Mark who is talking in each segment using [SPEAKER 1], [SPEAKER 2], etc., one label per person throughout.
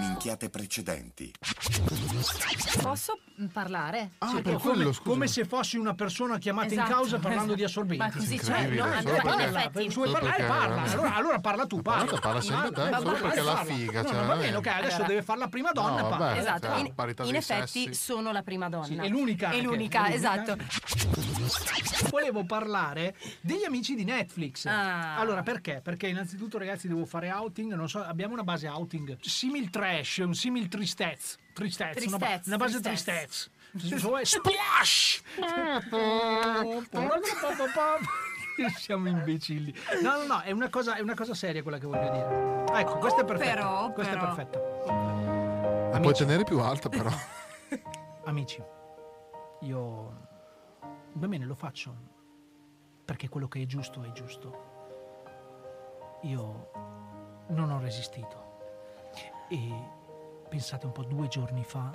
[SPEAKER 1] picchiate precedenti.
[SPEAKER 2] Posso mm, parlare?
[SPEAKER 3] Ah,
[SPEAKER 2] Cioè,
[SPEAKER 3] per
[SPEAKER 2] come-
[SPEAKER 3] quello, scusa.
[SPEAKER 4] Come se fossi una persona chiamata
[SPEAKER 2] Esatto,
[SPEAKER 4] in causa
[SPEAKER 2] esatto.
[SPEAKER 4] parlando di assorbenti.
[SPEAKER 2] Ma così, cioè,
[SPEAKER 3] Incredibile,
[SPEAKER 2] no,
[SPEAKER 3] solo
[SPEAKER 2] allora,
[SPEAKER 3] perché-
[SPEAKER 2] in effetti,
[SPEAKER 4] Se vuoi
[SPEAKER 3] Solo
[SPEAKER 4] parlare,
[SPEAKER 3] perché-
[SPEAKER 4] parla. Allora, allora parla tu, parla.
[SPEAKER 3] tanto parla sempre te,
[SPEAKER 2] solo
[SPEAKER 4] parla,
[SPEAKER 2] perché è la
[SPEAKER 4] parla.
[SPEAKER 3] figa,
[SPEAKER 4] No,
[SPEAKER 3] cioè,
[SPEAKER 4] no, va bene,
[SPEAKER 3] eh.
[SPEAKER 4] ok, adesso
[SPEAKER 2] Allora.
[SPEAKER 4] deve fare la prima donna e
[SPEAKER 3] No,
[SPEAKER 4] parla.
[SPEAKER 3] vabbè. Eh,
[SPEAKER 2] Esatto,
[SPEAKER 3] cioè,
[SPEAKER 2] in,
[SPEAKER 3] parità
[SPEAKER 2] in
[SPEAKER 3] dei
[SPEAKER 2] effetti
[SPEAKER 3] sessi.
[SPEAKER 2] sono la prima donna.
[SPEAKER 4] Sì, è l'unica
[SPEAKER 2] È
[SPEAKER 4] anche,
[SPEAKER 2] l'unica,
[SPEAKER 4] è l'unica
[SPEAKER 2] esatto.
[SPEAKER 4] Volevo parlare degli amici di Netflix.
[SPEAKER 2] Ah.
[SPEAKER 4] Allora, perché? Perché innanzitutto, ragazzi, devo fare outing. Non so, abbiamo una base outing. Simil trash, un simil tristezze.
[SPEAKER 1] Eh,
[SPEAKER 4] Tristezze, una, ba-
[SPEAKER 2] Tristezze,
[SPEAKER 4] una base
[SPEAKER 2] tristezze.
[SPEAKER 4] tristezze. Splash! Siamo imbecilli. No, no, no, è una cosa, è una cosa seria quella che voglio dire. Ecco, questa è perfetta.
[SPEAKER 2] Però,
[SPEAKER 4] questa
[SPEAKER 2] però.
[SPEAKER 4] è perfetta.
[SPEAKER 3] La puoi tenere più alta, però.
[SPEAKER 4] Amici, io va bene, lo faccio perché quello che è giusto è giusto. Io non ho resistito e pensate un po' due giorni fa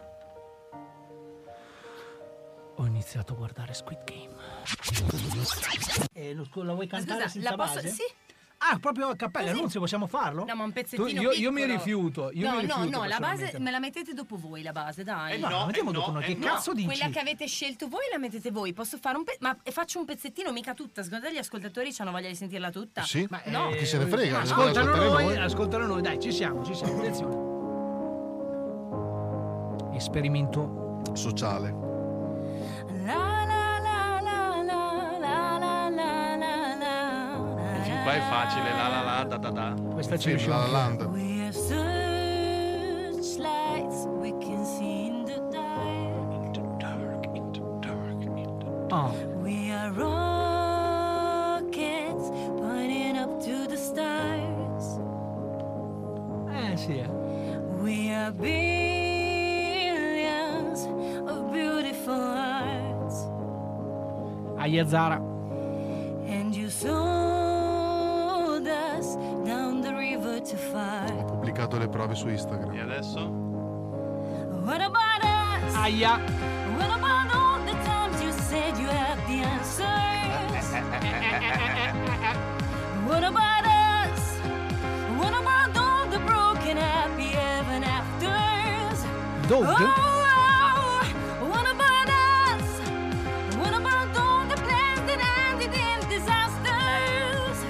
[SPEAKER 4] ho iniziato a guardare Squid Game. Eh, lo, la vuoi cantare
[SPEAKER 2] Scusa,
[SPEAKER 4] senza
[SPEAKER 2] la posso-
[SPEAKER 4] base?
[SPEAKER 2] sì.
[SPEAKER 4] Ah, proprio a cappella,
[SPEAKER 2] Così.
[SPEAKER 4] non se possiamo farlo?
[SPEAKER 2] No, ma un
[SPEAKER 4] Tu-
[SPEAKER 2] pezzettino
[SPEAKER 4] io, io mi
[SPEAKER 2] piccolo.
[SPEAKER 4] rifiuto, io
[SPEAKER 2] no,
[SPEAKER 4] mi rifiuto.
[SPEAKER 2] no, no, la base
[SPEAKER 4] personalmente.
[SPEAKER 2] me la mettete dopo voi, la base, dai.
[SPEAKER 5] Eh
[SPEAKER 4] No,
[SPEAKER 5] No,
[SPEAKER 4] la mettiamo
[SPEAKER 5] eh
[SPEAKER 4] dopo
[SPEAKER 5] no,
[SPEAKER 4] noi,
[SPEAKER 5] eh
[SPEAKER 4] che
[SPEAKER 5] no.
[SPEAKER 4] cazzo dici?
[SPEAKER 2] Quella che avete scelto voi la mettete voi. Posso fare un pe- ma eh, faccio un pezzettino, mica tutta. Secondo te gli ascoltatori hanno voglia di sentirla tutta? eh,
[SPEAKER 3] Sì?
[SPEAKER 4] Ma eh,
[SPEAKER 2] no.
[SPEAKER 3] Chi se ne frega, eh.
[SPEAKER 4] ma
[SPEAKER 3] se
[SPEAKER 4] Ascoltano
[SPEAKER 3] vuole ascoltare
[SPEAKER 4] noi,
[SPEAKER 3] noi.
[SPEAKER 4] ascoltano noi, dai, ci siamo, ci siamo. Attenzione. Esperimento.
[SPEAKER 3] Sociale.
[SPEAKER 2] La la la la la la la la la la.
[SPEAKER 5] Fin qua è facile, la la la, da da da.
[SPEAKER 4] Questa ci
[SPEAKER 3] Film La La
[SPEAKER 4] riusciamo.
[SPEAKER 3] Land.
[SPEAKER 2] We are searchlights we can see in the dark.
[SPEAKER 4] Oh,
[SPEAKER 2] We are rockets pointing up to the stars.
[SPEAKER 4] Eh sì. eh.
[SPEAKER 2] We are billions of beautiful hearts.
[SPEAKER 4] Ayazara.
[SPEAKER 2] And you sold us down the river to
[SPEAKER 3] Ho
[SPEAKER 2] fight.
[SPEAKER 3] pubblicato le prove su
[SPEAKER 5] E
[SPEAKER 3] Instagram.
[SPEAKER 5] adesso?
[SPEAKER 2] What about us?
[SPEAKER 4] Aia.
[SPEAKER 2] What about all the times you said you have the answers? what about us? What about all the broken happy even afters?
[SPEAKER 4] Dove?
[SPEAKER 2] Oh, oh, what about us? What about all the plans that ended in disasters?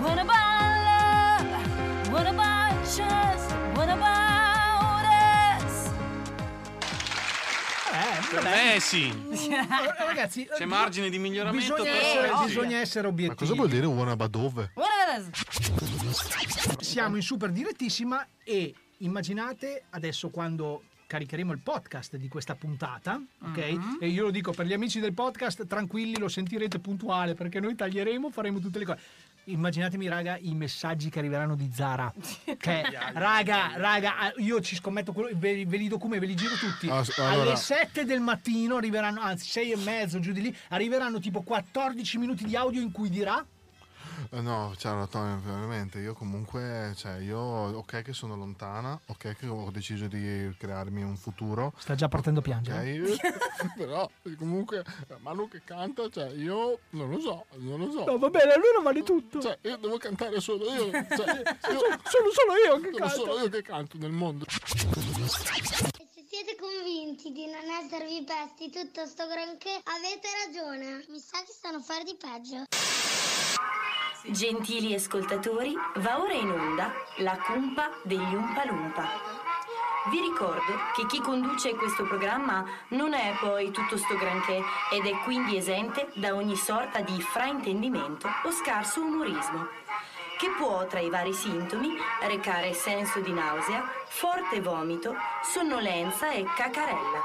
[SPEAKER 2] What about love? What about trust? What about us?
[SPEAKER 4] Eh,
[SPEAKER 5] Per
[SPEAKER 4] vabbè.
[SPEAKER 5] me sì.
[SPEAKER 4] Eh, Ragazzi, eh,
[SPEAKER 5] C'è margine di miglioramento.
[SPEAKER 4] Bisogna
[SPEAKER 5] però
[SPEAKER 4] essere,
[SPEAKER 5] sì.
[SPEAKER 4] bisogna essere
[SPEAKER 3] Ma
[SPEAKER 4] obiettivi.
[SPEAKER 3] cosa vuol dire una badove?
[SPEAKER 2] What about us?
[SPEAKER 4] Siamo in super direttissima e immaginate adesso quando caricheremo il podcast di questa puntata, ok?
[SPEAKER 3] Mm-hmm.
[SPEAKER 4] E io lo dico per gli amici del podcast, tranquilli, lo sentirete puntuale perché noi taglieremo, faremo tutte le cose. Immaginatemi, raga, i messaggi che arriveranno di Zara. Che, raga, raga, ah, io ci scommetto, quello, ve, ve li documento, ve li giro tutti.
[SPEAKER 3] Ah, s- allora-
[SPEAKER 4] Alle 7 del mattino arriveranno, anzi 6 e mezzo giù di lì, arriveranno tipo 14 minuti di audio in cui dirà
[SPEAKER 3] Eh, No, cioè, no, Tony, veramente, io comunque, cioè, io, ok che sono lontana, ok che ho deciso di crearmi un futuro,
[SPEAKER 4] Sta già partendo a piangere.
[SPEAKER 3] ok? Eh, Però, comunque, Manu che canta, cioè, io non lo so, non lo so.
[SPEAKER 4] No, va bene, allora vale tutto.
[SPEAKER 3] Cioè, io devo cantare solo io. Cioè, io
[SPEAKER 4] Sono solo io che
[SPEAKER 3] sono
[SPEAKER 4] canto.
[SPEAKER 3] solo io che canto nel mondo.
[SPEAKER 6] Se siete convinti di non esservi pesti tutto sto granché, avete ragione. Mi sa che stanno a fare di peggio.
[SPEAKER 7] Gentili ascoltatori, va ora in onda la cumpa degli Umpalumpa. Vi ricordo che chi conduce questo programma non è poi tutto sto granché ed è quindi esente da ogni sorta di fraintendimento o scarso umorismo, che può tra i vari sintomi recare senso di nausea, forte vomito, sonnolenza e cacarella.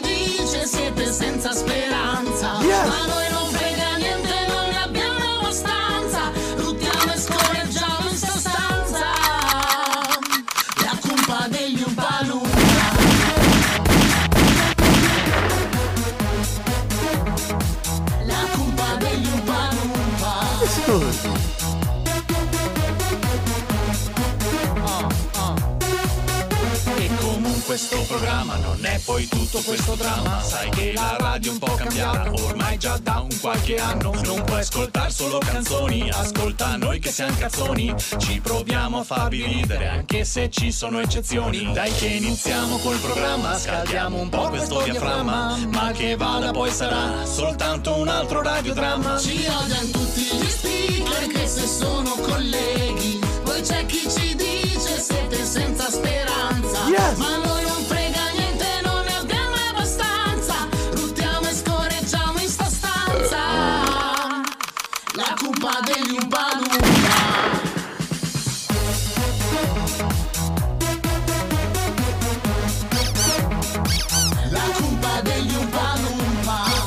[SPEAKER 8] dice siete senza speranza.
[SPEAKER 4] Yes.
[SPEAKER 8] Ma noi non frega niente, non ne abbiamo abbastanza. Luttiamo e scorreggiamo in sostanza. La cumpa degli Umpalumpa. La cumpa degli Umpalumpa.
[SPEAKER 5] Oh, E comunque questo programma non è poi tutto questo dramma Sai che la radio è un po' cambiata ormai già da un qualche anno Non puoi ascoltare solo canzoni, ascolta noi che siamo cazzoni Ci proviamo a farvi ridere anche se ci sono eccezioni Dai che iniziamo col programma, scaldiamo un po' questo diaframma Ma che vada poi sarà soltanto un altro radiodramma
[SPEAKER 8] Ci odiano tutti gli speaker che se sono colleghi Poi c'è chi ci dice siete senza speranza
[SPEAKER 4] Yes.
[SPEAKER 8] Ma noi non frega niente, non ne abbiamo abbastanza Ruttiamo e scorreggiamo in sta stanza La cupa degli Umbalumba La cupa degli Umbalumba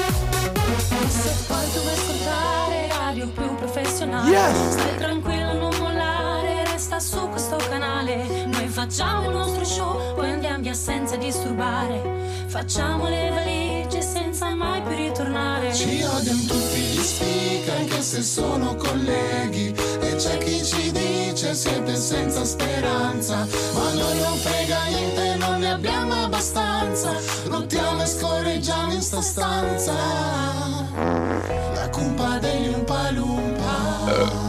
[SPEAKER 2] Se poi dove ascoltare radio più professionale
[SPEAKER 4] Yes!
[SPEAKER 2] Stai tranquillo, non mollare, resta su questo canale Noi facciamo il nostro show, poi andiamo via senza disturbare Facciamo le valigie senza mai più ritornare
[SPEAKER 8] Ci odiano tutti gli speaker anche se sono colleghi E c'è chi ci dice siete senza speranza Ma noi non frega niente, non ne abbiamo abbastanza Lottiamo e scorreggiamo in sta stanza La cumpa degli Umpalumpa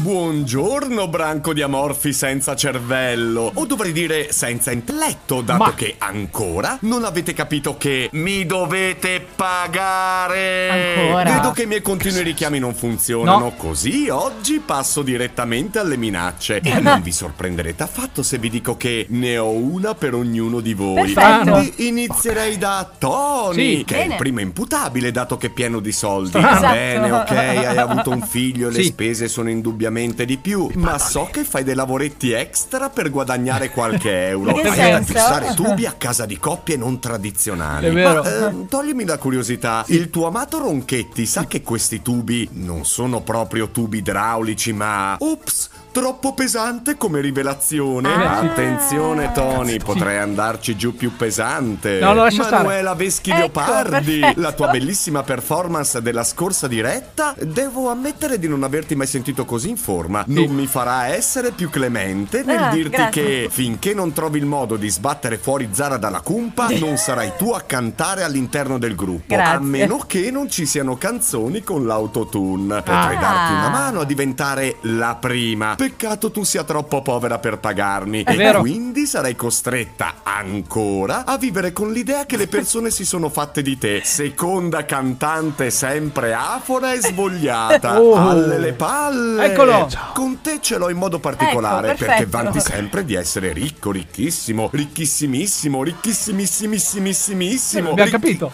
[SPEAKER 9] Buongiorno, branco di amorfi senza cervello. O dovrei dire senza intelletto, dato
[SPEAKER 1] Ma-
[SPEAKER 9] che ancora non avete capito che mi dovete pagare.
[SPEAKER 10] Ancora?
[SPEAKER 9] Vedo che i miei continui richiami non funzionano.
[SPEAKER 1] No.
[SPEAKER 9] Così oggi passo direttamente alle minacce.
[SPEAKER 1] Eh,
[SPEAKER 9] E non vi sorprenderete affatto se vi dico che ne ho una per ognuno di
[SPEAKER 4] Oh,
[SPEAKER 9] voi.
[SPEAKER 10] Perfetto.
[SPEAKER 9] Quindi inizierei da Tony,
[SPEAKER 1] Sì.
[SPEAKER 9] che è
[SPEAKER 10] Bene.
[SPEAKER 9] il primo imputabile, dato che è pieno di soldi.
[SPEAKER 10] Esatto.
[SPEAKER 9] Bene, ok, hai avuto un figlio, le
[SPEAKER 1] Sì.
[SPEAKER 9] spese sono indubbiamente di più, ma so che fai dei lavoretti extra per guadagnare qualche euro.
[SPEAKER 10] In che
[SPEAKER 9] Fai da
[SPEAKER 10] senso?
[SPEAKER 9] fissare tubi a casa di coppie non tradizionali.
[SPEAKER 1] È vero.
[SPEAKER 9] Ma eh, toglimi la curiosità, il tuo amato Ronchetti sa che questi tubi non sono proprio tubi idraulici, ma... Ups! Troppo pesante come rivelazione.
[SPEAKER 1] Ah.
[SPEAKER 9] Attenzione, Tony, potrei andarci giù più pesante.
[SPEAKER 1] No, no, lascia stare.
[SPEAKER 9] Manuela Eh, Veschi
[SPEAKER 10] Ecco,
[SPEAKER 9] Leopardi,
[SPEAKER 10] perfetto.
[SPEAKER 9] la tua bellissima performance della scorsa diretta, devo ammettere di non averti mai sentito così in forma. Non mi farà essere più clemente nel
[SPEAKER 10] Ah,
[SPEAKER 9] dirti
[SPEAKER 10] grazie.
[SPEAKER 9] che finché non trovi il modo di sbattere fuori Zara dalla cumpa, non sarai tu a cantare all'interno del gruppo. A
[SPEAKER 10] Grazie.
[SPEAKER 9] meno che non ci siano canzoni con l'autotune. Potrei
[SPEAKER 10] Ah.
[SPEAKER 9] darti una mano a diventare la prima. Peccato tu sia troppo povera per pagarmi. e
[SPEAKER 1] vero.
[SPEAKER 9] quindi sarai costretta ancora a vivere con l'idea che le persone si sono fatte di te. Seconda cantante sempre afora e svogliata.
[SPEAKER 1] Oh.
[SPEAKER 9] Alle le palle.
[SPEAKER 1] Eccolo.
[SPEAKER 9] Con te ce l'ho in modo particolare
[SPEAKER 10] Ecco,
[SPEAKER 9] perché
[SPEAKER 10] perfetto.
[SPEAKER 9] vanti sempre di essere ricco, ricchissimo, ricchissimissimo, ricchissimissimissimissimissimissimo.
[SPEAKER 1] Abbiamo
[SPEAKER 9] ricchi-
[SPEAKER 1] capito.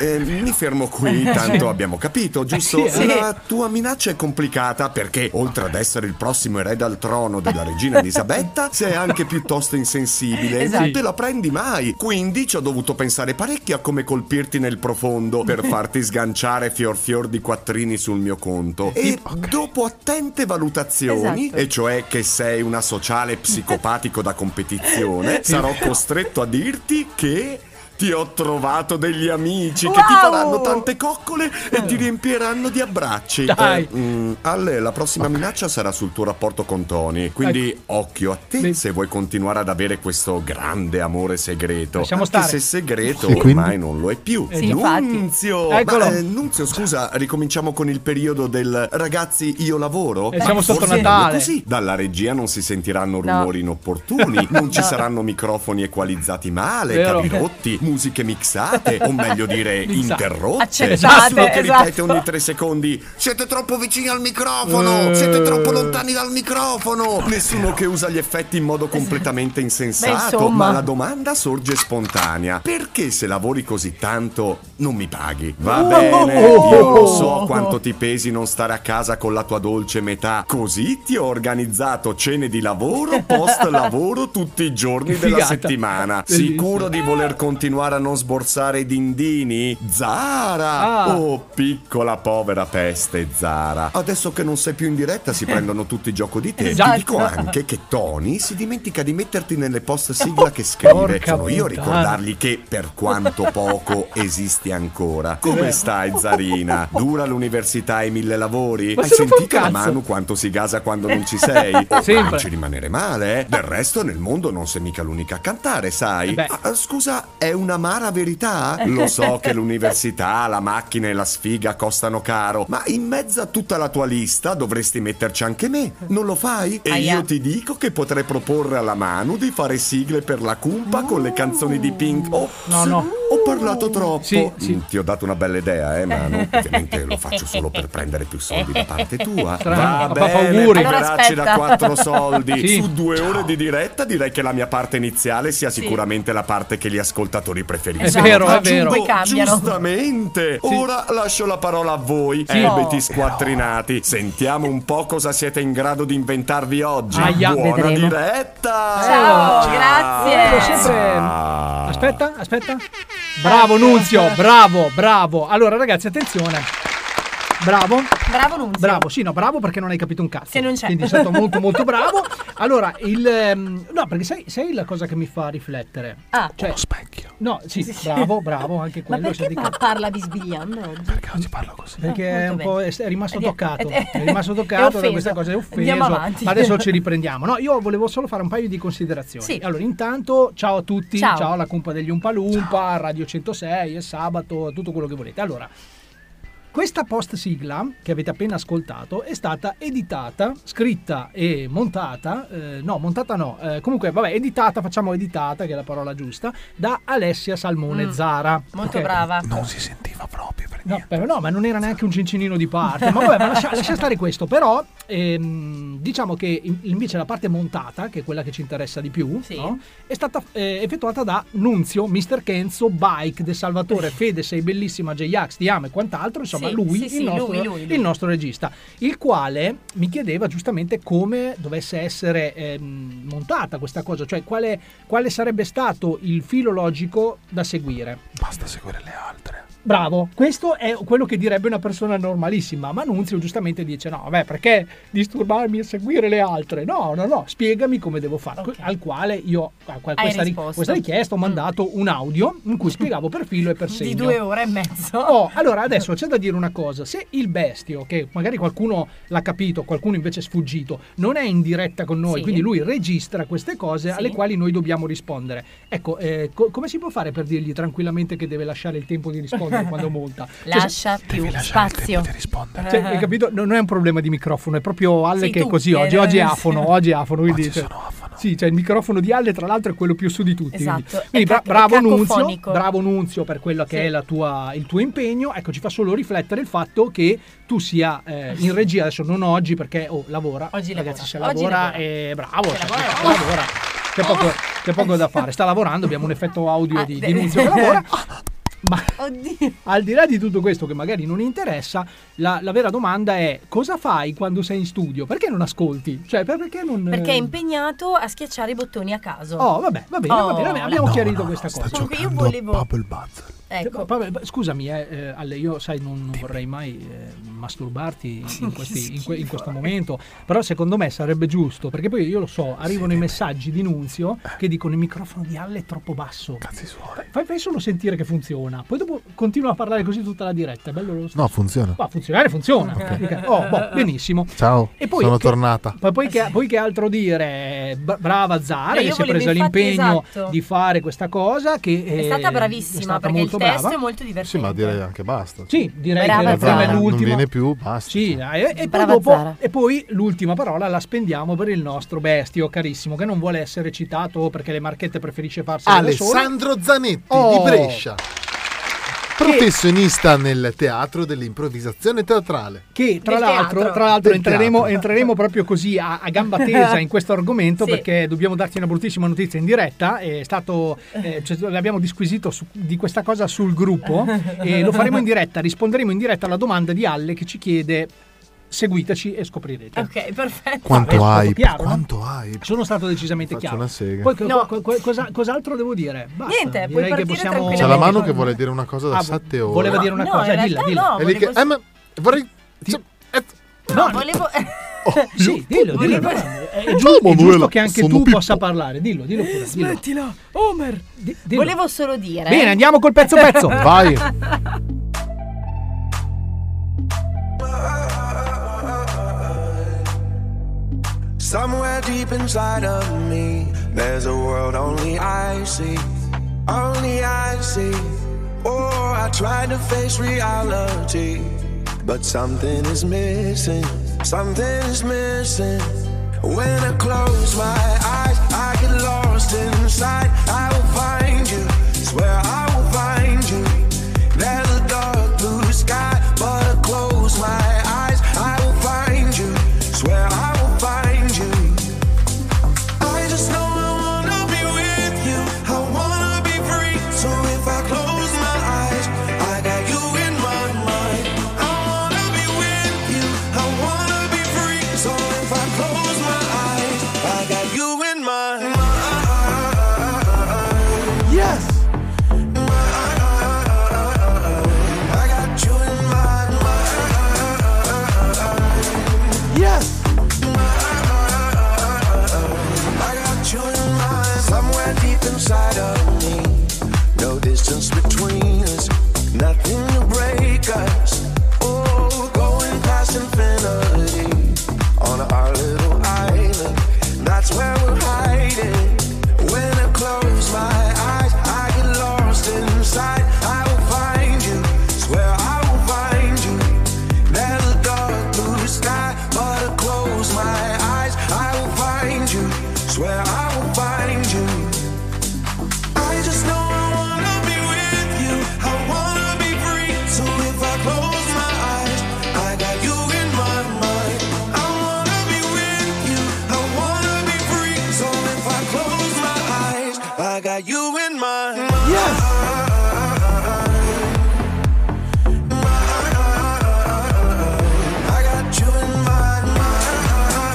[SPEAKER 9] eh, mi fermo qui, tanto abbiamo capito, giusto?
[SPEAKER 1] sì, eh.
[SPEAKER 9] La tua minaccia è complicata perché, oltre ad essere il prossimo erede al trono della regina Elisabetta, sei anche piuttosto insensibile. Non
[SPEAKER 10] Esatto.
[SPEAKER 9] te la prendi mai. Quindi ci ho dovuto pensare parecchio a come colpirti nel profondo per farti sganciare fior fior di quattrini sul mio conto. E dopo attente valutazioni,
[SPEAKER 10] Esatto.
[SPEAKER 9] e cioè che sei una sociale psicopatico da competizione, sarò costretto a dirti che. ti ho trovato degli amici che
[SPEAKER 11] Wow!
[SPEAKER 9] ti faranno tante coccole e ti riempiranno di abbracci.
[SPEAKER 4] Dai.
[SPEAKER 9] Eh, mm, Ale, la prossima minaccia sarà sul tuo rapporto con Tony, quindi
[SPEAKER 4] Ecco.
[SPEAKER 9] occhio a te se vuoi continuare ad avere questo grande amore segreto.
[SPEAKER 4] Lasciamo
[SPEAKER 9] Anche
[SPEAKER 4] stare. Eh,
[SPEAKER 9] se segreto
[SPEAKER 12] E quindi?
[SPEAKER 9] ormai non lo è più.
[SPEAKER 12] Ecco, Sì, infatti.
[SPEAKER 9] Nunzio,
[SPEAKER 12] Eccolo.
[SPEAKER 9] ma, eh, Nunzio, scusa, ricominciamo con il periodo del ragazzi io lavoro?
[SPEAKER 4] Eh, siamo
[SPEAKER 9] Ma
[SPEAKER 4] sotto
[SPEAKER 9] forse
[SPEAKER 4] Natale.
[SPEAKER 9] meglio Così, dalla regia non si sentiranno rumori inopportuni, non ci
[SPEAKER 4] No.
[SPEAKER 9] saranno microfoni equalizzati male,
[SPEAKER 4] Vero.
[SPEAKER 9] capirotti, musiche mixate, o meglio dire
[SPEAKER 12] Mixate.
[SPEAKER 9] interrotte.
[SPEAKER 12] Accettate,
[SPEAKER 9] Nessuno che
[SPEAKER 12] esatto.
[SPEAKER 9] ripete ogni tre secondi siete troppo vicini al microfono,
[SPEAKER 12] Eh.
[SPEAKER 9] siete troppo lontani dal microfono. Nessuno che usa gli effetti in modo completamente
[SPEAKER 12] Beh,
[SPEAKER 9] insensato,
[SPEAKER 12] insomma.
[SPEAKER 9] ma la domanda sorge spontanea. Perché se lavori così tanto non mi paghi? Va
[SPEAKER 12] Oh.
[SPEAKER 9] bene, io lo so quanto ti pesi non stare a casa con la tua dolce metà. Così ti ho organizzato cene di lavoro, post lavoro tutti i giorni
[SPEAKER 12] Che
[SPEAKER 9] della
[SPEAKER 12] figata.
[SPEAKER 9] settimana.
[SPEAKER 12] Bellissimo.
[SPEAKER 9] Sicuro di voler continuare a non sborsare i dindini? Zara!
[SPEAKER 12] Ah.
[SPEAKER 9] Oh, piccola povera peste, Zara. Adesso che non sei più in diretta si prendono tutti gioco di te.
[SPEAKER 12] Eh. Esatto.
[SPEAKER 9] Ti dico anche che Tony si dimentica di metterti nelle post sigla che scrive.
[SPEAKER 12] Porca
[SPEAKER 9] Sono io a
[SPEAKER 12] puttana.
[SPEAKER 9] ricordargli che per quanto poco esisti ancora. Come stai, Zarina? Dura l'università e i mille lavori?
[SPEAKER 12] Ma
[SPEAKER 9] Hai
[SPEAKER 12] se non fa un
[SPEAKER 9] sentito la
[SPEAKER 12] cazzo.
[SPEAKER 9] mano quanto si gasa quando non ci sei? Oh, ma
[SPEAKER 12] Sempre.
[SPEAKER 9] non ci rimanere male, eh? Del resto nel mondo non sei mica l'unica a cantare,
[SPEAKER 12] Eh
[SPEAKER 9] sai? Ah, scusa, è un'amara verità? Ah, Lo so che l'università, la macchina e la sfiga costano caro, ma in mezzo a tutta la tua lista dovresti metterci anche me. Non lo fai? E
[SPEAKER 12] Aia.
[SPEAKER 9] io ti dico che potrei proporre alla Manu di fare sigle per la cumpa con le canzoni di Pink. Oh,
[SPEAKER 4] No, no.
[SPEAKER 9] Ho parlato troppo.
[SPEAKER 4] Sì, sì.
[SPEAKER 9] Mm, Ti ho dato una bella idea, eh, Manu. Ovviamente lo faccio solo per prendere più soldi da parte tua.
[SPEAKER 4] Strano.
[SPEAKER 9] Va
[SPEAKER 4] Papà,
[SPEAKER 9] bene,
[SPEAKER 4] auguri.
[SPEAKER 9] poveracci
[SPEAKER 12] Allora aspetta.
[SPEAKER 9] da quattro soldi.
[SPEAKER 4] Sì.
[SPEAKER 9] Su due ore di diretta direi che la mia parte iniziale sia sicuramente la parte che gli ascoltatori preferiscono.
[SPEAKER 4] È vero, è
[SPEAKER 9] Aggiungo,
[SPEAKER 4] vero.
[SPEAKER 12] Poi cambiano.
[SPEAKER 9] Giustamente. Ora lascio la parola a voi,
[SPEAKER 4] Sì.
[SPEAKER 9] ebeti squattrinati. Sentiamo un po' cosa siete in grado di inventarvi oggi.
[SPEAKER 4] Aia.
[SPEAKER 9] Buona
[SPEAKER 12] Vedremo.
[SPEAKER 9] diretta.
[SPEAKER 12] Ciao,
[SPEAKER 4] Quello
[SPEAKER 12] grazie.
[SPEAKER 4] sempre- Aspetta, aspetta. Bravo Nunzio, bravo, bravo. Allora ragazzi, attenzione. Bravo.
[SPEAKER 12] Bravo Nunzio.
[SPEAKER 4] Bravo, sì, no, bravo perché non hai capito un cazzo.
[SPEAKER 12] Se non c'è.
[SPEAKER 4] Quindi è stato molto molto bravo. Allora, il ehm, no, perché sai, sai la cosa che mi fa riflettere?
[SPEAKER 12] Ah.
[SPEAKER 4] Cioè,
[SPEAKER 1] specchio.
[SPEAKER 4] No, sì, bravo, bravo, anche
[SPEAKER 7] Ma
[SPEAKER 4] quello cioè,
[SPEAKER 7] perché
[SPEAKER 4] siete
[SPEAKER 7] pa- parla bisbigliando oggi?
[SPEAKER 1] Perché oggi parlo così?
[SPEAKER 4] Perché
[SPEAKER 7] Ah,
[SPEAKER 4] è, un
[SPEAKER 7] molto
[SPEAKER 4] po',
[SPEAKER 7] bene.
[SPEAKER 4] è è rimasto
[SPEAKER 7] Ed è-
[SPEAKER 4] toccato,
[SPEAKER 7] ed è-
[SPEAKER 4] è rimasto
[SPEAKER 7] è
[SPEAKER 4] toccato da
[SPEAKER 7] offeso.
[SPEAKER 4] questa cosa, è offeso.
[SPEAKER 7] Andiamo avanti.
[SPEAKER 4] Ma adesso ci riprendiamo. No, io volevo solo fare un paio di considerazioni.
[SPEAKER 7] Sì.
[SPEAKER 4] Allora, intanto, ciao a tutti, ciao,
[SPEAKER 7] Ciao.
[SPEAKER 4] alla Cumpa degli Umpalumpa, Radio 106, è sabato, tutto quello che volete. Allora, questa post sigla che avete appena ascoltato è stata editata, scritta e montata, eh, no, montata no, eh, comunque vabbè, editata, facciamo editata, che è la parola giusta, da Alessia Salmone
[SPEAKER 7] Mm.
[SPEAKER 4] Zara.
[SPEAKER 7] Molto
[SPEAKER 4] Ok?
[SPEAKER 7] brava.
[SPEAKER 1] Non si sentiva proprio per
[SPEAKER 4] No,
[SPEAKER 1] niente.
[SPEAKER 4] però no, ma non era neanche un cincinino di parte. Ma vabbè, ma lascia, lascia stare questo. Però ehm, diciamo che in- invece la parte montata, che è quella che ci interessa di più,
[SPEAKER 7] Sì.
[SPEAKER 4] no? è stata eh, effettuata da Nunzio, Mr. Kenzo, Bike, De Salvatore, Fede, sei bellissima, J-Ax, ti amo e quant'altro. Insomma,
[SPEAKER 7] Sì,
[SPEAKER 4] lui,
[SPEAKER 7] sì,
[SPEAKER 4] il
[SPEAKER 7] sì,
[SPEAKER 4] nostro,
[SPEAKER 7] lui, lui, lui.
[SPEAKER 4] il nostro regista, il quale mi chiedeva giustamente come dovesse essere ehm, montata questa cosa, cioè quale, quale sarebbe stato il filo logico da seguire.
[SPEAKER 1] Basta seguire le altre.
[SPEAKER 4] Bravo, questo è quello che direbbe una persona normalissima, ma Nunzio giustamente dice no, vabbè perché disturbarmi e seguire le altre? No, no, no, spiegami come devo fare,
[SPEAKER 7] Ok.
[SPEAKER 4] al quale io a que-
[SPEAKER 7] Hai
[SPEAKER 4] questa, ri-
[SPEAKER 7] risposto. Mm.
[SPEAKER 4] questa richiesta ho mandato un audio in cui spiegavo per filo e per segno.
[SPEAKER 7] Di due ore e mezzo.
[SPEAKER 4] Oh, allora adesso c'è da dire una cosa, se il bestio, che magari qualcuno l'ha capito, qualcuno invece è sfuggito, non è in diretta con noi,
[SPEAKER 7] Sì.
[SPEAKER 4] quindi lui registra queste cose alle
[SPEAKER 7] Sì.
[SPEAKER 4] quali noi dobbiamo rispondere. Ecco, eh, co- come si può fare per dirgli tranquillamente che deve lasciare il tempo di rispondere quando monta? Cioè, se-
[SPEAKER 7] Lascia più
[SPEAKER 1] Devi lasciare
[SPEAKER 7] spazio.
[SPEAKER 1] il tempo di rispondere.
[SPEAKER 4] cioè, hai capito? No, non è un problema di microfono, è proprio Alle
[SPEAKER 7] Sì,
[SPEAKER 4] che è
[SPEAKER 7] tu,
[SPEAKER 4] così
[SPEAKER 7] eh,
[SPEAKER 4] oggi. Oggi è
[SPEAKER 7] eh, sì.
[SPEAKER 4] afono, oggi è afono. Quindi,
[SPEAKER 1] Oggi
[SPEAKER 4] cioè-
[SPEAKER 1] sono afano.
[SPEAKER 4] sì, cioè il microfono di Alle, tra l'altro, è quello più su di tutti.
[SPEAKER 7] Esatto,
[SPEAKER 4] quindi.
[SPEAKER 7] è
[SPEAKER 4] Quindi bra-
[SPEAKER 7] cac- è
[SPEAKER 4] bravo, Nunzio,
[SPEAKER 7] cacofonico.
[SPEAKER 4] bravo Nunzio per quello che
[SPEAKER 7] Sì.
[SPEAKER 4] è la tua- il tuo impegno. Ecco, ci fa solo riflettere il fatto che tu sia eh, in regia, adesso non oggi perché oh, lavora.
[SPEAKER 7] Oggi
[SPEAKER 4] Ragazzi,
[SPEAKER 7] lavora.
[SPEAKER 4] se
[SPEAKER 7] Oggi
[SPEAKER 4] lavora,
[SPEAKER 7] lavora.
[SPEAKER 4] è bravo,
[SPEAKER 7] Se
[SPEAKER 4] cioè,
[SPEAKER 7] lavora,
[SPEAKER 4] se
[SPEAKER 7] oh.
[SPEAKER 4] lavora. C'è poco, c'è poco da fare. Sta lavorando, abbiamo un effetto audio
[SPEAKER 7] Ah,
[SPEAKER 4] di,
[SPEAKER 7] de-
[SPEAKER 4] di Nunzio che lavora. Ma
[SPEAKER 11] Oddio.
[SPEAKER 4] Al di là di tutto questo che magari non interessa, la, la vera domanda è cosa fai quando sei in studio? Perché non ascolti? Cioè, per- perché non...
[SPEAKER 11] Perché è
[SPEAKER 4] eh,
[SPEAKER 11] impegnato a schiacciare i bottoni a caso.
[SPEAKER 4] Oh, vabbè, va bene, va
[SPEAKER 11] Oh,
[SPEAKER 4] bene, abbiamo
[SPEAKER 11] no,
[SPEAKER 4] chiarito
[SPEAKER 11] no,
[SPEAKER 4] questa
[SPEAKER 11] sta
[SPEAKER 4] cosa.
[SPEAKER 11] Comunque io giocando a volevo- Bubble Ecco.
[SPEAKER 4] Eh, vabbè, beh, scusami, eh, eh, Ale, io sai, non non vorrei mai eh, masturbarti in, questi- in que- in questo momento, però secondo me sarebbe giusto, perché poi io lo so, arrivano i messaggi di Nunzio che dicono il microfono di Alle è troppo basso. Cazzi suoni. Fai, fai solo sentire che funziona, poi dopo continua a parlare così tutta la diretta, è bello lo stesso.
[SPEAKER 3] No, funziona.
[SPEAKER 4] Ma funzionare funziona. Mica- Oh, boh, benissimo.
[SPEAKER 3] Ciao,
[SPEAKER 4] E poi
[SPEAKER 3] sono
[SPEAKER 4] che- Boh,
[SPEAKER 3] tornata.
[SPEAKER 4] Poi, poi che, poi che altro dire? Bra- Brava Zara
[SPEAKER 11] No, Eh io
[SPEAKER 4] che si è
[SPEAKER 11] volevo
[SPEAKER 4] presa
[SPEAKER 11] infatti-
[SPEAKER 4] l'impegno
[SPEAKER 11] esatto.
[SPEAKER 4] di fare questa cosa. Che eh,
[SPEAKER 11] È stata bravissima,
[SPEAKER 4] è stata
[SPEAKER 11] perché il
[SPEAKER 4] molto
[SPEAKER 11] testo
[SPEAKER 4] brava.
[SPEAKER 11] è molto divertente.
[SPEAKER 3] Sì, ma direi anche basta.
[SPEAKER 4] Sì, direi
[SPEAKER 11] Brava
[SPEAKER 4] che la prima
[SPEAKER 11] Zara.
[SPEAKER 4] e
[SPEAKER 11] Non
[SPEAKER 4] l'ultima.
[SPEAKER 3] viene più, basta.
[SPEAKER 4] Sì, dai, e, e poi
[SPEAKER 11] Brava
[SPEAKER 4] dopo-
[SPEAKER 11] Zara.
[SPEAKER 4] e poi l'ultima parola la spendiamo per il nostro bestio carissimo che non vuole essere citato perché le marchette preferisce farsi da solo.
[SPEAKER 3] Alessandro Zanetti
[SPEAKER 4] Oh.
[SPEAKER 3] di Brescia, professionista nel teatro dell'improvvisazione teatrale.
[SPEAKER 4] Che tra
[SPEAKER 11] Del
[SPEAKER 4] l'altro,
[SPEAKER 11] teatro.
[SPEAKER 4] tra l'altro
[SPEAKER 3] Del
[SPEAKER 4] entreremo,
[SPEAKER 3] teatro.
[SPEAKER 4] entreremo proprio così a, a gamba tesa in questo argomento
[SPEAKER 11] Sì.
[SPEAKER 4] perché dobbiamo darti una bruttissima notizia in diretta. È stato, eh, cioè, l'abbiamo disquisito su- di questa cosa sul gruppo e lo faremo in diretta. Risponderemo in diretta alla domanda di Alle che ci chiede: seguiteci e scoprirete.
[SPEAKER 11] Ok, perfetto.
[SPEAKER 4] Vabbè,
[SPEAKER 3] Quanto
[SPEAKER 4] è stato
[SPEAKER 3] hai?
[SPEAKER 4] chiaro, no?
[SPEAKER 3] Quanto hai?
[SPEAKER 4] Sono stato decisamente
[SPEAKER 3] Faccio
[SPEAKER 4] chiaro.
[SPEAKER 3] una sega.
[SPEAKER 4] Poi co-
[SPEAKER 11] No.
[SPEAKER 4] co- co- cosa- cos'altro devo dire? Basta,
[SPEAKER 11] Niente, puoi
[SPEAKER 4] direi che
[SPEAKER 11] partire
[SPEAKER 4] possiamo...
[SPEAKER 11] tranquillamente.
[SPEAKER 3] C'è la mano che vuole dire una cosa da
[SPEAKER 4] Ah, vo-
[SPEAKER 3] sette ore.
[SPEAKER 4] Voleva dire una
[SPEAKER 11] No,
[SPEAKER 4] cosa,
[SPEAKER 11] in
[SPEAKER 4] dilla,
[SPEAKER 11] realtà
[SPEAKER 4] dilla.
[SPEAKER 11] no.
[SPEAKER 3] E lì che-
[SPEAKER 11] volevo-
[SPEAKER 3] eh, ma vorrei...
[SPEAKER 11] No,
[SPEAKER 4] No,
[SPEAKER 11] volevo...
[SPEAKER 3] Oh,
[SPEAKER 4] Eh, Sì, dillo, dillo.
[SPEAKER 3] eh,
[SPEAKER 11] Volevo-
[SPEAKER 4] no, È, è giu- è giusto che anche tu possa parlare. Dillo, dillo pure. dillo.
[SPEAKER 11] Homer!
[SPEAKER 4] Di- dillo.
[SPEAKER 11] Volevo solo dire...
[SPEAKER 4] Bene, andiamo col pezzo pezzo.
[SPEAKER 3] Vai.
[SPEAKER 13] Somewhere deep inside of me, there's a world only I see. Only I see. Oh, I tried to face reality, but something is missing. Something is missing. When I close my eyes, I get lost inside. I will find you. Swear I will find you. There's a dark blue sky, but I close my eyes. I will find you. Swear I will find you. I just know I wanna be with you. I wanna be free. So if I close my eyes, I got you in my mind. I wanna be with you. I wanna be free. So if I close my eyes, I got you in my mind. Yes. I got you in my mind. Yes. I got you in mind somewhere deep inside of me. No distance between us, nothing to break us. Oh, going past infinity on our little island. That's where we're hiding. When I close my eyes, I get lost inside. I will find you, swear I will find you. There's a dark blue sky, but I close my eyes, I will find you. Swear I will find you. I just know I wanna be with you. I wanna be free. So if I close my eyes, I got you in my mind. I wanna be with you. I wanna be free. So if I close my eyes, I got you in my mind. I got you in my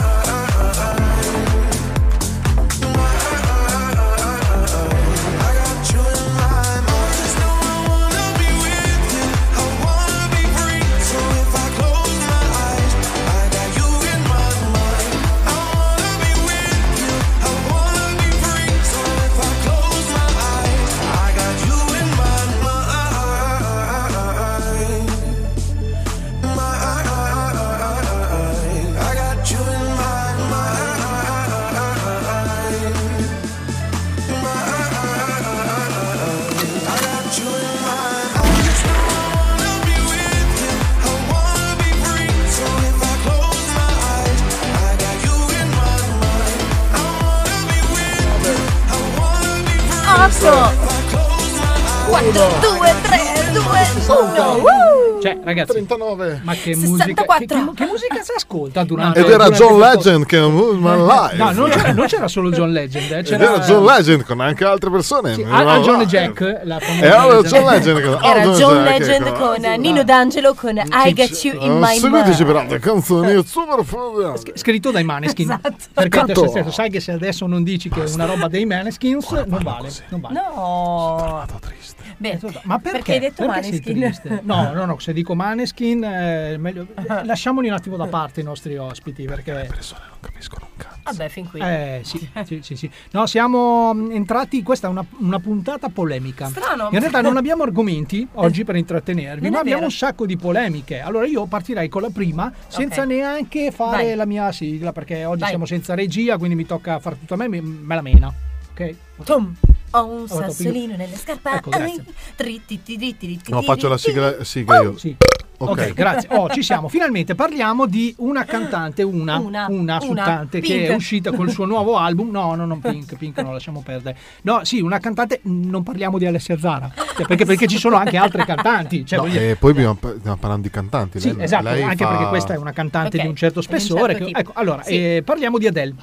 [SPEAKER 13] I got you in my mind. I got you in my mind. I just wanna be with you. I wanna be free. So if I close my eyes, I got you in my mind. I wanna be with you. I wanna be free.
[SPEAKER 11] 8,
[SPEAKER 13] If I close my eyes,
[SPEAKER 11] 4, 2, 3, 2, 1.
[SPEAKER 4] Cioè, ragazzi,
[SPEAKER 3] 39.
[SPEAKER 4] Ma che musica, che, che- che musica si ascolta durante
[SPEAKER 3] Ed era
[SPEAKER 4] durante
[SPEAKER 3] John
[SPEAKER 4] questo-
[SPEAKER 3] Legend che Move My Life.
[SPEAKER 4] Eh, No, non c'era, non c'era solo John Legend, eh,
[SPEAKER 3] Ed
[SPEAKER 4] c'era
[SPEAKER 3] era John Legend con anche altre persone.
[SPEAKER 4] Sì,
[SPEAKER 3] Mi
[SPEAKER 4] Al-
[SPEAKER 3] va-
[SPEAKER 4] Al John
[SPEAKER 3] va.
[SPEAKER 4] e Jack, la famosa
[SPEAKER 3] E allora
[SPEAKER 4] Legend.
[SPEAKER 3] John Legend con
[SPEAKER 12] Era
[SPEAKER 3] Al
[SPEAKER 12] John
[SPEAKER 3] Jack,
[SPEAKER 12] Legend
[SPEAKER 3] ecco.
[SPEAKER 12] con eh, Nino D'Angelo con I Get You
[SPEAKER 3] Oh,
[SPEAKER 12] in My
[SPEAKER 3] Seguiteci
[SPEAKER 12] Mind.
[SPEAKER 3] per altre canzoni super furiose.
[SPEAKER 4] Eh, Scritto dai Maneskin. Perché
[SPEAKER 3] Esatto.
[SPEAKER 4] adesso, adesso sai che se adesso non dici che è una roba dei Maneskin non vale, non vale.
[SPEAKER 12] No. Beh,
[SPEAKER 4] Ma perché?
[SPEAKER 12] hai detto
[SPEAKER 4] Perché sei triste?
[SPEAKER 12] Maneskin?
[SPEAKER 4] No, no, no, se dico Maneskin, eh, meglio- lasciamoli un attimo da parte i nostri ospiti perché... Le persone non capiscono un cazzo.
[SPEAKER 12] Vabbè, fin qui.
[SPEAKER 4] Eh sì, sì, sì, sì. No, siamo mm, entrati, questa è una, una puntata polemica.
[SPEAKER 12] Strano.
[SPEAKER 4] In realtà non abbiamo argomenti oggi per intrattenervi,
[SPEAKER 12] Non è
[SPEAKER 4] ma
[SPEAKER 12] vero.
[SPEAKER 4] abbiamo un sacco di polemiche. Allora io partirei con la prima senza
[SPEAKER 12] Ok.
[SPEAKER 4] neanche fare
[SPEAKER 12] Vai.
[SPEAKER 4] la mia sigla perché oggi
[SPEAKER 12] Vai.
[SPEAKER 4] siamo senza regia, quindi mi tocca far tutto a me, mi- me la mena. Ok?
[SPEAKER 12] Tom. Ho un
[SPEAKER 4] Allora, Tom,
[SPEAKER 12] sassolino nelle scarpe.
[SPEAKER 4] Ecco, grazie.
[SPEAKER 12] Tritti, tritti, tritti, tritti,
[SPEAKER 3] No, faccio la
[SPEAKER 12] tritti.
[SPEAKER 3] sigla, sigla io.
[SPEAKER 4] Oh, Ok, grazie. Oh, ci siamo. Finalmente parliamo di una cantante, una,
[SPEAKER 12] Una,
[SPEAKER 4] una,
[SPEAKER 12] una,
[SPEAKER 4] cantante che
[SPEAKER 12] Pink.
[SPEAKER 4] è uscita col suo nuovo album. No, no, no, Pink, Pink, no, lasciamo perdere. No, sì, una cantante, non parliamo di Alessia Zara, Cioè, perché, perché ci sono anche altre cantanti. Cioè,
[SPEAKER 3] No,
[SPEAKER 4] voglio-
[SPEAKER 3] e poi abbiamo par- stiamo parlando di cantanti.
[SPEAKER 4] Sì,
[SPEAKER 3] lei-
[SPEAKER 4] esatto,
[SPEAKER 3] lei
[SPEAKER 4] anche
[SPEAKER 3] fa-
[SPEAKER 4] perché questa è una cantante
[SPEAKER 12] Ok,
[SPEAKER 4] di un certo
[SPEAKER 12] di un certo
[SPEAKER 4] spessore. che-
[SPEAKER 12] tipo.
[SPEAKER 4] ecco, allora,
[SPEAKER 12] Sì.
[SPEAKER 4] eh, parliamo di Adele.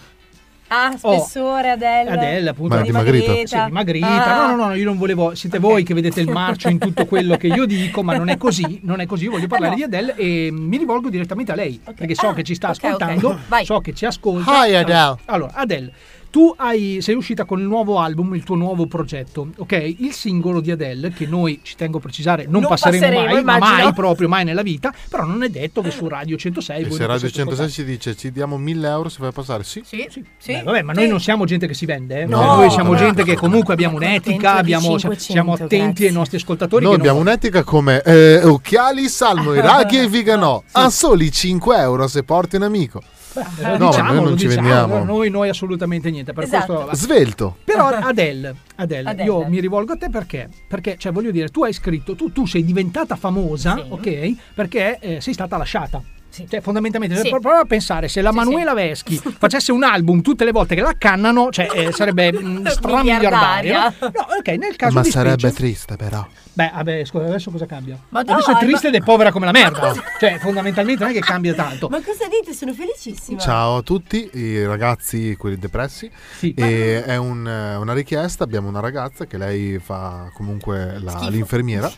[SPEAKER 12] Ah, spessore, Adele.
[SPEAKER 4] Oh. Adele, appunto,
[SPEAKER 12] Ma è dimagrita.
[SPEAKER 4] Sì, dimagrita.
[SPEAKER 12] Ah.
[SPEAKER 4] No, no, no, io non volevo. Siete voi che vedete il marcio in tutto quello che io dico, ma non è così. Non è così.
[SPEAKER 12] Eh,
[SPEAKER 4] Io voglio parlare di Adele e mi rivolgo direttamente a lei perché so che ci
[SPEAKER 12] Ah,
[SPEAKER 4] sta ascoltando, so che ci ascolta.
[SPEAKER 14] Hi, Adele.
[SPEAKER 4] Allora, Adele. Tu hai- sei uscita con il nuovo album, il tuo nuovo progetto, ok? Il singolo di Adele, che noi, ci tengo a precisare, non,
[SPEAKER 12] Non
[SPEAKER 4] passeremo,
[SPEAKER 12] passeremo,
[SPEAKER 4] mai, ma
[SPEAKER 12] immagino.
[SPEAKER 4] mai proprio, mai nella vita, però non è detto che su Radio
[SPEAKER 3] E
[SPEAKER 4] 106... voi
[SPEAKER 3] se
[SPEAKER 4] non
[SPEAKER 3] Radio
[SPEAKER 4] possiate
[SPEAKER 3] 106
[SPEAKER 4] ascoltare.
[SPEAKER 3] ci dice ci diamo 1000 euro se fai passare, sì.
[SPEAKER 12] Sì, sì. Ecco,
[SPEAKER 4] Beh, vabbè, ma noi non siamo gente che si vende, eh?
[SPEAKER 3] No,
[SPEAKER 4] Cioè, noi siamo
[SPEAKER 3] no.
[SPEAKER 4] gente che comunque abbiamo un'etica,
[SPEAKER 3] Contento di
[SPEAKER 4] abbiamo-
[SPEAKER 3] 500,
[SPEAKER 4] siamo attenti ai nostri ascoltatori.
[SPEAKER 3] Noi
[SPEAKER 4] che non-
[SPEAKER 3] abbiamo un'etica come eh, occhiali, salmoni, raghi e viganò. A soli 5 euro se porti un amico.
[SPEAKER 4] Eh,
[SPEAKER 3] no, ma
[SPEAKER 4] diciamolo,
[SPEAKER 3] noi non ci
[SPEAKER 4] diciamolo,
[SPEAKER 3] vendiamo.
[SPEAKER 4] Noi, noi assolutamente niente. Per
[SPEAKER 3] Esatto.
[SPEAKER 4] questo,
[SPEAKER 3] Svelto.
[SPEAKER 4] Però Adele, Adele,
[SPEAKER 12] Adele.
[SPEAKER 4] io mi rivolgo a te perché? Perché, cioè, voglio dire, tu hai scritto, tu, tu sei diventata famosa, ok? Perché eh, sei stata lasciata. Cioè, fondamentalmente,
[SPEAKER 12] Sì.
[SPEAKER 4] pro- prova a pensare se la Manuela Veschi facesse un album tutte le volte che la cannano, cioè, eh, sarebbe mm, stramiliardaria.
[SPEAKER 12] Miliardaria.
[SPEAKER 4] No? No, ok, nel caso
[SPEAKER 3] Ma
[SPEAKER 4] di
[SPEAKER 3] sarebbe
[SPEAKER 4] specie-
[SPEAKER 3] triste però.
[SPEAKER 4] Beh, vabbè, scusa, adesso cosa cambia?
[SPEAKER 12] Ma
[SPEAKER 4] adesso è
[SPEAKER 12] dai,
[SPEAKER 4] triste
[SPEAKER 12] ma-
[SPEAKER 4] ed è povera come la merda. Cioè, fondamentalmente non è che cambia tanto.
[SPEAKER 12] Ma cosa dite? Sono felicissima.
[SPEAKER 3] Ciao a tutti i ragazzi, quelli depressi. E è un, eh, una richiesta, abbiamo una ragazza che lei fa comunque la-
[SPEAKER 12] Schifo.
[SPEAKER 3] l'infermiera.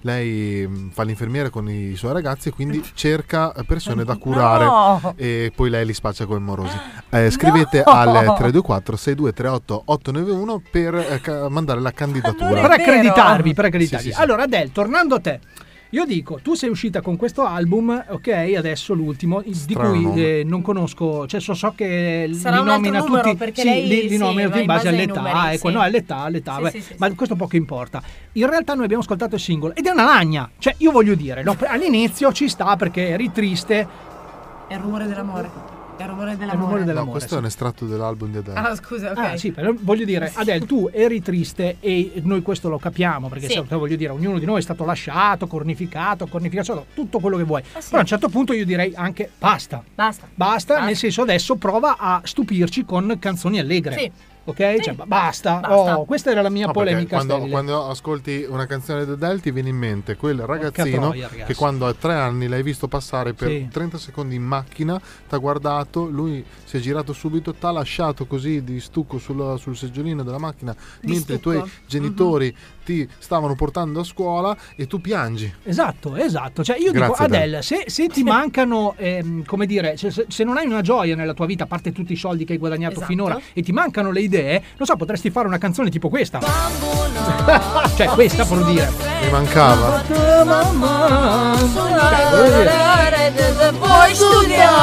[SPEAKER 3] Lei mh, fa l'infermiera con i suoi ragazzi e quindi cerca persone da curare
[SPEAKER 12] No.
[SPEAKER 3] e poi lei li spaccia come morosi. Eh, scrivete al 324 6238 891 per eh, ca- mandare la candidatura.
[SPEAKER 4] Per accreditarvi, per accreditarvi.
[SPEAKER 3] Sì, sì, sì.
[SPEAKER 4] Allora, Adele, tornando a te. Io dico, tu sei uscita con questo album, ok, adesso l'ultimo, il- di
[SPEAKER 3] Strano
[SPEAKER 4] cui
[SPEAKER 3] nome.
[SPEAKER 4] eh, non conosco, cioè so, so che
[SPEAKER 12] Sarà
[SPEAKER 4] li
[SPEAKER 12] un altro
[SPEAKER 4] nomina
[SPEAKER 12] numero,
[SPEAKER 4] tutti,
[SPEAKER 12] perché lei-
[SPEAKER 4] li, li
[SPEAKER 12] sì, va
[SPEAKER 4] nomina tutti in
[SPEAKER 12] in
[SPEAKER 4] base
[SPEAKER 12] base ai
[SPEAKER 4] all'età,
[SPEAKER 12] numeri,
[SPEAKER 4] ecco,
[SPEAKER 12] sì.
[SPEAKER 4] no, all'età, all'età,
[SPEAKER 12] Sì,
[SPEAKER 4] beh,
[SPEAKER 12] sì, sì,
[SPEAKER 4] ma questo poco importa. In realtà noi abbiamo ascoltato il singolo ed è una lagna, cioè io voglio dire, no, all'inizio ci sta perché eri triste,
[SPEAKER 12] È il rumore dell'amore. È il rumore dell'amore.
[SPEAKER 4] è il rumore
[SPEAKER 3] Eh, No,
[SPEAKER 4] dell'amore.
[SPEAKER 3] questo
[SPEAKER 4] sì.
[SPEAKER 3] è un estratto dell'album di Adele.
[SPEAKER 12] Ah, scusa, ok.
[SPEAKER 4] Ah, sì, però voglio dire, Adele, tu eri triste e noi questo lo capiamo, perché
[SPEAKER 12] Sì.
[SPEAKER 4] sai, voglio dire, ognuno di noi è stato lasciato, cornificato, cornificato, tutto quello che vuoi. Però a un certo punto io direi anche basta.
[SPEAKER 12] Ah, Basta.
[SPEAKER 4] Basta, nel senso adesso prova a stupirci con canzoni allegre.
[SPEAKER 12] Sì.
[SPEAKER 4] Ok? Cioè, ba- basta.
[SPEAKER 12] Basta.
[SPEAKER 4] Oh, questa era la mia
[SPEAKER 3] No, perché
[SPEAKER 4] polemica
[SPEAKER 3] quando,
[SPEAKER 4] sterile.
[SPEAKER 3] quando ascolti una canzone di Del ti viene in mente quel ragazzino
[SPEAKER 4] troia, ragazzi.
[SPEAKER 3] che quando a tre anni l'hai visto passare per
[SPEAKER 4] Sì.
[SPEAKER 3] 30 secondi in macchina, ti ha guardato, lui si è girato subito, ti ha lasciato così di stucco sulla- sul seggiolino della macchina
[SPEAKER 4] Di
[SPEAKER 3] mentre
[SPEAKER 4] stucco. Mhm.
[SPEAKER 3] i tuoi genitori ti stavano portando a scuola e tu piangi.
[SPEAKER 4] Esatto, esatto. Cioè, io dico,
[SPEAKER 3] Grazie,
[SPEAKER 4] Adele, se, se ti mancano, ehm, come dire, se, se- se non hai una gioia nella tua vita, a parte tutti i soldi che hai guadagnato
[SPEAKER 12] Esatto.
[SPEAKER 4] finora, e ti mancano le idee, non so, potresti fare una canzone tipo questa. cioè, questa per dire.
[SPEAKER 3] Mi mancava.
[SPEAKER 12] Poi studiamo.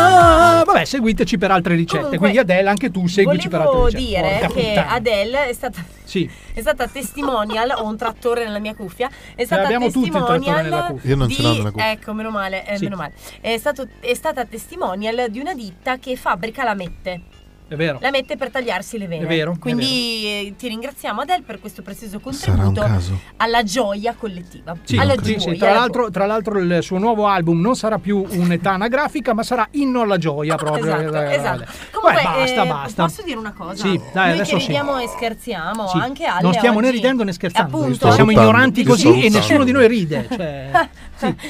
[SPEAKER 4] Ah, Vabbè, seguiteci per altre ricette.
[SPEAKER 12] Comunque,
[SPEAKER 4] Quindi, Adele, anche tu seguici per altre
[SPEAKER 12] Volevo
[SPEAKER 4] ricette.
[SPEAKER 12] dire
[SPEAKER 4] Porca
[SPEAKER 12] che
[SPEAKER 4] puttana.
[SPEAKER 12] Adele è stata,
[SPEAKER 4] Sì.
[SPEAKER 12] è stata testimonial, ho un trattore nella mia cuffia, è
[SPEAKER 4] Ce
[SPEAKER 12] stata
[SPEAKER 4] l'abbiamo Cioè, tutti il trattore
[SPEAKER 12] testimonial
[SPEAKER 4] nella cuffia.
[SPEAKER 3] Io non ce l'ho
[SPEAKER 12] di-
[SPEAKER 3] nella cuffia.
[SPEAKER 12] Ecco, meno male, eh,
[SPEAKER 3] Sì.
[SPEAKER 12] meno male. È, stato- è stata testimonial di una ditta che fabbrica lamette.
[SPEAKER 4] È vero.
[SPEAKER 12] La mette per tagliarsi le vene.
[SPEAKER 4] È vero, è
[SPEAKER 12] Quindi eh, ti ringraziamo Adele per questo prezioso
[SPEAKER 4] un
[SPEAKER 12] contributo
[SPEAKER 4] caso.
[SPEAKER 12] alla gioia collettiva.
[SPEAKER 4] Sì,
[SPEAKER 12] alla
[SPEAKER 4] sì,
[SPEAKER 12] gioia.
[SPEAKER 4] sì. Tra, l'altro, tra l'altro il suo nuovo album non sarà più un'età anagrafica, ma sarà inno alla gioia proprio.
[SPEAKER 12] Esatto,
[SPEAKER 4] Eh,
[SPEAKER 12] esatto.
[SPEAKER 4] eh,
[SPEAKER 12] Comunque,
[SPEAKER 4] beh, basta,
[SPEAKER 12] eh,
[SPEAKER 4] basta.
[SPEAKER 12] posso dire una cosa?
[SPEAKER 4] Sì, dai,
[SPEAKER 12] Noi
[SPEAKER 4] adesso
[SPEAKER 12] che
[SPEAKER 4] sì.
[SPEAKER 12] ridiamo e scherziamo
[SPEAKER 4] Sì.
[SPEAKER 12] anche alle
[SPEAKER 4] non stiamo né
[SPEAKER 12] oggi-
[SPEAKER 4] ridendo né scherzando,
[SPEAKER 12] Appunto.
[SPEAKER 4] Giusto? siamo
[SPEAKER 12] Salutando.
[SPEAKER 4] ignoranti
[SPEAKER 12] Sì,
[SPEAKER 4] così
[SPEAKER 12] salutando.
[SPEAKER 4] e nessuno di noi ride. cioè,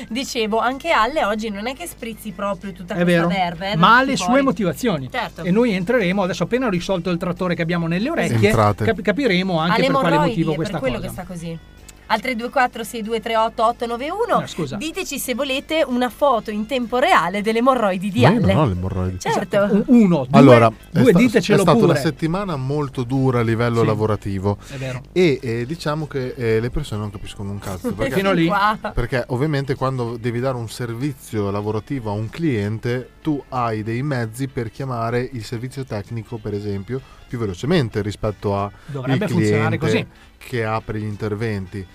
[SPEAKER 12] Dicevo, anche Alle oggi non è che sprizzi proprio tutta
[SPEAKER 4] è
[SPEAKER 12] questa
[SPEAKER 4] vero,
[SPEAKER 12] verve. eh,
[SPEAKER 4] ma
[SPEAKER 12] da
[SPEAKER 4] ha
[SPEAKER 12] tutti
[SPEAKER 4] le
[SPEAKER 12] i
[SPEAKER 4] sue
[SPEAKER 12] pori.
[SPEAKER 4] motivazioni.
[SPEAKER 12] Certo.
[SPEAKER 4] E noi entreremo adesso, appena risolto il trattore che abbiamo nelle orecchie,
[SPEAKER 3] Entrate.
[SPEAKER 4] cap- capiremo anche
[SPEAKER 12] Alle
[SPEAKER 4] per quale
[SPEAKER 12] emorroidi,
[SPEAKER 4] motivo
[SPEAKER 12] è per
[SPEAKER 4] questa
[SPEAKER 12] quello
[SPEAKER 4] cosa.
[SPEAKER 12] che sta così. Al 324 6238 891
[SPEAKER 4] No, Eh, scusa.
[SPEAKER 12] diteci se volete una foto in tempo reale delle emorroidi di Alle.
[SPEAKER 3] no, le emorroidi.
[SPEAKER 12] Certo.
[SPEAKER 4] Uno,
[SPEAKER 3] allora, è,
[SPEAKER 4] due
[SPEAKER 3] sta-
[SPEAKER 4] ditecelo
[SPEAKER 3] è stata
[SPEAKER 4] pure.
[SPEAKER 3] una settimana molto dura a livello
[SPEAKER 4] Sì.
[SPEAKER 3] lavorativo.
[SPEAKER 4] È vero.
[SPEAKER 3] E eh, diciamo che eh, le persone non capiscono un cazzo. Perché,
[SPEAKER 4] Fino lì.
[SPEAKER 3] perché ovviamente quando devi dare un servizio lavorativo a un cliente, tu hai dei mezzi per chiamare il servizio tecnico, per esempio, più velocemente rispetto a
[SPEAKER 4] Dovrebbe
[SPEAKER 3] il
[SPEAKER 4] funzionare
[SPEAKER 3] cliente
[SPEAKER 4] così.
[SPEAKER 3] che apre gli interventi.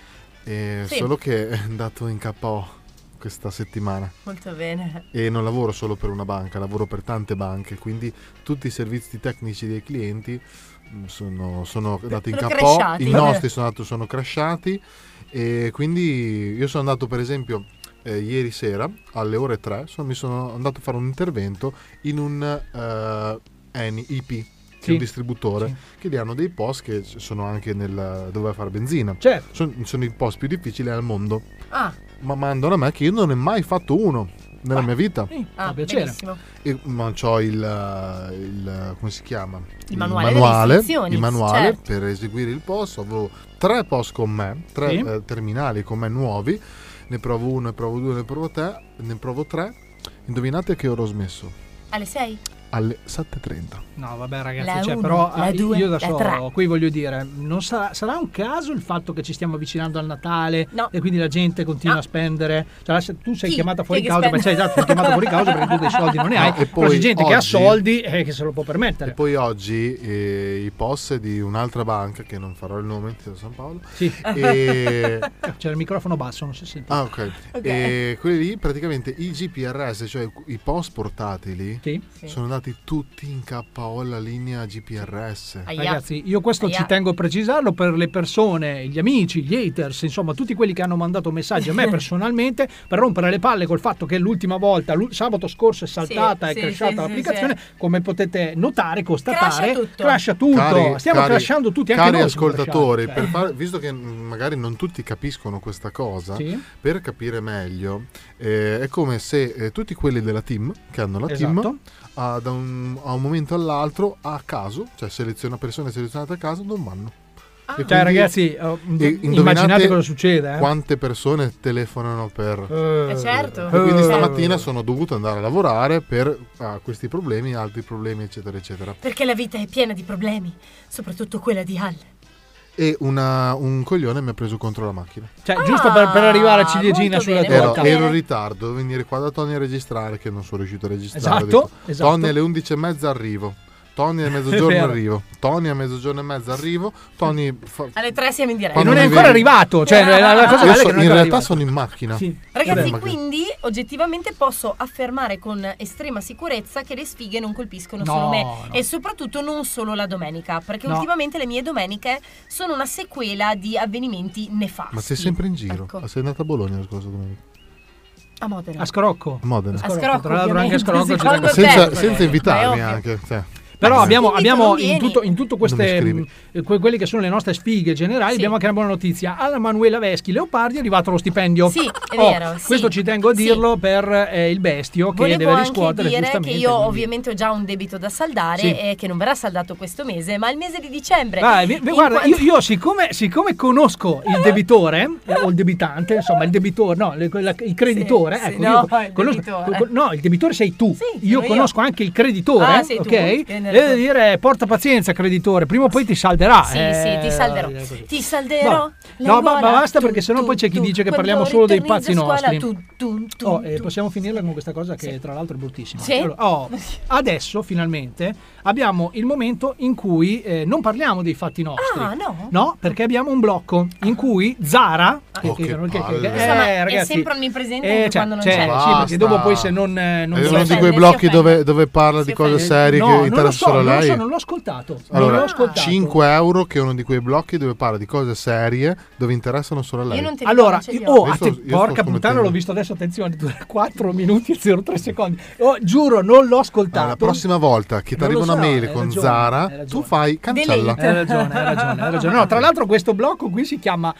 [SPEAKER 3] Eh,
[SPEAKER 12] Sì.
[SPEAKER 3] Solo che è andato in KO questa settimana
[SPEAKER 12] Molto bene.
[SPEAKER 3] e non lavoro solo per una banca, lavoro per tante banche, quindi tutti i servizi tecnici dei clienti mh, sono, sono andati in
[SPEAKER 12] sono
[SPEAKER 3] capo,
[SPEAKER 12] crashati.
[SPEAKER 3] i nostri sono, andato- sono crashati e quindi io sono andato per esempio eh, ieri sera alle ore 3 sono- mi sono andato a fare un intervento in un eh, Eni IP. che è un
[SPEAKER 4] Sì.
[SPEAKER 3] distributore che gli hanno dei post che c- sono anche nel dove fare benzina.
[SPEAKER 4] Certo.
[SPEAKER 3] Son- sono i post più difficili al mondo.
[SPEAKER 12] Ah,
[SPEAKER 3] Ma mandano a me che io non ne ho mai fatto uno nella mia vita.
[SPEAKER 12] ah,
[SPEAKER 4] piacere.
[SPEAKER 12] benissimo.
[SPEAKER 3] E non ho il, eh, il- come si chiama?
[SPEAKER 12] Il manuale delle istruzioni,
[SPEAKER 3] il manuale
[SPEAKER 12] certo.
[SPEAKER 3] per eseguire il post. Avevo tre post con me, tre
[SPEAKER 4] Sì.
[SPEAKER 3] eh, terminali con me nuovi. Ne provo uno, ne provo due, ne provo tre. Ne provo tre. Indovinate che ora ho smesso?
[SPEAKER 12] Alle 6?
[SPEAKER 3] Alle 7.30.
[SPEAKER 4] No, vabbè, ragazzi,
[SPEAKER 12] La
[SPEAKER 4] cioè,
[SPEAKER 12] uno,
[SPEAKER 4] però
[SPEAKER 12] la
[SPEAKER 4] eh,
[SPEAKER 12] due,
[SPEAKER 4] io
[SPEAKER 12] la
[SPEAKER 4] adesso
[SPEAKER 12] tre.
[SPEAKER 4] qui voglio dire, non sarà, sarà un caso il fatto che ci stiamo avvicinando al Natale e quindi la gente continua a spendere. Cioè, se tu sei
[SPEAKER 12] Chi?
[SPEAKER 4] chiamata
[SPEAKER 12] Chi
[SPEAKER 4] fuori
[SPEAKER 12] che
[SPEAKER 4] causa, ma
[SPEAKER 12] spende?
[SPEAKER 4] cioè, esatto, sei chiamata fuori causa perché tu dei soldi non ne
[SPEAKER 3] No,
[SPEAKER 4] hai.
[SPEAKER 3] e
[SPEAKER 4] però c'è
[SPEAKER 3] poi
[SPEAKER 4] gente che ha
[SPEAKER 3] oggi-
[SPEAKER 4] soldi e che se lo può permettere.
[SPEAKER 3] E poi oggi eh, i post di un'altra banca, che non farò il nome, di San Paolo.
[SPEAKER 4] Sì.
[SPEAKER 3] E...
[SPEAKER 4] C'era il microfono basso, non si sente.
[SPEAKER 3] Ah, ok. E quelli lì, praticamente i GPRS, cioè i post portatili,
[SPEAKER 12] Sì.
[SPEAKER 3] sono andati tutti in KO alla linea GPRS.
[SPEAKER 4] Ragazzi, io questo
[SPEAKER 12] Aia.
[SPEAKER 4] ci tengo a precisarlo per le persone, gli amici, gli haters, insomma, tutti quelli che hanno mandato messaggi a me personalmente per rompere le palle col fatto che l'ultima volta, l'u- sabato scorso, è saltata
[SPEAKER 12] sì,
[SPEAKER 4] e crashata
[SPEAKER 12] sì, sì,
[SPEAKER 4] l'applicazione. Come potete notare,
[SPEAKER 12] Crasha
[SPEAKER 4] constatare,
[SPEAKER 12] tutto.
[SPEAKER 4] crasha tutto.
[SPEAKER 3] Cari-
[SPEAKER 4] Stiamo
[SPEAKER 3] cari-
[SPEAKER 4] crashando tutti anche
[SPEAKER 3] cari
[SPEAKER 4] noi. stiamo
[SPEAKER 3] ascoltatori,
[SPEAKER 4] crashando,
[SPEAKER 3] per
[SPEAKER 4] cioè.
[SPEAKER 3] far- visto che mm, magari non tutti capiscono questa cosa,
[SPEAKER 4] Sì.
[SPEAKER 3] per capire meglio, eh, è come se eh, tutti quelli della team, che hanno la
[SPEAKER 4] Esatto.
[SPEAKER 3] team, ah, da un, a un momento all'altro, a caso, cioè seleziona persone selezionate a caso, non vanno. E
[SPEAKER 4] Cioè,
[SPEAKER 3] quindi-
[SPEAKER 4] ragazzi, oh,
[SPEAKER 3] e
[SPEAKER 4] immaginate
[SPEAKER 3] indovinate
[SPEAKER 4] cosa succede. eh.
[SPEAKER 3] Quante persone telefonano per...
[SPEAKER 4] Eh,
[SPEAKER 12] certo.
[SPEAKER 3] E quindi
[SPEAKER 4] Eh.
[SPEAKER 3] stamattina sono dovuto andare a lavorare per ah, questi problemi, altri problemi, eccetera, eccetera.
[SPEAKER 12] Perché la vita è piena di problemi, soprattutto quella di Alle.
[SPEAKER 3] E una- un coglione mi ha preso contro la macchina.
[SPEAKER 4] Cioè,
[SPEAKER 12] Ah.
[SPEAKER 4] giusto per, per arrivare a ciliegina
[SPEAKER 12] molto
[SPEAKER 4] sulla
[SPEAKER 12] bene,
[SPEAKER 4] torta.
[SPEAKER 3] Ero, ero in ritardo, dovevo venire qua da Tony a registrare che non sono riuscito a registrare.
[SPEAKER 4] Esatto,
[SPEAKER 3] Ho detto,
[SPEAKER 4] esatto.
[SPEAKER 3] Tony alle 11.30 arrivo. Tony a
[SPEAKER 4] È
[SPEAKER 3] mezzogiorno
[SPEAKER 4] vero.
[SPEAKER 3] arrivo. Tony a mezzogiorno e mezzo arrivo. Tony fa-
[SPEAKER 12] Alle 3 siamo in diretta.
[SPEAKER 4] E
[SPEAKER 3] quando
[SPEAKER 4] non è
[SPEAKER 3] mi
[SPEAKER 4] ancora
[SPEAKER 3] vedi-
[SPEAKER 4] arrivato. Cioè, la, la cosa
[SPEAKER 3] Io
[SPEAKER 4] bella è
[SPEAKER 3] so- in
[SPEAKER 4] che non è ancora
[SPEAKER 3] realtà
[SPEAKER 4] arrivato.
[SPEAKER 3] sono in macchina.
[SPEAKER 4] Sì.
[SPEAKER 12] Ragazzi,
[SPEAKER 3] Vabbè, ma che-
[SPEAKER 12] quindi oggettivamente posso affermare con estrema sicurezza che le sfighe non colpiscono
[SPEAKER 4] No,
[SPEAKER 12] solo me
[SPEAKER 4] no.
[SPEAKER 12] e soprattutto non solo la domenica, perché
[SPEAKER 4] No.
[SPEAKER 12] ultimamente le mie domeniche sono una sequela di avvenimenti nefasti.
[SPEAKER 3] Ma sei sempre in giro.
[SPEAKER 12] Ecco.
[SPEAKER 3] Ah, Sei andata a Bologna la scorsa domenica.
[SPEAKER 12] A Modena.
[SPEAKER 4] A scrocco.
[SPEAKER 3] A Modena.
[SPEAKER 12] A Scrocco,
[SPEAKER 4] Tra l'altro anche a scrocco
[SPEAKER 12] ovviamente,
[SPEAKER 4] ci
[SPEAKER 12] secondo
[SPEAKER 4] tengo.
[SPEAKER 3] Senza,
[SPEAKER 12] te.
[SPEAKER 3] senza
[SPEAKER 12] Beh,
[SPEAKER 3] invitarmi
[SPEAKER 12] ovvio.
[SPEAKER 3] anche. cioè.
[SPEAKER 4] Però
[SPEAKER 3] Eh.
[SPEAKER 4] abbiamo,
[SPEAKER 12] Ti invito,
[SPEAKER 4] abbiamo
[SPEAKER 12] non
[SPEAKER 4] in,
[SPEAKER 12] vieni.
[SPEAKER 4] tutto, in tutto queste,
[SPEAKER 3] Non mi
[SPEAKER 4] mh, que- quelle che sono le nostre sfighe generali,
[SPEAKER 12] Sì.
[SPEAKER 4] abbiamo anche una buona notizia. Alla Manuela Veschi Leopardi è arrivato lo stipendio.
[SPEAKER 12] Sì, è
[SPEAKER 4] Oh,
[SPEAKER 12] vero, sì.
[SPEAKER 4] Questo ci tengo a
[SPEAKER 12] Sì.
[SPEAKER 4] dirlo per eh, il bestio che
[SPEAKER 12] Volevo
[SPEAKER 4] deve
[SPEAKER 12] anche
[SPEAKER 4] riscuotere
[SPEAKER 12] dire che
[SPEAKER 4] giustamente.
[SPEAKER 12] io
[SPEAKER 4] quindi-
[SPEAKER 12] ovviamente ho già un debito da saldare
[SPEAKER 4] Sì.
[SPEAKER 12] e che non verrà saldato questo mese, ma il mese di dicembre.
[SPEAKER 4] Vai, vi- vi-
[SPEAKER 12] In
[SPEAKER 4] guarda,
[SPEAKER 12] quanto-
[SPEAKER 4] io, io siccome, siccome conosco il debitore eh, o il debitante, insomma, il debitore, no, le- quella- il creditore,
[SPEAKER 12] Sì, sì,
[SPEAKER 4] ecco,
[SPEAKER 12] no,
[SPEAKER 4] io co-
[SPEAKER 12] il debitore.
[SPEAKER 4] co- no, il debitore sei tu.
[SPEAKER 12] Sì,
[SPEAKER 4] io
[SPEAKER 12] sono io.
[SPEAKER 4] conosco anche il creditore,
[SPEAKER 12] Ah, sei tu,
[SPEAKER 4] ok?
[SPEAKER 12] che
[SPEAKER 4] E
[SPEAKER 12] nervo.
[SPEAKER 4] devo dire porta pazienza creditore, prima o poi ti salderà.
[SPEAKER 12] Sì,
[SPEAKER 4] eh,
[SPEAKER 12] sì, ti salderò.
[SPEAKER 4] eh, così.
[SPEAKER 12] Ti salderò.
[SPEAKER 4] No, ma- ma
[SPEAKER 12] Lenguola,
[SPEAKER 4] basta
[SPEAKER 12] tu,
[SPEAKER 4] perché sennò
[SPEAKER 12] tu,
[SPEAKER 4] poi c'è chi
[SPEAKER 12] tu.
[SPEAKER 4] dice che
[SPEAKER 12] Quando
[SPEAKER 4] parliamo solo dei
[SPEAKER 12] ritorni
[SPEAKER 4] pazzi
[SPEAKER 12] da scuola,
[SPEAKER 4] nostri.
[SPEAKER 12] Tu,
[SPEAKER 4] Oh, eh, possiamo finirla con questa cosa che tra l'altro è bruttissima.
[SPEAKER 15] Sì?
[SPEAKER 4] Allora, oh, adesso finalmente abbiamo il momento in cui eh, non parliamo dei fatti nostri.
[SPEAKER 12] Ah, no?
[SPEAKER 4] No, perché abbiamo un blocco in cui Zara...
[SPEAKER 12] Oh, che
[SPEAKER 4] non-
[SPEAKER 12] palle. Insomma,
[SPEAKER 4] eh,
[SPEAKER 12] è
[SPEAKER 4] ragazzi,
[SPEAKER 12] sempre onnipresente
[SPEAKER 4] eh,
[SPEAKER 12] anche
[SPEAKER 4] c'è,
[SPEAKER 12] quando non
[SPEAKER 4] c'è,
[SPEAKER 12] c'è.
[SPEAKER 4] Sì,
[SPEAKER 3] Basta.
[SPEAKER 4] perché dopo poi se non... eh, non
[SPEAKER 3] È
[SPEAKER 4] so-
[SPEAKER 3] uno di quei blocchi dove, dove parla di cose serie
[SPEAKER 4] No,
[SPEAKER 3] che
[SPEAKER 4] non lo so,
[SPEAKER 3] interessano a
[SPEAKER 4] non lo
[SPEAKER 3] lei.
[SPEAKER 4] so, non l'ho ascoltato. non l'ho
[SPEAKER 3] Allora,
[SPEAKER 4] ascoltato.
[SPEAKER 3] 5 euro che è uno di quei blocchi dove parla di cose serie dove interessano solo a lei.
[SPEAKER 4] allora, io- oh,
[SPEAKER 3] Io sto-
[SPEAKER 4] atte-
[SPEAKER 3] io sto
[SPEAKER 4] porca puttana,
[SPEAKER 3] scommettendo.
[SPEAKER 4] l'ho visto adesso. Attenzione, dura 4 minuti e 03 secondi. Oh, giuro, non l'ho ascoltato.
[SPEAKER 3] La prossima volta che ti
[SPEAKER 4] Non lo
[SPEAKER 3] arriva una
[SPEAKER 4] so,
[SPEAKER 3] mail
[SPEAKER 4] hai
[SPEAKER 3] con
[SPEAKER 4] ragione, hai
[SPEAKER 3] Zara, tu fai cancella.
[SPEAKER 4] Hai ragione, hai ragione, hai ragione. No, tra l'altro, questo blocco qui si chiama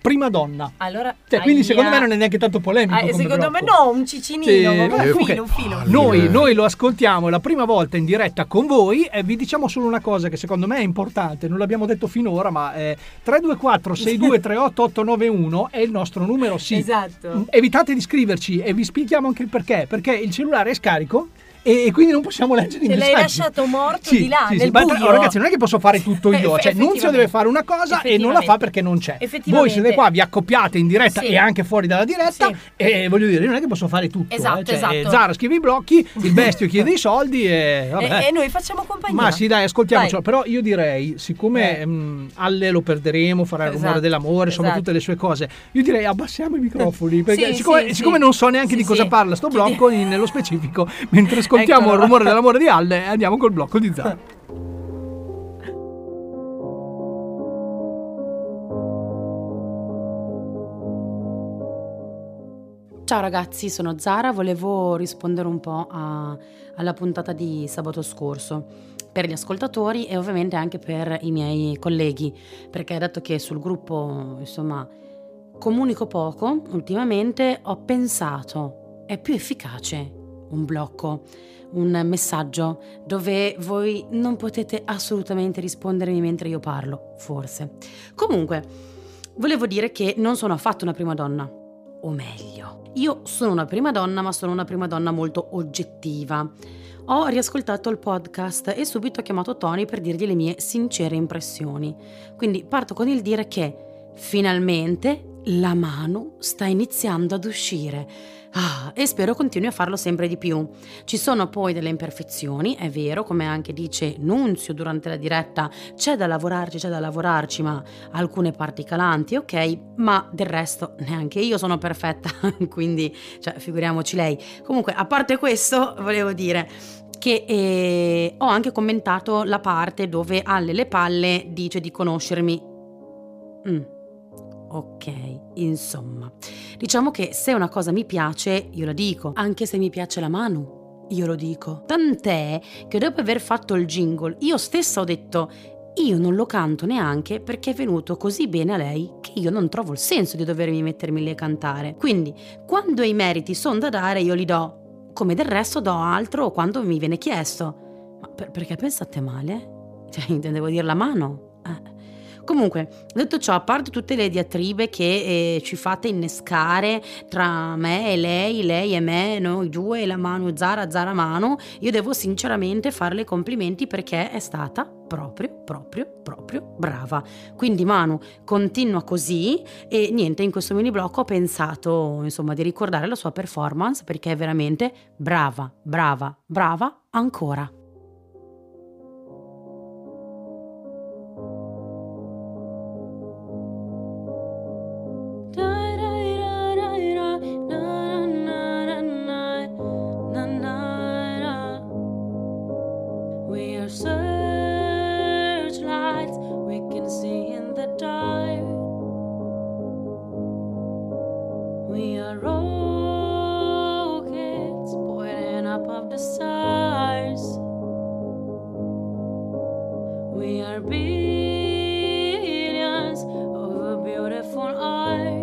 [SPEAKER 4] Prima Donna.
[SPEAKER 12] Allora,
[SPEAKER 4] Cioè, quindi,
[SPEAKER 12] ahia.
[SPEAKER 4] secondo me, non è neanche tanto polemico.
[SPEAKER 12] Ah,
[SPEAKER 4] come
[SPEAKER 12] secondo me
[SPEAKER 4] blocco.
[SPEAKER 12] no, un cicinino,
[SPEAKER 4] Sì, Eh,
[SPEAKER 12] ma un
[SPEAKER 4] comunque,
[SPEAKER 12] filo, un filo.
[SPEAKER 4] Noi, noi lo ascoltiamo la prima volta in diretta con voi e vi diciamo solo una cosa che secondo me è importante, non l'abbiamo detto finora, ma eh, 324 6238 891 è il nostro numero, sì. Mm,
[SPEAKER 12] Esatto.
[SPEAKER 4] Evitate di scriverci e vi spieghiamo anche il perché, perché il cellulare è scarico e, e quindi non possiamo leggere i
[SPEAKER 12] Te l'hai
[SPEAKER 4] messaggi.
[SPEAKER 12] lasciato morto
[SPEAKER 4] Sì,
[SPEAKER 12] di là,
[SPEAKER 4] sì, sì,
[SPEAKER 12] nel
[SPEAKER 4] ma-
[SPEAKER 12] buio.
[SPEAKER 4] oh, ragazzi, non è che posso fare tutto
[SPEAKER 12] Eh,
[SPEAKER 4] io.
[SPEAKER 12] eff-
[SPEAKER 4] Cioè, Nunzio
[SPEAKER 12] effettivamente.
[SPEAKER 4] deve fare una cosa e non la fa perché non c'è. Voi
[SPEAKER 12] Effettivamente.
[SPEAKER 4] siete qua, vi accoppiate in diretta
[SPEAKER 12] Sì.
[SPEAKER 4] e anche fuori dalla diretta. E voglio dire, io non è che posso fare tutto.
[SPEAKER 12] Esatto,
[SPEAKER 4] eh, cioè,
[SPEAKER 12] esatto.
[SPEAKER 4] eh, Zara scrive i blocchi, il bestio chiede i soldi e Eh, vabbè.
[SPEAKER 12] E, e noi facciamo compagnia.
[SPEAKER 4] Ma sì, dai, ascoltiamocelo.
[SPEAKER 12] Vai. Eh.
[SPEAKER 4] Però io direi, siccome mh, Alle lo perderemo, farà il rumore
[SPEAKER 12] Esatto,
[SPEAKER 4] dell'amore, insomma,
[SPEAKER 12] esatto.
[SPEAKER 4] tutte le sue cose, io direi abbassiamo i microfoni. Perché
[SPEAKER 12] sì,
[SPEAKER 4] siccome,
[SPEAKER 12] sì.
[SPEAKER 4] siccome non so neanche
[SPEAKER 12] Sì,
[SPEAKER 4] di cosa
[SPEAKER 12] sì.
[SPEAKER 4] parla sto blocco, in- nello specifico, mentre ascoltiamo
[SPEAKER 12] Eccolo.
[SPEAKER 4] il rumore dell'amore di Alle, andiamo col blocco di Zara.
[SPEAKER 14] Ciao ragazzi, sono Zara, volevo rispondere un po' a- alla puntata di sabato scorso per gli ascoltatori e ovviamente anche per i miei colleghi, perché dato che sul gruppo, insomma, comunico poco ultimamente, ho pensato è più efficace un blocco, un messaggio dove voi non potete assolutamente rispondermi mentre io parlo, forse. Comunque, volevo dire che non sono affatto una prima donna, o meglio, io sono una prima donna, ma sono una prima donna molto oggettiva. Ho riascoltato il podcast e subito ho chiamato Tony per dirgli le mie sincere impressioni. Quindi parto con il dire che finalmente la mano sta iniziando ad uscire. Ah, e spero continui a farlo sempre di più. Ci sono poi delle imperfezioni, è vero, come anche dice Nunzio durante la diretta, c'è da lavorarci, c'è da lavorarci, ma alcune parti calanti, ok, ma del resto neanche io sono perfetta, quindi cioè, figuriamoci lei. Comunque, a parte questo, volevo dire che eh, ho anche commentato la parte dove alle le palle dice di conoscermi. Mm, Ok, insomma, diciamo che se una cosa mi piace, io la dico, anche se mi piace la mano, io lo dico. Tant'è che dopo aver fatto il jingle, io stessa ho detto io non lo canto neanche perché è venuto così bene a lei che io non trovo il senso di dovermi mettermi lì a cantare. Quindi, quando i meriti sono da dare, io li do. Come del resto do altro quando mi viene chiesto. Ma per- perché pensate male? Cioè, intendevo dire la mano. Eh. Comunque, detto ciò, a parte tutte le diatribe che eh, ci fate innescare tra me e lei, lei e me, noi due, la mano Zara, Zara mano, io devo sinceramente farle i complimenti perché è stata proprio, proprio, proprio brava. Quindi Manu continua così e niente, in questo mini blocco ho pensato insomma di ricordare la sua performance perché è veramente brava, brava, brava ancora.
[SPEAKER 16] We are searchlights we can see in the dark. We are rockets pointing up of the stars. We are billions of beautiful art.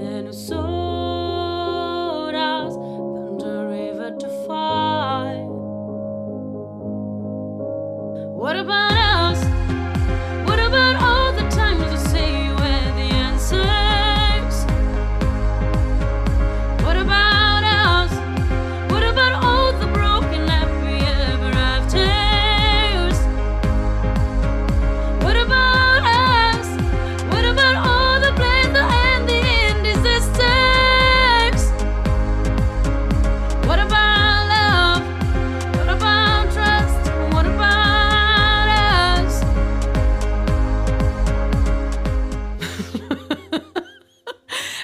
[SPEAKER 16] And who sold us down the river to fight. What about us? What about all the times you say you were the answers? What about us? What about all the broken happy ever afters? What about us? What about all the plans that end in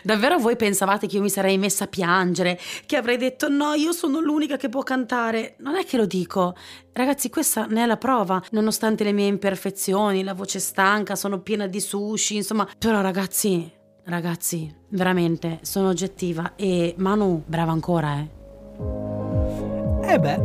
[SPEAKER 14] Davvero voi pensavate che io mi sarei messa a piangere, che avrei detto no, io sono l'unica che può cantare? Non è che lo dico. Ragazzi, questa ne è la prova, nonostante le mie imperfezioni, la voce stanca, sono piena di sushi, insomma, però ragazzi, ragazzi, veramente sono oggettiva e Manu, brava ancora, eh.
[SPEAKER 17] Eh beh.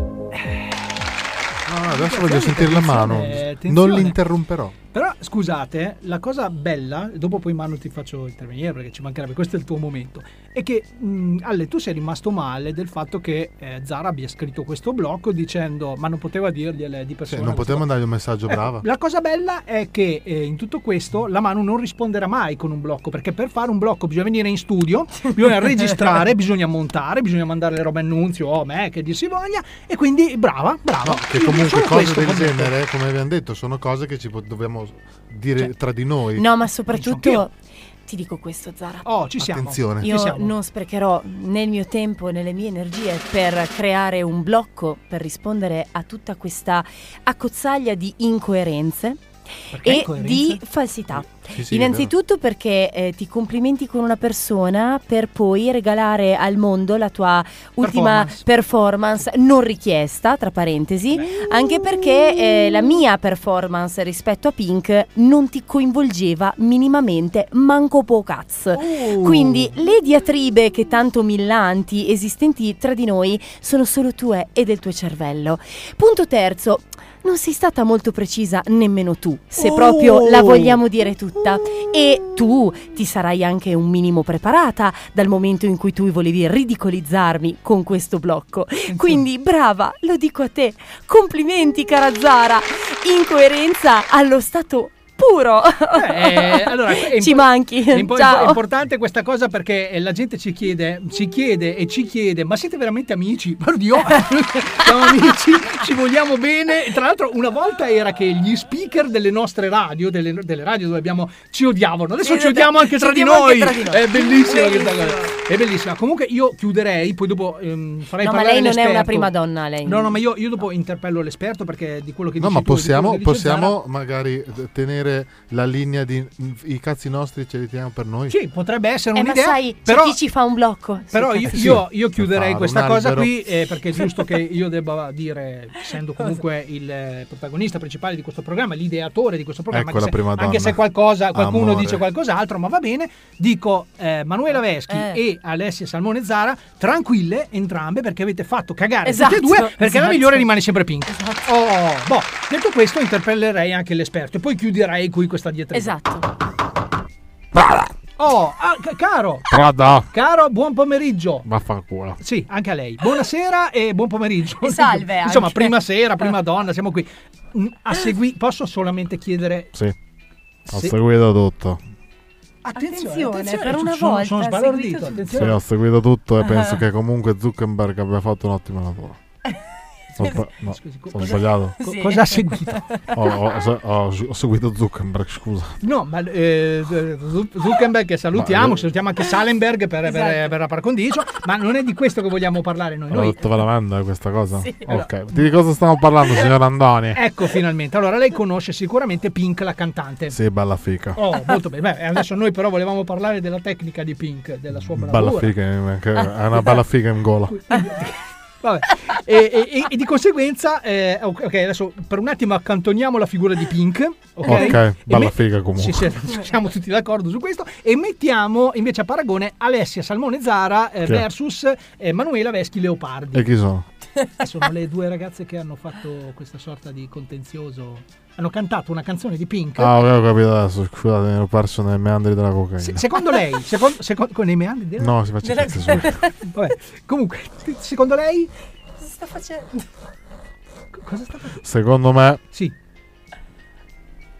[SPEAKER 3] Ah, adesso voglio sentire la mano.
[SPEAKER 4] Attenzione,
[SPEAKER 3] Non
[SPEAKER 4] attenzione.
[SPEAKER 3] l'interromperò.
[SPEAKER 4] Però scusate, la cosa bella, dopo poi Manu ti faccio intervenire perché ci mancherebbe, questo è il tuo momento, è che mh, Ale tu sei rimasto male del fatto che eh, Zara abbia scritto questo blocco dicendo ma non poteva dirgliele di persona.
[SPEAKER 3] Sì, non potevo mandargli un messaggio,
[SPEAKER 4] Ecco,
[SPEAKER 3] brava.
[SPEAKER 4] La cosa bella è che eh, in tutto questo la Manu non risponderà mai con un blocco, perché per fare un blocco bisogna venire in studio, bisogna registrare, bisogna montare, bisogna mandare le robe a annunzio o a me che dir si voglia e quindi brava, brava.
[SPEAKER 3] Che comunque
[SPEAKER 4] Solo
[SPEAKER 3] cose
[SPEAKER 4] questo
[SPEAKER 3] del
[SPEAKER 4] commento.
[SPEAKER 3] genere, come abbiamo detto, sono cose che ci po- dobbiamo dire
[SPEAKER 4] Cioè,
[SPEAKER 3] tra di noi.
[SPEAKER 12] No, ma soprattutto ti dico questo, Zara.
[SPEAKER 4] Oh, ci
[SPEAKER 3] siamo. Attenzione.
[SPEAKER 12] Io
[SPEAKER 3] Ci siamo.
[SPEAKER 12] non sprecherò né il mio tempo né le mie energie per creare un blocco per rispondere a tutta questa accozzaglia di incoerenze.
[SPEAKER 18] Perché
[SPEAKER 12] e
[SPEAKER 18] incoerenze?
[SPEAKER 12] di falsità.
[SPEAKER 18] Sì, sì, è
[SPEAKER 12] Innanzitutto perché eh, ti complimenti con una persona per poi regalare al mondo la tua ultima
[SPEAKER 18] Performance.
[SPEAKER 12] performance non richiesta, tra parentesi, anche perché eh, la mia performance rispetto a Pink non ti coinvolgeva minimamente, manco po' cazzo.
[SPEAKER 18] Oh.
[SPEAKER 12] Quindi le diatribe che tanto millanti esistenti tra di noi sono solo tue e del tuo cervello. Punto terzo. Non sei stata molto precisa nemmeno tu, se
[SPEAKER 18] Oh.
[SPEAKER 12] proprio la vogliamo dire tutta. E tu ti sarai anche un minimo preparata dal momento in cui tu volevi ridicolizzarmi con questo blocco. Quindi brava, lo dico a te. Complimenti cara Zara. Incoerenza allo stato puro.
[SPEAKER 4] Eh, allora, è
[SPEAKER 12] Ci
[SPEAKER 4] impo-
[SPEAKER 12] manchi.
[SPEAKER 4] È, impo- è
[SPEAKER 12] Ciao.
[SPEAKER 4] importante questa cosa perché eh, la gente ci chiede, ci chiede e ci chiede, ma siete veramente amici? Ma Oddio, siamo amici, ci vogliamo bene. E Tra l'altro una volta era che gli speaker delle nostre radio, delle, delle radio dove abbiamo, ci odiavano. Adesso
[SPEAKER 5] Sì,
[SPEAKER 4] ci odiamo anche,
[SPEAKER 5] ci
[SPEAKER 4] tra, di
[SPEAKER 5] odiamo anche
[SPEAKER 4] noi.
[SPEAKER 5] tra di noi.
[SPEAKER 4] È bellissima questa
[SPEAKER 5] Bellissimo.
[SPEAKER 4] cosa. È bellissima. Comunque io chiuderei, poi dopo ehm, farei
[SPEAKER 12] No, ma
[SPEAKER 4] parlare
[SPEAKER 12] lei non è una
[SPEAKER 4] l'esperto.
[SPEAKER 12] prima donna, lei.
[SPEAKER 4] No, no, ma io, io dopo interpello l'esperto perché di quello che
[SPEAKER 3] No,
[SPEAKER 4] dici
[SPEAKER 3] ma
[SPEAKER 4] tu e di quello
[SPEAKER 3] possiamo,
[SPEAKER 4] che dice Zara-
[SPEAKER 3] possiamo magari eh, tenere la linea di i cazzi nostri ce li teniamo per noi.
[SPEAKER 4] Sì, potrebbe essere
[SPEAKER 12] Eh, ma
[SPEAKER 4] un'idea,
[SPEAKER 12] sai, c'è
[SPEAKER 4] però-
[SPEAKER 12] chi ci fa un blocco.
[SPEAKER 4] Però
[SPEAKER 12] Sì,
[SPEAKER 4] io,
[SPEAKER 12] sì.
[SPEAKER 4] io- io
[SPEAKER 3] Sì.
[SPEAKER 4] chiuderei
[SPEAKER 3] Fare
[SPEAKER 4] questa
[SPEAKER 3] un
[SPEAKER 4] cosa
[SPEAKER 3] albero.
[SPEAKER 4] qui eh, perché è giusto che io debba dire, essendo comunque il eh, protagonista principale di questo programma, l'ideatore di questo programma,
[SPEAKER 3] Ecco la
[SPEAKER 4] anche, se,
[SPEAKER 3] prima
[SPEAKER 4] anche
[SPEAKER 3] donna.
[SPEAKER 4] se qualcosa, qualcuno
[SPEAKER 3] Amore.
[SPEAKER 4] dice qualcos'altro, ma va bene, dico eh, Manuela Veschi
[SPEAKER 12] Eh.
[SPEAKER 4] e Alessia Salmone Zara, tranquille entrambe perché avete fatto cagare
[SPEAKER 12] Esatto,
[SPEAKER 4] tutte e due perché
[SPEAKER 12] esatto.
[SPEAKER 4] la migliore rimane sempre Pink. Oh, boh, detto questo interpellerei anche l'esperto e poi chiuderei qui questa diatriba.
[SPEAKER 12] Esatto.
[SPEAKER 4] Oh, ah, ca- caro,
[SPEAKER 3] Prada.
[SPEAKER 4] caro, buon pomeriggio.
[SPEAKER 3] Vaffanculo.
[SPEAKER 4] Sì, anche a lei. Buonasera e buon pomeriggio.
[SPEAKER 12] E salve anche.
[SPEAKER 4] Insomma, prima sera, prima donna, siamo qui. Mm, A segui- posso solamente chiedere...
[SPEAKER 3] Sì. Ho
[SPEAKER 4] Sì.
[SPEAKER 3] seguito tutto.
[SPEAKER 12] Attenzione, per
[SPEAKER 4] sono-
[SPEAKER 12] una
[SPEAKER 4] sono-
[SPEAKER 12] volta.
[SPEAKER 4] sono
[SPEAKER 12] ha
[SPEAKER 4] sbalordito,
[SPEAKER 12] seguito tutto.
[SPEAKER 3] Sì, ho seguito tutto e
[SPEAKER 4] Ah.
[SPEAKER 3] penso che comunque Zuckerberg abbia fatto un ottimo lavoro. Ho sba- no, sono sbagliato.
[SPEAKER 4] Co- Cosa ha seguito?
[SPEAKER 3] Ho, ho- ho- ho seguito Zuckerberg, scusa.
[SPEAKER 4] No, ma eh, Zu- Zuckerberg che salutiamo,
[SPEAKER 3] Ma-
[SPEAKER 4] salutiamo anche Salenberg per,
[SPEAKER 12] Esatto.
[SPEAKER 4] per, per la par condicio, ma non è di questo che vogliamo parlare noi.
[SPEAKER 3] L'ho
[SPEAKER 4] Noi
[SPEAKER 3] detto veramente questa cosa?
[SPEAKER 4] Sì.
[SPEAKER 3] Ok, di cosa stiamo parlando, signor Andoni?
[SPEAKER 4] Ecco finalmente. Allora, lei conosce sicuramente Pink, la cantante.
[SPEAKER 3] Sì, bella fica.
[SPEAKER 4] Oh, molto bene. Beh, adesso noi però volevamo parlare della tecnica di Pink, della sua
[SPEAKER 3] Bella
[SPEAKER 4] bravura.
[SPEAKER 3] figa, eh, che è una bella figa in gola.
[SPEAKER 4] Vabbè. E, e- e- e di conseguenza, eh, ok, ok, adesso per un attimo accantoniamo la figura di Pink. Ok,
[SPEAKER 3] Ok,
[SPEAKER 4] E
[SPEAKER 3] bella
[SPEAKER 4] me-
[SPEAKER 3] figa comunque.
[SPEAKER 4] Sì, sì, siamo tutti d'accordo su questo. E mettiamo invece a paragone Alessia Salmone Zara eh,
[SPEAKER 3] Chi è?
[SPEAKER 4] versus eh, Manuela Veschi Leopardi.
[SPEAKER 3] E chi sono?
[SPEAKER 4] Sono le due ragazze che hanno fatto questa sorta di contenzioso. Hanno cantato una canzone di Pink.
[SPEAKER 3] Ah, ok, ho capito adesso. Scusate, mi ero perso nei meandri della cocaina.
[SPEAKER 4] Se- secondo lei, secondo, secondo, con i meandri della-
[SPEAKER 3] No, si faccia i cazzi suoi.
[SPEAKER 4] Vabbè, comunque, secondo lei
[SPEAKER 12] Cosa sta facendo?
[SPEAKER 4] Cosa sta facendo?
[SPEAKER 3] Secondo me,
[SPEAKER 4] Sì.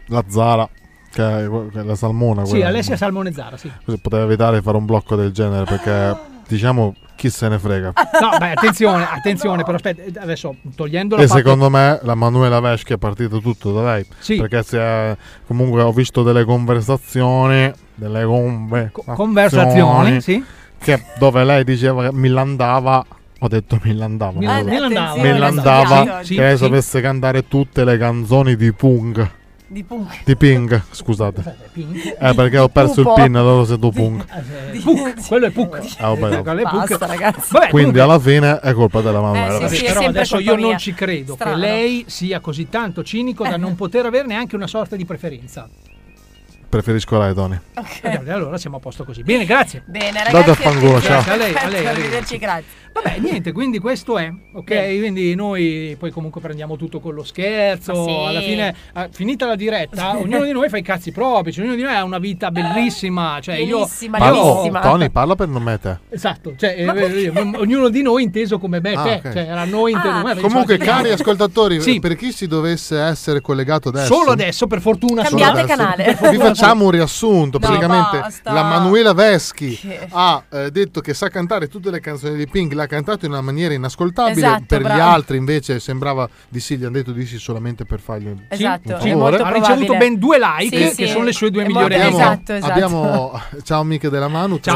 [SPEAKER 3] la Zara, che è, che è la salmona,
[SPEAKER 4] Sì,
[SPEAKER 3] quella-
[SPEAKER 4] Alessia Salmone Zara, sì.
[SPEAKER 3] Così poteva evitare di fare un blocco del genere perché, diciamo, chi se ne frega.
[SPEAKER 4] No, beh, attenzione, attenzione, però aspetta, eh, adesso togliendo la eh,
[SPEAKER 3] E
[SPEAKER 4] parte-
[SPEAKER 3] secondo me la Manuela Veschi è partito tutto da lei. Perché si è- comunque ho visto delle conversazioni, delle gombe.
[SPEAKER 4] conversazioni, sì.
[SPEAKER 3] Che dove lei diceva che mi landava. Ho detto mi landava.
[SPEAKER 4] Mi-
[SPEAKER 3] non lo so.
[SPEAKER 4] mi landava.
[SPEAKER 3] Mi landava
[SPEAKER 4] Sì, sì,
[SPEAKER 3] che lei
[SPEAKER 4] sì.
[SPEAKER 3] sapesse cantare tutte le canzoni di Punk.
[SPEAKER 17] Di punk.
[SPEAKER 3] Di ping, scusate.
[SPEAKER 17] Pink?
[SPEAKER 3] Eh, perché ho perso il
[SPEAKER 17] Pupo.
[SPEAKER 3] pin, allora se tu punk.
[SPEAKER 12] Eh,
[SPEAKER 4] Puck, eh, quello è Puck.
[SPEAKER 3] Ah, vabbè, vabbè.
[SPEAKER 4] Quello è Puck.
[SPEAKER 17] Basta, ragazzi.
[SPEAKER 4] Vabbè,
[SPEAKER 3] Quindi alla fine è colpa della
[SPEAKER 17] Eh,
[SPEAKER 3] mamma.
[SPEAKER 4] Vabbè,
[SPEAKER 3] vabbè.
[SPEAKER 4] però adesso io non ci credo
[SPEAKER 17] Strano.
[SPEAKER 4] che lei sia così tanto cinico da non poter avere neanche una sorta di preferenza.
[SPEAKER 3] Preferisco lei, Tony.
[SPEAKER 4] Eh, Allora siamo a posto così. Bene, grazie.
[SPEAKER 17] Bene,
[SPEAKER 3] Andate a fangolo, ciao.
[SPEAKER 4] Grazie a lei, a lei,
[SPEAKER 17] Arrivederci, grazie.
[SPEAKER 4] Vabbè, niente, quindi questo è, ok?
[SPEAKER 17] Bene.
[SPEAKER 4] Quindi noi poi comunque prendiamo tutto con lo scherzo.
[SPEAKER 17] Ma sì.
[SPEAKER 4] Alla fine, eh, finita la diretta, ognuno di noi fa i cazzi propri, cioè, ognuno di noi ha una vita bellissima. Cioè, io-
[SPEAKER 17] Bellissima,
[SPEAKER 4] io,
[SPEAKER 3] Parla- Tony, parla per nome te.
[SPEAKER 4] Esatto, cioè, eh, eh, ognuno di noi inteso come me,
[SPEAKER 3] Ah,
[SPEAKER 4] te,
[SPEAKER 3] ok.
[SPEAKER 4] cioè era noi
[SPEAKER 3] Ah.
[SPEAKER 4] inteso
[SPEAKER 12] Ah,
[SPEAKER 4] come me, perché
[SPEAKER 3] Comunque,
[SPEAKER 4] sono-
[SPEAKER 3] cari ascoltatori,
[SPEAKER 4] eh. Sì.
[SPEAKER 3] per chi si dovesse essere collegato adesso,
[SPEAKER 4] Solo adesso, per fortuna,
[SPEAKER 3] solo
[SPEAKER 4] solo
[SPEAKER 3] adesso,
[SPEAKER 4] adesso. Per
[SPEAKER 3] Vi
[SPEAKER 4] fortuna,
[SPEAKER 3] facciamo un riassunto.
[SPEAKER 4] No,
[SPEAKER 3] Praticamente
[SPEAKER 4] basta.
[SPEAKER 3] la Manuela Veschi
[SPEAKER 4] Che-
[SPEAKER 3] ha eh, detto che sa cantare tutte le canzoni di Pink, l'ha cantato in una maniera inascoltabile.
[SPEAKER 12] Esatto,
[SPEAKER 3] per gli
[SPEAKER 12] bravo.
[SPEAKER 3] altri, invece, sembrava di sì. Gli hanno detto di sì solamente per fargli un
[SPEAKER 12] Esatto,
[SPEAKER 3] un
[SPEAKER 12] sì,
[SPEAKER 3] favore.
[SPEAKER 12] molto
[SPEAKER 4] Ha ricevuto ben due like,
[SPEAKER 12] Sì,
[SPEAKER 4] che
[SPEAKER 12] sì.
[SPEAKER 4] sono le sue due
[SPEAKER 12] È
[SPEAKER 4] migliori
[SPEAKER 12] molto-
[SPEAKER 4] amiche.
[SPEAKER 12] Esatto, esatto.
[SPEAKER 3] Abbiamo, ciao amiche della Manu,
[SPEAKER 4] Ciao.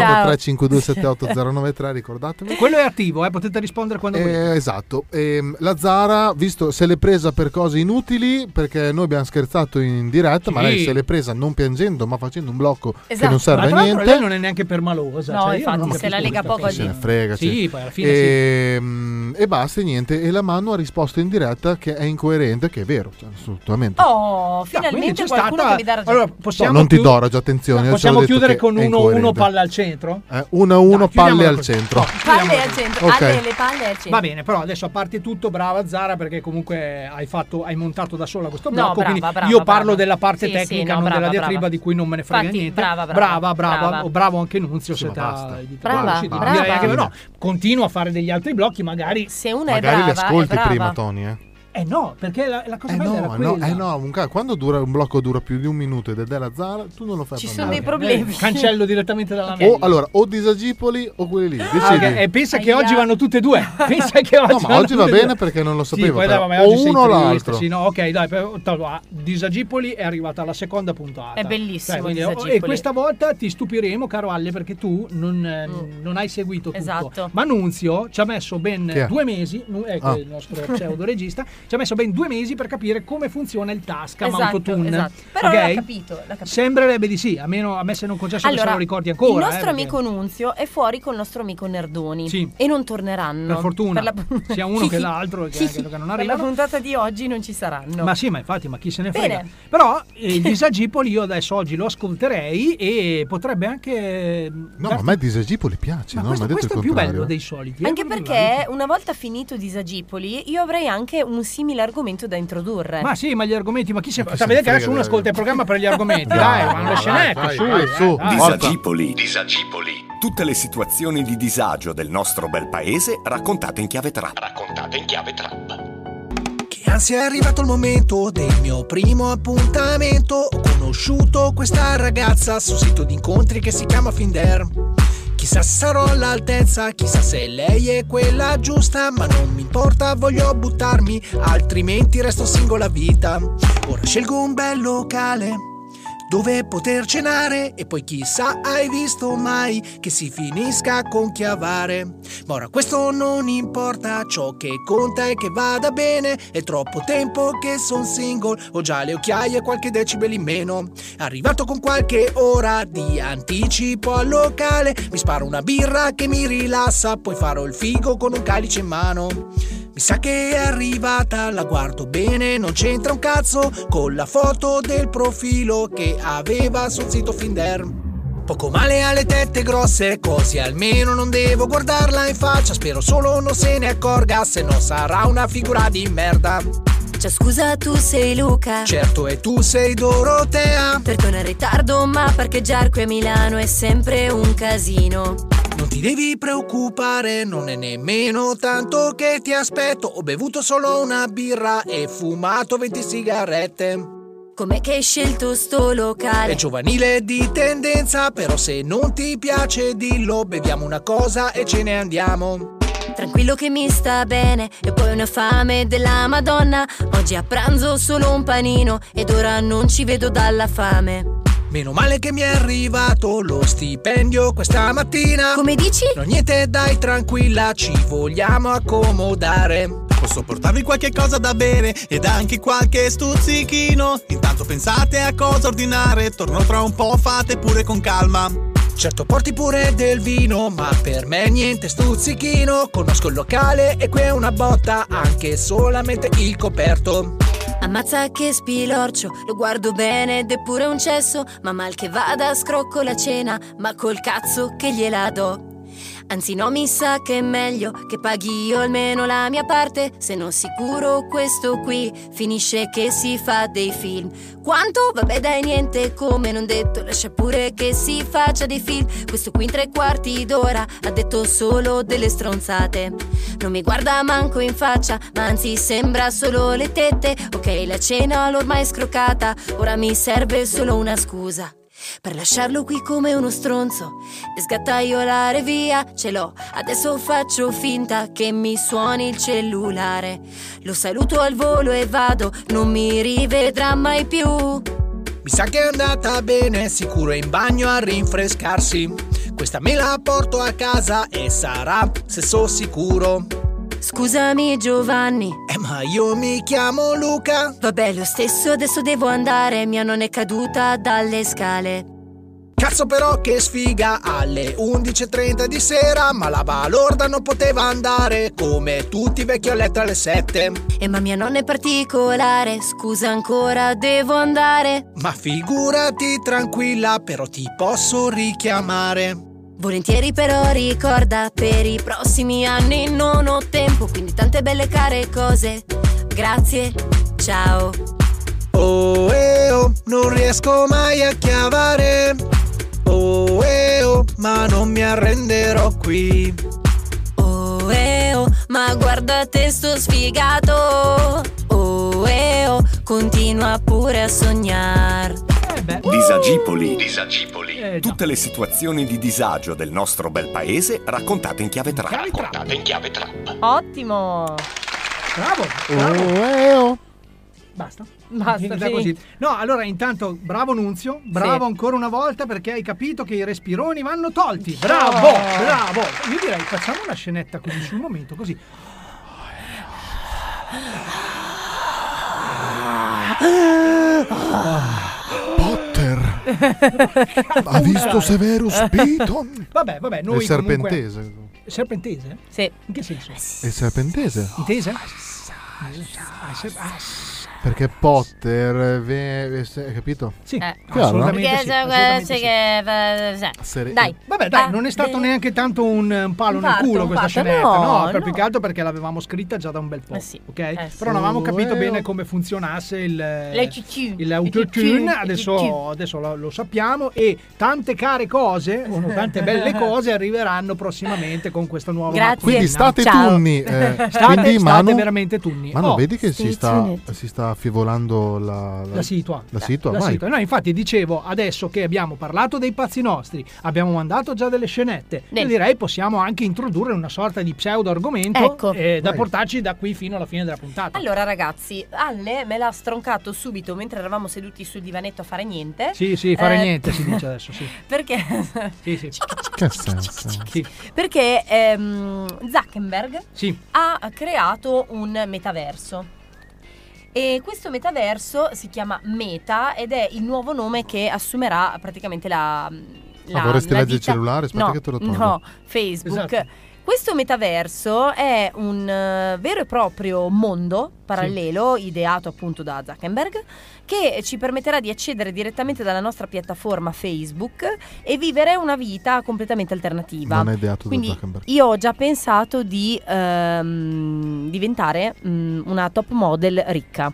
[SPEAKER 3] 352780983, ricordatemi.
[SPEAKER 4] Quello è attivo, eh, potete rispondere quando volete.
[SPEAKER 3] Eh, esatto, Ehm, la Zara, visto se l'è presa per cose inutili, perché noi abbiamo scherzato in diretta, ma
[SPEAKER 4] Sì.
[SPEAKER 3] lei se l'è presa non piangendo, ma facendo un blocco che
[SPEAKER 4] Esatto.
[SPEAKER 3] non serve
[SPEAKER 4] Ma
[SPEAKER 3] a
[SPEAKER 4] tra l'altro
[SPEAKER 3] niente.
[SPEAKER 4] Lei non è neanche permalosa.
[SPEAKER 12] No,
[SPEAKER 4] cioè, io
[SPEAKER 12] infatti,
[SPEAKER 4] non
[SPEAKER 12] se
[SPEAKER 4] capisco
[SPEAKER 12] la lega
[SPEAKER 4] questa
[SPEAKER 12] poco
[SPEAKER 4] cosa.
[SPEAKER 3] Se ne frega,
[SPEAKER 4] Sì,
[SPEAKER 3] sì.
[SPEAKER 4] poi alla fine sì.
[SPEAKER 3] Ehm, e, basta, e niente. E la Manu ha risposto in diretta che è incoerente, che è vero, cioè, assolutamente.
[SPEAKER 11] Oh,
[SPEAKER 4] Ah, quindi
[SPEAKER 11] finalmente
[SPEAKER 4] c'è
[SPEAKER 11] qualcuno
[SPEAKER 4] stata-
[SPEAKER 11] che mi dà ragione. Boh.
[SPEAKER 4] allora, possiamo
[SPEAKER 3] No, non ti
[SPEAKER 4] chiud-
[SPEAKER 3] do ragione, attenzione.
[SPEAKER 4] Possiamo
[SPEAKER 3] ho solo detto
[SPEAKER 4] chiudere
[SPEAKER 3] che
[SPEAKER 4] con
[SPEAKER 3] è
[SPEAKER 4] 1-1
[SPEAKER 3] incoerente.
[SPEAKER 4] palla al centro?
[SPEAKER 3] Eh, 1-1
[SPEAKER 4] Dai,
[SPEAKER 3] palle
[SPEAKER 4] chiudiamola
[SPEAKER 3] al
[SPEAKER 4] così.
[SPEAKER 3] centro.
[SPEAKER 11] Palle al centro.
[SPEAKER 3] Ok.
[SPEAKER 11] Alle le palle al centro.
[SPEAKER 4] Va bene, però adesso a parte tutto, brava Zara, perché comunque hai, fatto, hai montato da sola questo
[SPEAKER 11] No,
[SPEAKER 4] blocco.
[SPEAKER 11] brava,
[SPEAKER 4] quindi
[SPEAKER 11] brava,
[SPEAKER 4] io parlo
[SPEAKER 11] brava.
[SPEAKER 4] della parte
[SPEAKER 11] Sì, sì, no,
[SPEAKER 4] tecnica, non
[SPEAKER 11] brava,
[SPEAKER 4] della diatriba
[SPEAKER 11] brava.
[SPEAKER 4] di cui non me ne frega
[SPEAKER 11] Infatti,
[SPEAKER 4] niente.
[SPEAKER 11] brava, brava,
[SPEAKER 4] brava, brava,
[SPEAKER 11] brava.
[SPEAKER 4] o bravo anche Nunzio.
[SPEAKER 11] Sì,
[SPEAKER 4] se
[SPEAKER 11] ma
[SPEAKER 4] te-
[SPEAKER 11] basta.
[SPEAKER 4] di-
[SPEAKER 11] Brava,
[SPEAKER 4] guarda, sì,
[SPEAKER 11] brava.
[SPEAKER 4] direi anche- no, continua a fare degli altri blocchi, magari.
[SPEAKER 11] Se una
[SPEAKER 3] Magari le ascolti prima, Tony. Eh.
[SPEAKER 4] Eh no, perché la, la cosa
[SPEAKER 3] Eh
[SPEAKER 4] bella
[SPEAKER 3] no,
[SPEAKER 4] era
[SPEAKER 3] eh no,
[SPEAKER 4] quella.
[SPEAKER 3] eh no, un ca- quando dura, un blocco dura più di un minuto ed è della Zara, tu non lo fai
[SPEAKER 4] Ci
[SPEAKER 3] per
[SPEAKER 4] sono
[SPEAKER 3] me.
[SPEAKER 4] dei problemi. Eh, cancello direttamente dalla mail.
[SPEAKER 3] O, Oh, allora, o disagipoli o quelli lì.
[SPEAKER 4] Ah, ok,
[SPEAKER 3] decidi.
[SPEAKER 4] E pensa che oggi vanno tutte e due. Pensa che oggi
[SPEAKER 3] No, ma
[SPEAKER 4] vanno
[SPEAKER 3] oggi va
[SPEAKER 4] tutte e
[SPEAKER 3] bene
[SPEAKER 4] due.
[SPEAKER 3] perché non lo
[SPEAKER 4] Sì,
[SPEAKER 3] sapevo.
[SPEAKER 4] poi dai,
[SPEAKER 3] però
[SPEAKER 4] vabbè,
[SPEAKER 3] o
[SPEAKER 4] oggi sei
[SPEAKER 3] uno o
[SPEAKER 4] interviewista,
[SPEAKER 3] l'altro.
[SPEAKER 4] Sì, no, ok, dai, però, allora, Disagipoli è arrivata alla seconda puntata. Cioè,
[SPEAKER 11] È bellissimo
[SPEAKER 4] quindi, oh,
[SPEAKER 11] Disagipoli.
[SPEAKER 4] E questa volta ti stupiremo, caro Ale, perché tu non, eh, non hai seguito tutto.
[SPEAKER 11] Mm. Esatto.
[SPEAKER 4] Ma Nunzio ci ha messo ben
[SPEAKER 3] Chi è?
[SPEAKER 4] due mesi, nu- ecco
[SPEAKER 3] Ah.
[SPEAKER 4] il nostro pseudo regista, ci ha messo ben due mesi per capire come funziona il Tascam
[SPEAKER 11] Esatto,
[SPEAKER 4] Autotune.
[SPEAKER 11] esatto. Però l'ha
[SPEAKER 4] ok?
[SPEAKER 11] capito, l'ha capito.
[SPEAKER 4] Sembrerebbe di sì, a, meno, a me se non concesso che se lo ricordi ancora.
[SPEAKER 12] il
[SPEAKER 4] eh,
[SPEAKER 12] nostro
[SPEAKER 4] perché-
[SPEAKER 12] amico Nunzio è fuori col nostro amico Nerdoni
[SPEAKER 4] Sì.
[SPEAKER 12] e non torneranno.
[SPEAKER 4] Per fortuna,
[SPEAKER 12] la-
[SPEAKER 4] sia uno
[SPEAKER 12] Sì,
[SPEAKER 4] che
[SPEAKER 12] sì.
[SPEAKER 4] l'altro, che-
[SPEAKER 12] Sì,
[SPEAKER 4] che-
[SPEAKER 12] sì.
[SPEAKER 4] che non
[SPEAKER 12] Per
[SPEAKER 4] arrivano.
[SPEAKER 12] la puntata di oggi non ci saranno.
[SPEAKER 4] Ma sì, ma infatti, ma chi se ne
[SPEAKER 12] Bene.
[SPEAKER 4] frega. Però eh, il disagipoli io adesso oggi lo ascolterei e potrebbe anche... mm,
[SPEAKER 3] No, ma a me disagipoli piace, no? Mi ha
[SPEAKER 4] questo,
[SPEAKER 3] detto
[SPEAKER 4] questo
[SPEAKER 3] il
[SPEAKER 4] è più
[SPEAKER 3] contrario.
[SPEAKER 4] bello dei soliti. eh,
[SPEAKER 12] Anche
[SPEAKER 4] non mi
[SPEAKER 12] perché una volta finito Disagipoli, io avrei anche un simile argomento da introdurre.
[SPEAKER 4] va. Ma sì, ma gli argomenti, ma chi se...
[SPEAKER 3] se
[SPEAKER 4] Sta
[SPEAKER 3] ne
[SPEAKER 4] vedendo che
[SPEAKER 3] frega
[SPEAKER 4] adesso uno
[SPEAKER 3] degli
[SPEAKER 4] ascolta il programma per gli argomenti.
[SPEAKER 3] Dai,
[SPEAKER 4] dai,
[SPEAKER 3] dai,
[SPEAKER 4] ma
[SPEAKER 3] dai,
[SPEAKER 4] lo scenetto,
[SPEAKER 3] dai,
[SPEAKER 4] su. eh.
[SPEAKER 3] dai, su.
[SPEAKER 4] dai.
[SPEAKER 9] Disagipoli. Disagipoli. Tutte le situazioni di disagio del nostro bel paese raccontate in chiave trap. Raccontate in chiave trap.
[SPEAKER 17] Che ansia è arrivato il momento del mio primo appuntamento. Ho conosciuto questa ragazza su un sito di incontri che si chiama Finder. Chissà se sarò all'altezza, chissà se lei è quella giusta, ma non mi importa, voglio buttarmi, altrimenti resto single a vita. Ora scelgo un bel locale dove poter cenare e poi chissà hai visto mai che si finisca con chiavare. Ma ora questo non importa, ciò che conta è che vada bene, è troppo tempo che son single, ho già le occhiaie e qualche decibel in meno. Arrivato con qualche ora di anticipo al locale, mi sparo una birra che mi rilassa, poi farò il figo con un calice in mano. Mi sa che è arrivata, la guardo bene, non c'entra un cazzo con la foto del profilo che aveva sul sito Finder. Poco male alle tette grosse, così almeno non devo guardarla in faccia, spero solo non se ne accorga, se no sarà una figura di merda.
[SPEAKER 18] Ciao, Cioè, scusa, tu sei Luca.
[SPEAKER 1] Cioè,
[SPEAKER 17] Certo e tu sei Dorotea.
[SPEAKER 18] Perdono il ritardo, ma parcheggiare qui a Milano è sempre un casino.
[SPEAKER 17] Non ti devi preoccupare, non è nemmeno tanto che ti aspetto, ho bevuto solo una birra Ah, e fumato 20 sigarette.
[SPEAKER 18] Com'è che hai scelto sto
[SPEAKER 17] È
[SPEAKER 18] locale?
[SPEAKER 17] giovanile di tendenza, però se non ti piace dillo, beviamo una cosa e ce ne andiamo.
[SPEAKER 18] Tranquillo che mi sta bene, e poi una fame della Madonna. Oggi a pranzo solo un panino, ed ora non ci vedo dalla fame.
[SPEAKER 17] Meno male che mi è arrivato lo stipendio questa mattina.
[SPEAKER 18] Come dici?
[SPEAKER 17] No, niente, dai, tranquilla, ci vogliamo accomodare.
[SPEAKER 19] Posso portarvi qualche cosa da bere ed anche qualche stuzzichino. Intanto pensate a cosa ordinare, torno tra un po', fate pure con calma.
[SPEAKER 17] Certo, porti pure del vino, ma per me niente stuzzichino. Conosco il locale e qui è una botta, anche solamente il coperto.
[SPEAKER 18] Ammazza che spilorcio, lo guardo bene ed è pure un cesso, ma mal che vada scrocco la cena, ma col cazzo che gliela do. Anzi no, mi sa che è meglio che paghi io almeno la mia parte, se non sicuro questo qui finisce che si fa dei film. Quanto? Vabbè dai niente, come non detto, lascia pure che si faccia dei film. Questo qui in tre quarti d'ora ha detto solo delle stronzate. Non mi guarda manco in faccia, ma anzi sembra solo le tette. Ok, la cena l'ho ormai scroccata, ora mi serve solo una scusa. Per lasciarlo qui come uno stronzo e sgattaiolare via, ce l'ho. Adesso faccio finta che mi suoni il cellulare. Lo saluto al volo e vado, non mi rivedrà mai più.
[SPEAKER 17] Mi sa che è andata bene, sicuro è in bagno a rinfrescarsi. Questa me la porto a casa e sarà, se so sicuro.
[SPEAKER 18] Scusami Giovanni.
[SPEAKER 17] Eh ma io mi chiamo Luca.
[SPEAKER 18] Vabbè, lo stesso adesso devo andare, mia non è caduta dalle scale.
[SPEAKER 17] Cazzo però che sfiga alle 11.30 di sera, ma la balorda non poteva andare come tutti i vecchi a letto alle 7.
[SPEAKER 18] E ma mia nonna è particolare, scusa ancora, devo andare.
[SPEAKER 17] Ma figurati tranquilla, però ti posso richiamare.
[SPEAKER 18] Volentieri però ricorda, per i prossimi anni non ho tempo, quindi tante belle care cose. Grazie, ciao.
[SPEAKER 17] Oh eh oh, non riesco mai a
[SPEAKER 4] Eh,
[SPEAKER 17] chiavare. Oh eh oh, ma non mi arrenderò qui.
[SPEAKER 18] Oh eh oh, ma guarda te sto sfigato. Oh eh oh, continua pure a sognar.
[SPEAKER 4] uh!
[SPEAKER 9] Disagipoli.
[SPEAKER 4] Eh,
[SPEAKER 9] Tutte le situazioni di disagio del nostro bel paese raccontate in chiave trap. Raccontate in chiave trap.
[SPEAKER 12] Ottimo.
[SPEAKER 4] Bravo,
[SPEAKER 9] Oh,
[SPEAKER 4] bravo. Basta.
[SPEAKER 11] Basta,
[SPEAKER 4] Finita
[SPEAKER 11] finito.
[SPEAKER 4] così. No, allora intanto bravo Nunzio, bravo ancora una volta perché hai capito che i respironi vanno tolti. Bravo,
[SPEAKER 11] Oh.
[SPEAKER 4] bravo. Io direi facciamo una scenetta così sul momento, così. ah,
[SPEAKER 3] Potter ha visto Severus Piton?
[SPEAKER 4] Vabbè, vabbè, noi
[SPEAKER 3] È serpentese.
[SPEAKER 4] comunque- Serpentese?
[SPEAKER 12] Sì.
[SPEAKER 4] In che senso?
[SPEAKER 3] È serpentese?
[SPEAKER 4] Intese? Ah, ser- ah,
[SPEAKER 3] Perché Potter, ve- ve- hai capito?
[SPEAKER 4] Sì,
[SPEAKER 12] Eh.
[SPEAKER 3] Chiaro?
[SPEAKER 4] assolutamente sì, assolutamente sì.
[SPEAKER 12] Che... eh, Dai. Ah, eh.
[SPEAKER 4] Vabbè, dai, non è stato neanche tanto un, eh, un palo
[SPEAKER 12] Un
[SPEAKER 4] nel
[SPEAKER 12] parto,
[SPEAKER 4] culo
[SPEAKER 12] un
[SPEAKER 4] questa
[SPEAKER 12] parto,
[SPEAKER 4] scenetta,
[SPEAKER 12] no,
[SPEAKER 4] no, per
[SPEAKER 12] no. Eh
[SPEAKER 4] più che altro perché l'avevamo scritta già da un bel po', ok? Però non avevamo
[SPEAKER 12] Oh,
[SPEAKER 4] capito
[SPEAKER 12] eh,
[SPEAKER 4] bene
[SPEAKER 12] oh.
[SPEAKER 4] come funzionasse il eh,
[SPEAKER 12] Le CC.
[SPEAKER 4] il
[SPEAKER 12] Le CC.
[SPEAKER 4] autotune, adesso, adesso lo, lo sappiamo e tante care cose, o no, tante belle cose arriveranno prossimamente con questa nuova
[SPEAKER 3] Grazie.
[SPEAKER 4] mattina.
[SPEAKER 3] Quindi state tunni, eh,
[SPEAKER 4] state,
[SPEAKER 3] quindi
[SPEAKER 4] state
[SPEAKER 3] Manu-
[SPEAKER 4] veramente tunni.
[SPEAKER 3] Ma no,
[SPEAKER 4] Oh,
[SPEAKER 3] vedi che si sta, si sta affivolando la,
[SPEAKER 4] la situa.
[SPEAKER 3] La situa,
[SPEAKER 4] La
[SPEAKER 3] vai.
[SPEAKER 4] situa. No, infatti dicevo adesso che abbiamo parlato dei pazzi nostri, abbiamo mandato già delle scenette,
[SPEAKER 12] Bene.
[SPEAKER 4] io direi possiamo anche introdurre una sorta di pseudo argomento
[SPEAKER 12] Ecco.
[SPEAKER 4] da
[SPEAKER 12] Vai.
[SPEAKER 4] portarci da qui fino alla fine della puntata.
[SPEAKER 12] Allora ragazzi, Alle me l'ha stroncato subito mentre eravamo seduti sul divanetto a fare niente.
[SPEAKER 4] Sì, sì, fare
[SPEAKER 12] Eh,
[SPEAKER 4] niente si dice adesso, sì.
[SPEAKER 12] Perché,
[SPEAKER 4] Sì, sì.
[SPEAKER 3] Che senso?
[SPEAKER 4] Sì.
[SPEAKER 12] perché ehm, Zuckerberg
[SPEAKER 4] Sì.
[SPEAKER 12] ha creato un metaverso. E questo metaverso si chiama Meta ed è il nuovo nome che assumerà praticamente la. la
[SPEAKER 3] Ah, vorresti
[SPEAKER 12] la
[SPEAKER 3] leggere il
[SPEAKER 12] vita-
[SPEAKER 3] cellulare? Aspetta
[SPEAKER 12] no,
[SPEAKER 3] che te lo trovo.
[SPEAKER 12] No, Facebook. Questo metaverso è un eh, vero e proprio mondo parallelo ideato appunto da Zuckerberg che ci permetterà di accedere direttamente dalla nostra piattaforma Facebook e vivere una vita completamente alternativa.
[SPEAKER 3] Non è ideato da
[SPEAKER 12] Quindi
[SPEAKER 3] Zuckerberg.
[SPEAKER 12] io ho già pensato di ehm, diventare mm, una top model ricca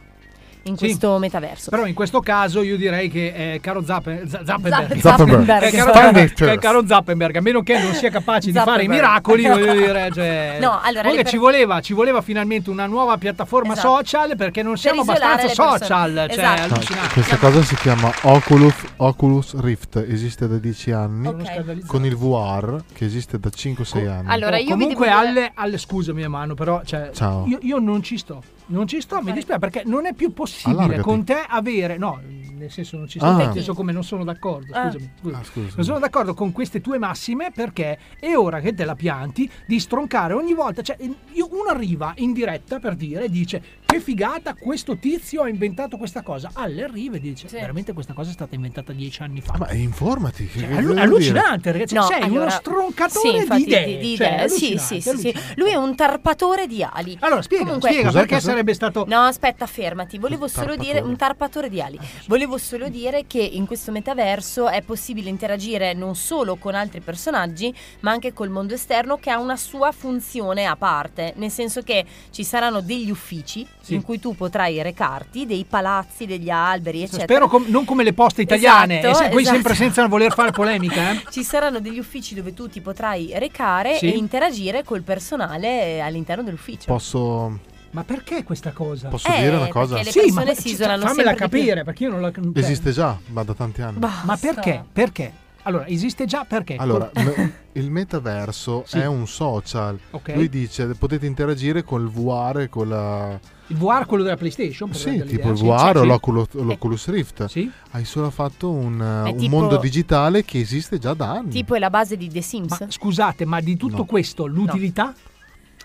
[SPEAKER 12] in
[SPEAKER 4] Sì.
[SPEAKER 12] questo metaverso.
[SPEAKER 4] Però in questo caso io direi che eh, caro Zappe- Z- Zappenberg,
[SPEAKER 12] Zapp- Zappenberg.
[SPEAKER 4] Eh, caro,
[SPEAKER 3] Zappenberg.
[SPEAKER 4] eh, caro Zappenberg, a meno che non sia capace di fare i
[SPEAKER 12] Zappenberg.
[SPEAKER 4] miracoli, voglio dire, cioè,
[SPEAKER 12] No, allora,
[SPEAKER 4] voi
[SPEAKER 12] lei
[SPEAKER 4] che
[SPEAKER 12] per-
[SPEAKER 4] ci, voleva, ci voleva finalmente una nuova piattaforma
[SPEAKER 12] Esatto.
[SPEAKER 4] social perché non siamo
[SPEAKER 12] isolare
[SPEAKER 4] abbastanza
[SPEAKER 12] le persone.
[SPEAKER 4] social, cioè,
[SPEAKER 12] Esatto.
[SPEAKER 3] Ah,
[SPEAKER 4] allucinante.
[SPEAKER 3] Questa cosa si chiama Oculus, Oculus Rift, esiste da 10 anni, con il VR che esiste da 5-6 anni.
[SPEAKER 12] Oh,
[SPEAKER 4] Oh,
[SPEAKER 12] Allora, io vi
[SPEAKER 4] comunque
[SPEAKER 12] devo dire-
[SPEAKER 4] alle, alle- scusami mano, però cioè,
[SPEAKER 3] Ciao.
[SPEAKER 4] Io, io non ci sto, non ci sto, mi dispiace perché non è più possibile
[SPEAKER 3] Allargati.
[SPEAKER 4] con te avere, no, nel senso non ci
[SPEAKER 3] Ah.
[SPEAKER 4] sono, nel senso come non sono d'accordo,
[SPEAKER 3] Ah.
[SPEAKER 4] scusami, scusa.
[SPEAKER 3] Ah, scusa.
[SPEAKER 4] Non sono d'accordo con queste tue massime perché è ora che te la pianti di stroncare ogni volta, cioè io- uno arriva in diretta per dire, dice che figata questo tizio ha inventato questa cosa, alle rive dice veramente questa cosa è stata inventata dieci anni fa.
[SPEAKER 3] Ah, Ma informati. che-
[SPEAKER 4] Cioè,
[SPEAKER 3] che
[SPEAKER 4] allu-
[SPEAKER 3] devo
[SPEAKER 4] allucinante,
[SPEAKER 3] dire?
[SPEAKER 4] ragazzi. sei uno
[SPEAKER 12] sì,
[SPEAKER 4] stroncatore
[SPEAKER 12] infatti,
[SPEAKER 4] di idee.
[SPEAKER 12] di
[SPEAKER 4] cioè,
[SPEAKER 12] idee. Sì,
[SPEAKER 4] allucinante,
[SPEAKER 12] sì, sì, sì.
[SPEAKER 4] allucinante.
[SPEAKER 12] Lui è un tarpatore di ali.
[SPEAKER 4] Allora, spiega,
[SPEAKER 12] Comunque,
[SPEAKER 4] spiega Cos'è, perché cos'è? sarebbe stato.
[SPEAKER 12] No, aspetta, fermati. Volevo solo
[SPEAKER 4] Tarpatore.
[SPEAKER 12] dire un tarpatore di ali. Volevo solo dire che in questo metaverso è possibile interagire non solo con altri personaggi, ma anche col mondo esterno che ha una sua funzione a parte, nel senso che ci saranno degli uffici
[SPEAKER 4] Sì.
[SPEAKER 12] in cui tu potrai recarti, dei palazzi, degli alberi, eccetera.
[SPEAKER 4] Spero com- non come le poste italiane,
[SPEAKER 12] Esatto,
[SPEAKER 4] e se- qui
[SPEAKER 12] esatto.
[SPEAKER 4] sempre senza voler fare polemica. eh.
[SPEAKER 12] Ci saranno degli uffici dove tu ti potrai recare
[SPEAKER 4] Sì.
[SPEAKER 12] e interagire col personale eh, all'interno dell'ufficio.
[SPEAKER 3] Posso.
[SPEAKER 4] Ma perché questa cosa?
[SPEAKER 3] Posso dire una cosa?
[SPEAKER 12] perché le persone si
[SPEAKER 4] ci-
[SPEAKER 12] isolano
[SPEAKER 4] fammela
[SPEAKER 12] sempre di più.
[SPEAKER 4] capire, perché io non la cioè, non-
[SPEAKER 3] Esiste già, ma da tanti anni.
[SPEAKER 4] Ma perché? Perché? Allora, esiste già perché?
[SPEAKER 3] Allora,
[SPEAKER 4] Col-
[SPEAKER 3] me- il metaverso
[SPEAKER 4] Ecco. Sì.
[SPEAKER 3] è un social.
[SPEAKER 4] Ok.
[SPEAKER 3] Lui dice potete interagire col VR e con la.
[SPEAKER 4] il VR quello della PlayStation, per
[SPEAKER 3] Sì,
[SPEAKER 4] rendere
[SPEAKER 3] tipo il
[SPEAKER 4] l'idea.
[SPEAKER 3] VR o
[SPEAKER 4] sì.
[SPEAKER 3] l'Oculus, l'Oculus Rift. Hai solo fatto un, uh,
[SPEAKER 12] Eh. È
[SPEAKER 3] un
[SPEAKER 12] tipo-
[SPEAKER 3] mondo digitale che esiste già da anni.
[SPEAKER 12] Tipo è la base di The Sims.
[SPEAKER 4] Scusate, ma di tutto
[SPEAKER 3] No.
[SPEAKER 4] questo l'utilità?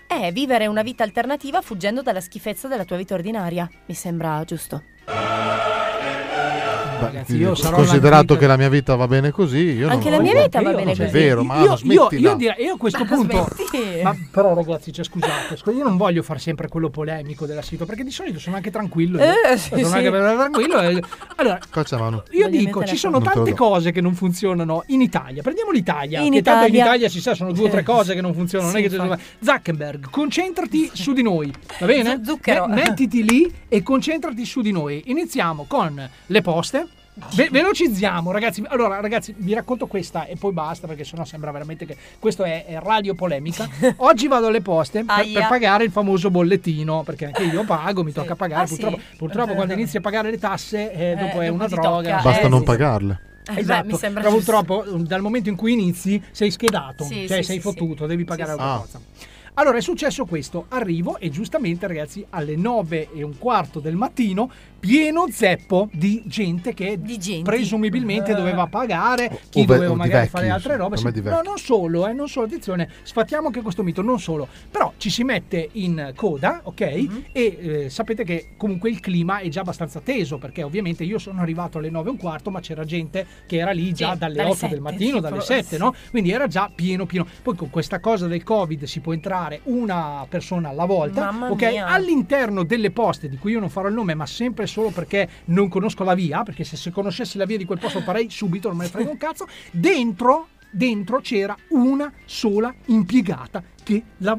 [SPEAKER 12] È Eh, vivere una vita alternativa fuggendo dalla schifezza della tua vita ordinaria. Mi sembra giusto.
[SPEAKER 3] Beh,
[SPEAKER 4] Ragazzi, io sarò
[SPEAKER 3] considerato
[SPEAKER 4] l'antitesi-
[SPEAKER 3] che la mia vita va bene così, io
[SPEAKER 12] Anche
[SPEAKER 3] non
[SPEAKER 12] la mia vita va
[SPEAKER 3] Io-
[SPEAKER 12] bene
[SPEAKER 3] cioè, È
[SPEAKER 12] così.
[SPEAKER 3] vero, ma
[SPEAKER 4] io, io,
[SPEAKER 3] smettila.
[SPEAKER 4] io direi, io a questo punto. Ma però, ragazzi, cioè, scusate, scu- io non voglio fare sempre quello polemico della situazione, perché di solito sono anche tranquillo. io.
[SPEAKER 12] Eh, sì,
[SPEAKER 4] sono
[SPEAKER 12] sì.
[SPEAKER 4] anche tranquillo. eh. Allora,
[SPEAKER 3] Faccia mano.
[SPEAKER 4] Io dico, ci sono
[SPEAKER 3] Non te lo
[SPEAKER 4] tante
[SPEAKER 3] do.
[SPEAKER 4] cose che non funzionano in Italia. Prendiamo l'Italia,
[SPEAKER 12] In
[SPEAKER 4] che tanto in
[SPEAKER 12] Italia.
[SPEAKER 4] Italia si sa, sono due o tre cose che non funzionano. non è
[SPEAKER 12] Sì,
[SPEAKER 4] che ci
[SPEAKER 12] infatti.
[SPEAKER 4] sono- Zuckerberg, concentrati su di noi, va bene?
[SPEAKER 12] Zu- zucchero.
[SPEAKER 4] Me- mettiti lì e concentrati su di noi. Iniziamo con le poste. Ve- velocizziamo, ragazzi. Allora, ragazzi, vi racconto questa e poi basta perché sennò sembra veramente che questo è, è radio polemica. Oggi vado alle poste per,
[SPEAKER 17] Aia.
[SPEAKER 4] per pagare il famoso bollettino perché anche io pago, mi tocca pagare.
[SPEAKER 17] Ah, sì?
[SPEAKER 4] purtroppo,
[SPEAKER 12] Eh,
[SPEAKER 4] purtroppo quando inizi a pagare le tasse, eh, dopo è
[SPEAKER 17] dopo
[SPEAKER 4] una
[SPEAKER 17] ti
[SPEAKER 4] droga.
[SPEAKER 17] tocca,
[SPEAKER 3] Basta
[SPEAKER 4] Eh,
[SPEAKER 3] non
[SPEAKER 4] sì, sì.
[SPEAKER 3] pagarle.
[SPEAKER 12] beh,
[SPEAKER 4] Esatto,
[SPEAKER 12] mi sembra
[SPEAKER 4] però
[SPEAKER 12] giusto.
[SPEAKER 4] purtroppo dal momento in cui inizi sei schedato,
[SPEAKER 12] Sì,
[SPEAKER 4] cioè
[SPEAKER 12] sì,
[SPEAKER 4] sei
[SPEAKER 12] sì,
[SPEAKER 4] fottuto, devi pagare
[SPEAKER 12] Sì,
[SPEAKER 3] Ah.
[SPEAKER 12] sì.
[SPEAKER 4] qualcosa. Allora è successo questo, arrivo e giustamente ragazzi alle 9 e un quarto del mattino pieno zeppo di gente che presumibilmente doveva pagare, chi
[SPEAKER 3] o ve- o
[SPEAKER 4] doveva
[SPEAKER 3] di
[SPEAKER 4] magari
[SPEAKER 3] vecchi,
[SPEAKER 4] fare altre
[SPEAKER 3] insomma,
[SPEAKER 4] robe.
[SPEAKER 3] per
[SPEAKER 4] Sì,
[SPEAKER 3] me di
[SPEAKER 4] no,
[SPEAKER 3] vecchi.
[SPEAKER 4] non solo, eh, non solo, attenzione, sfattiamo anche questo mito, non solo, però ci si mette in coda, ok? E eh, sapete che comunque il clima è già abbastanza teso perché ovviamente io sono arrivato alle 9 e un quarto ma c'era gente che era lì già
[SPEAKER 17] Sì,
[SPEAKER 4] dalle,
[SPEAKER 17] dalle
[SPEAKER 4] 8
[SPEAKER 17] sette,
[SPEAKER 4] del mattino, dalle
[SPEAKER 17] tipo,
[SPEAKER 4] 7,
[SPEAKER 17] sì.
[SPEAKER 4] no? Quindi era già pieno pieno. Poi con questa cosa del Covid si può entrare una persona alla volta,
[SPEAKER 17] Mamma
[SPEAKER 4] ok?
[SPEAKER 17] mia.
[SPEAKER 4] All'interno delle poste di cui io non farò il nome, ma sempre e solo perché non conosco la via, perché se, se conoscessi la via di quel posto farei subito, non me ne frega un cazzo, dentro dentro c'era una sola impiegata che la-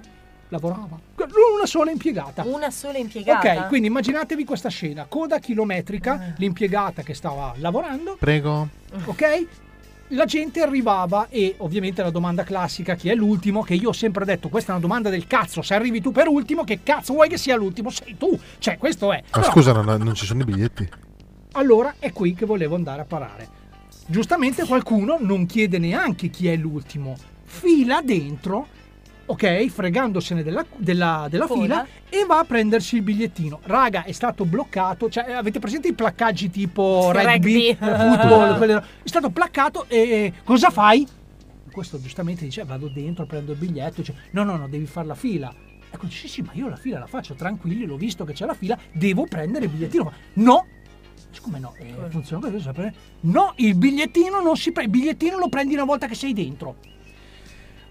[SPEAKER 4] lavorava. Una sola impiegata.
[SPEAKER 12] Una sola impiegata.
[SPEAKER 4] Ok, quindi immaginatevi questa scena, coda chilometrica, l'impiegata che stava lavorando,
[SPEAKER 3] Prego.
[SPEAKER 4] ok? La gente arrivava e ovviamente la domanda classica chi è l'ultimo, che io ho sempre detto questa è una domanda del cazzo, se arrivi tu per ultimo che cazzo vuoi che sia l'ultimo? Sei tu, cioè questo è.
[SPEAKER 3] Ma
[SPEAKER 4] Però,
[SPEAKER 3] scusa, non, non ci sono i biglietti.
[SPEAKER 4] allora è qui che volevo andare a parare. Giustamente qualcuno non chiede neanche chi è l'ultimo, fila dentro, ok, fregandosene della, della- della
[SPEAKER 17] Coda.
[SPEAKER 4] fila e va a prendersi il bigliettino. Raga, è stato bloccato, cioè eh, avete presente i placcaggi tipo
[SPEAKER 17] Sì,
[SPEAKER 4] rugby,
[SPEAKER 17] rugby.
[SPEAKER 4] eh, football, quelle ro- è stato placcato e eh, cosa fai? Questo giustamente dice vado dentro, prendo il biglietto, dice, no no no, devi fare la fila. Ecco, dice, sì sì, ma io la fila la faccio tranquilli, l'ho visto che c'è la fila, devo prendere il bigliettino. Ma No, Siccome no, eh, funziona così, bisogna prendere- No, il bigliettino non si prende, il bigliettino lo prendi una volta che sei dentro.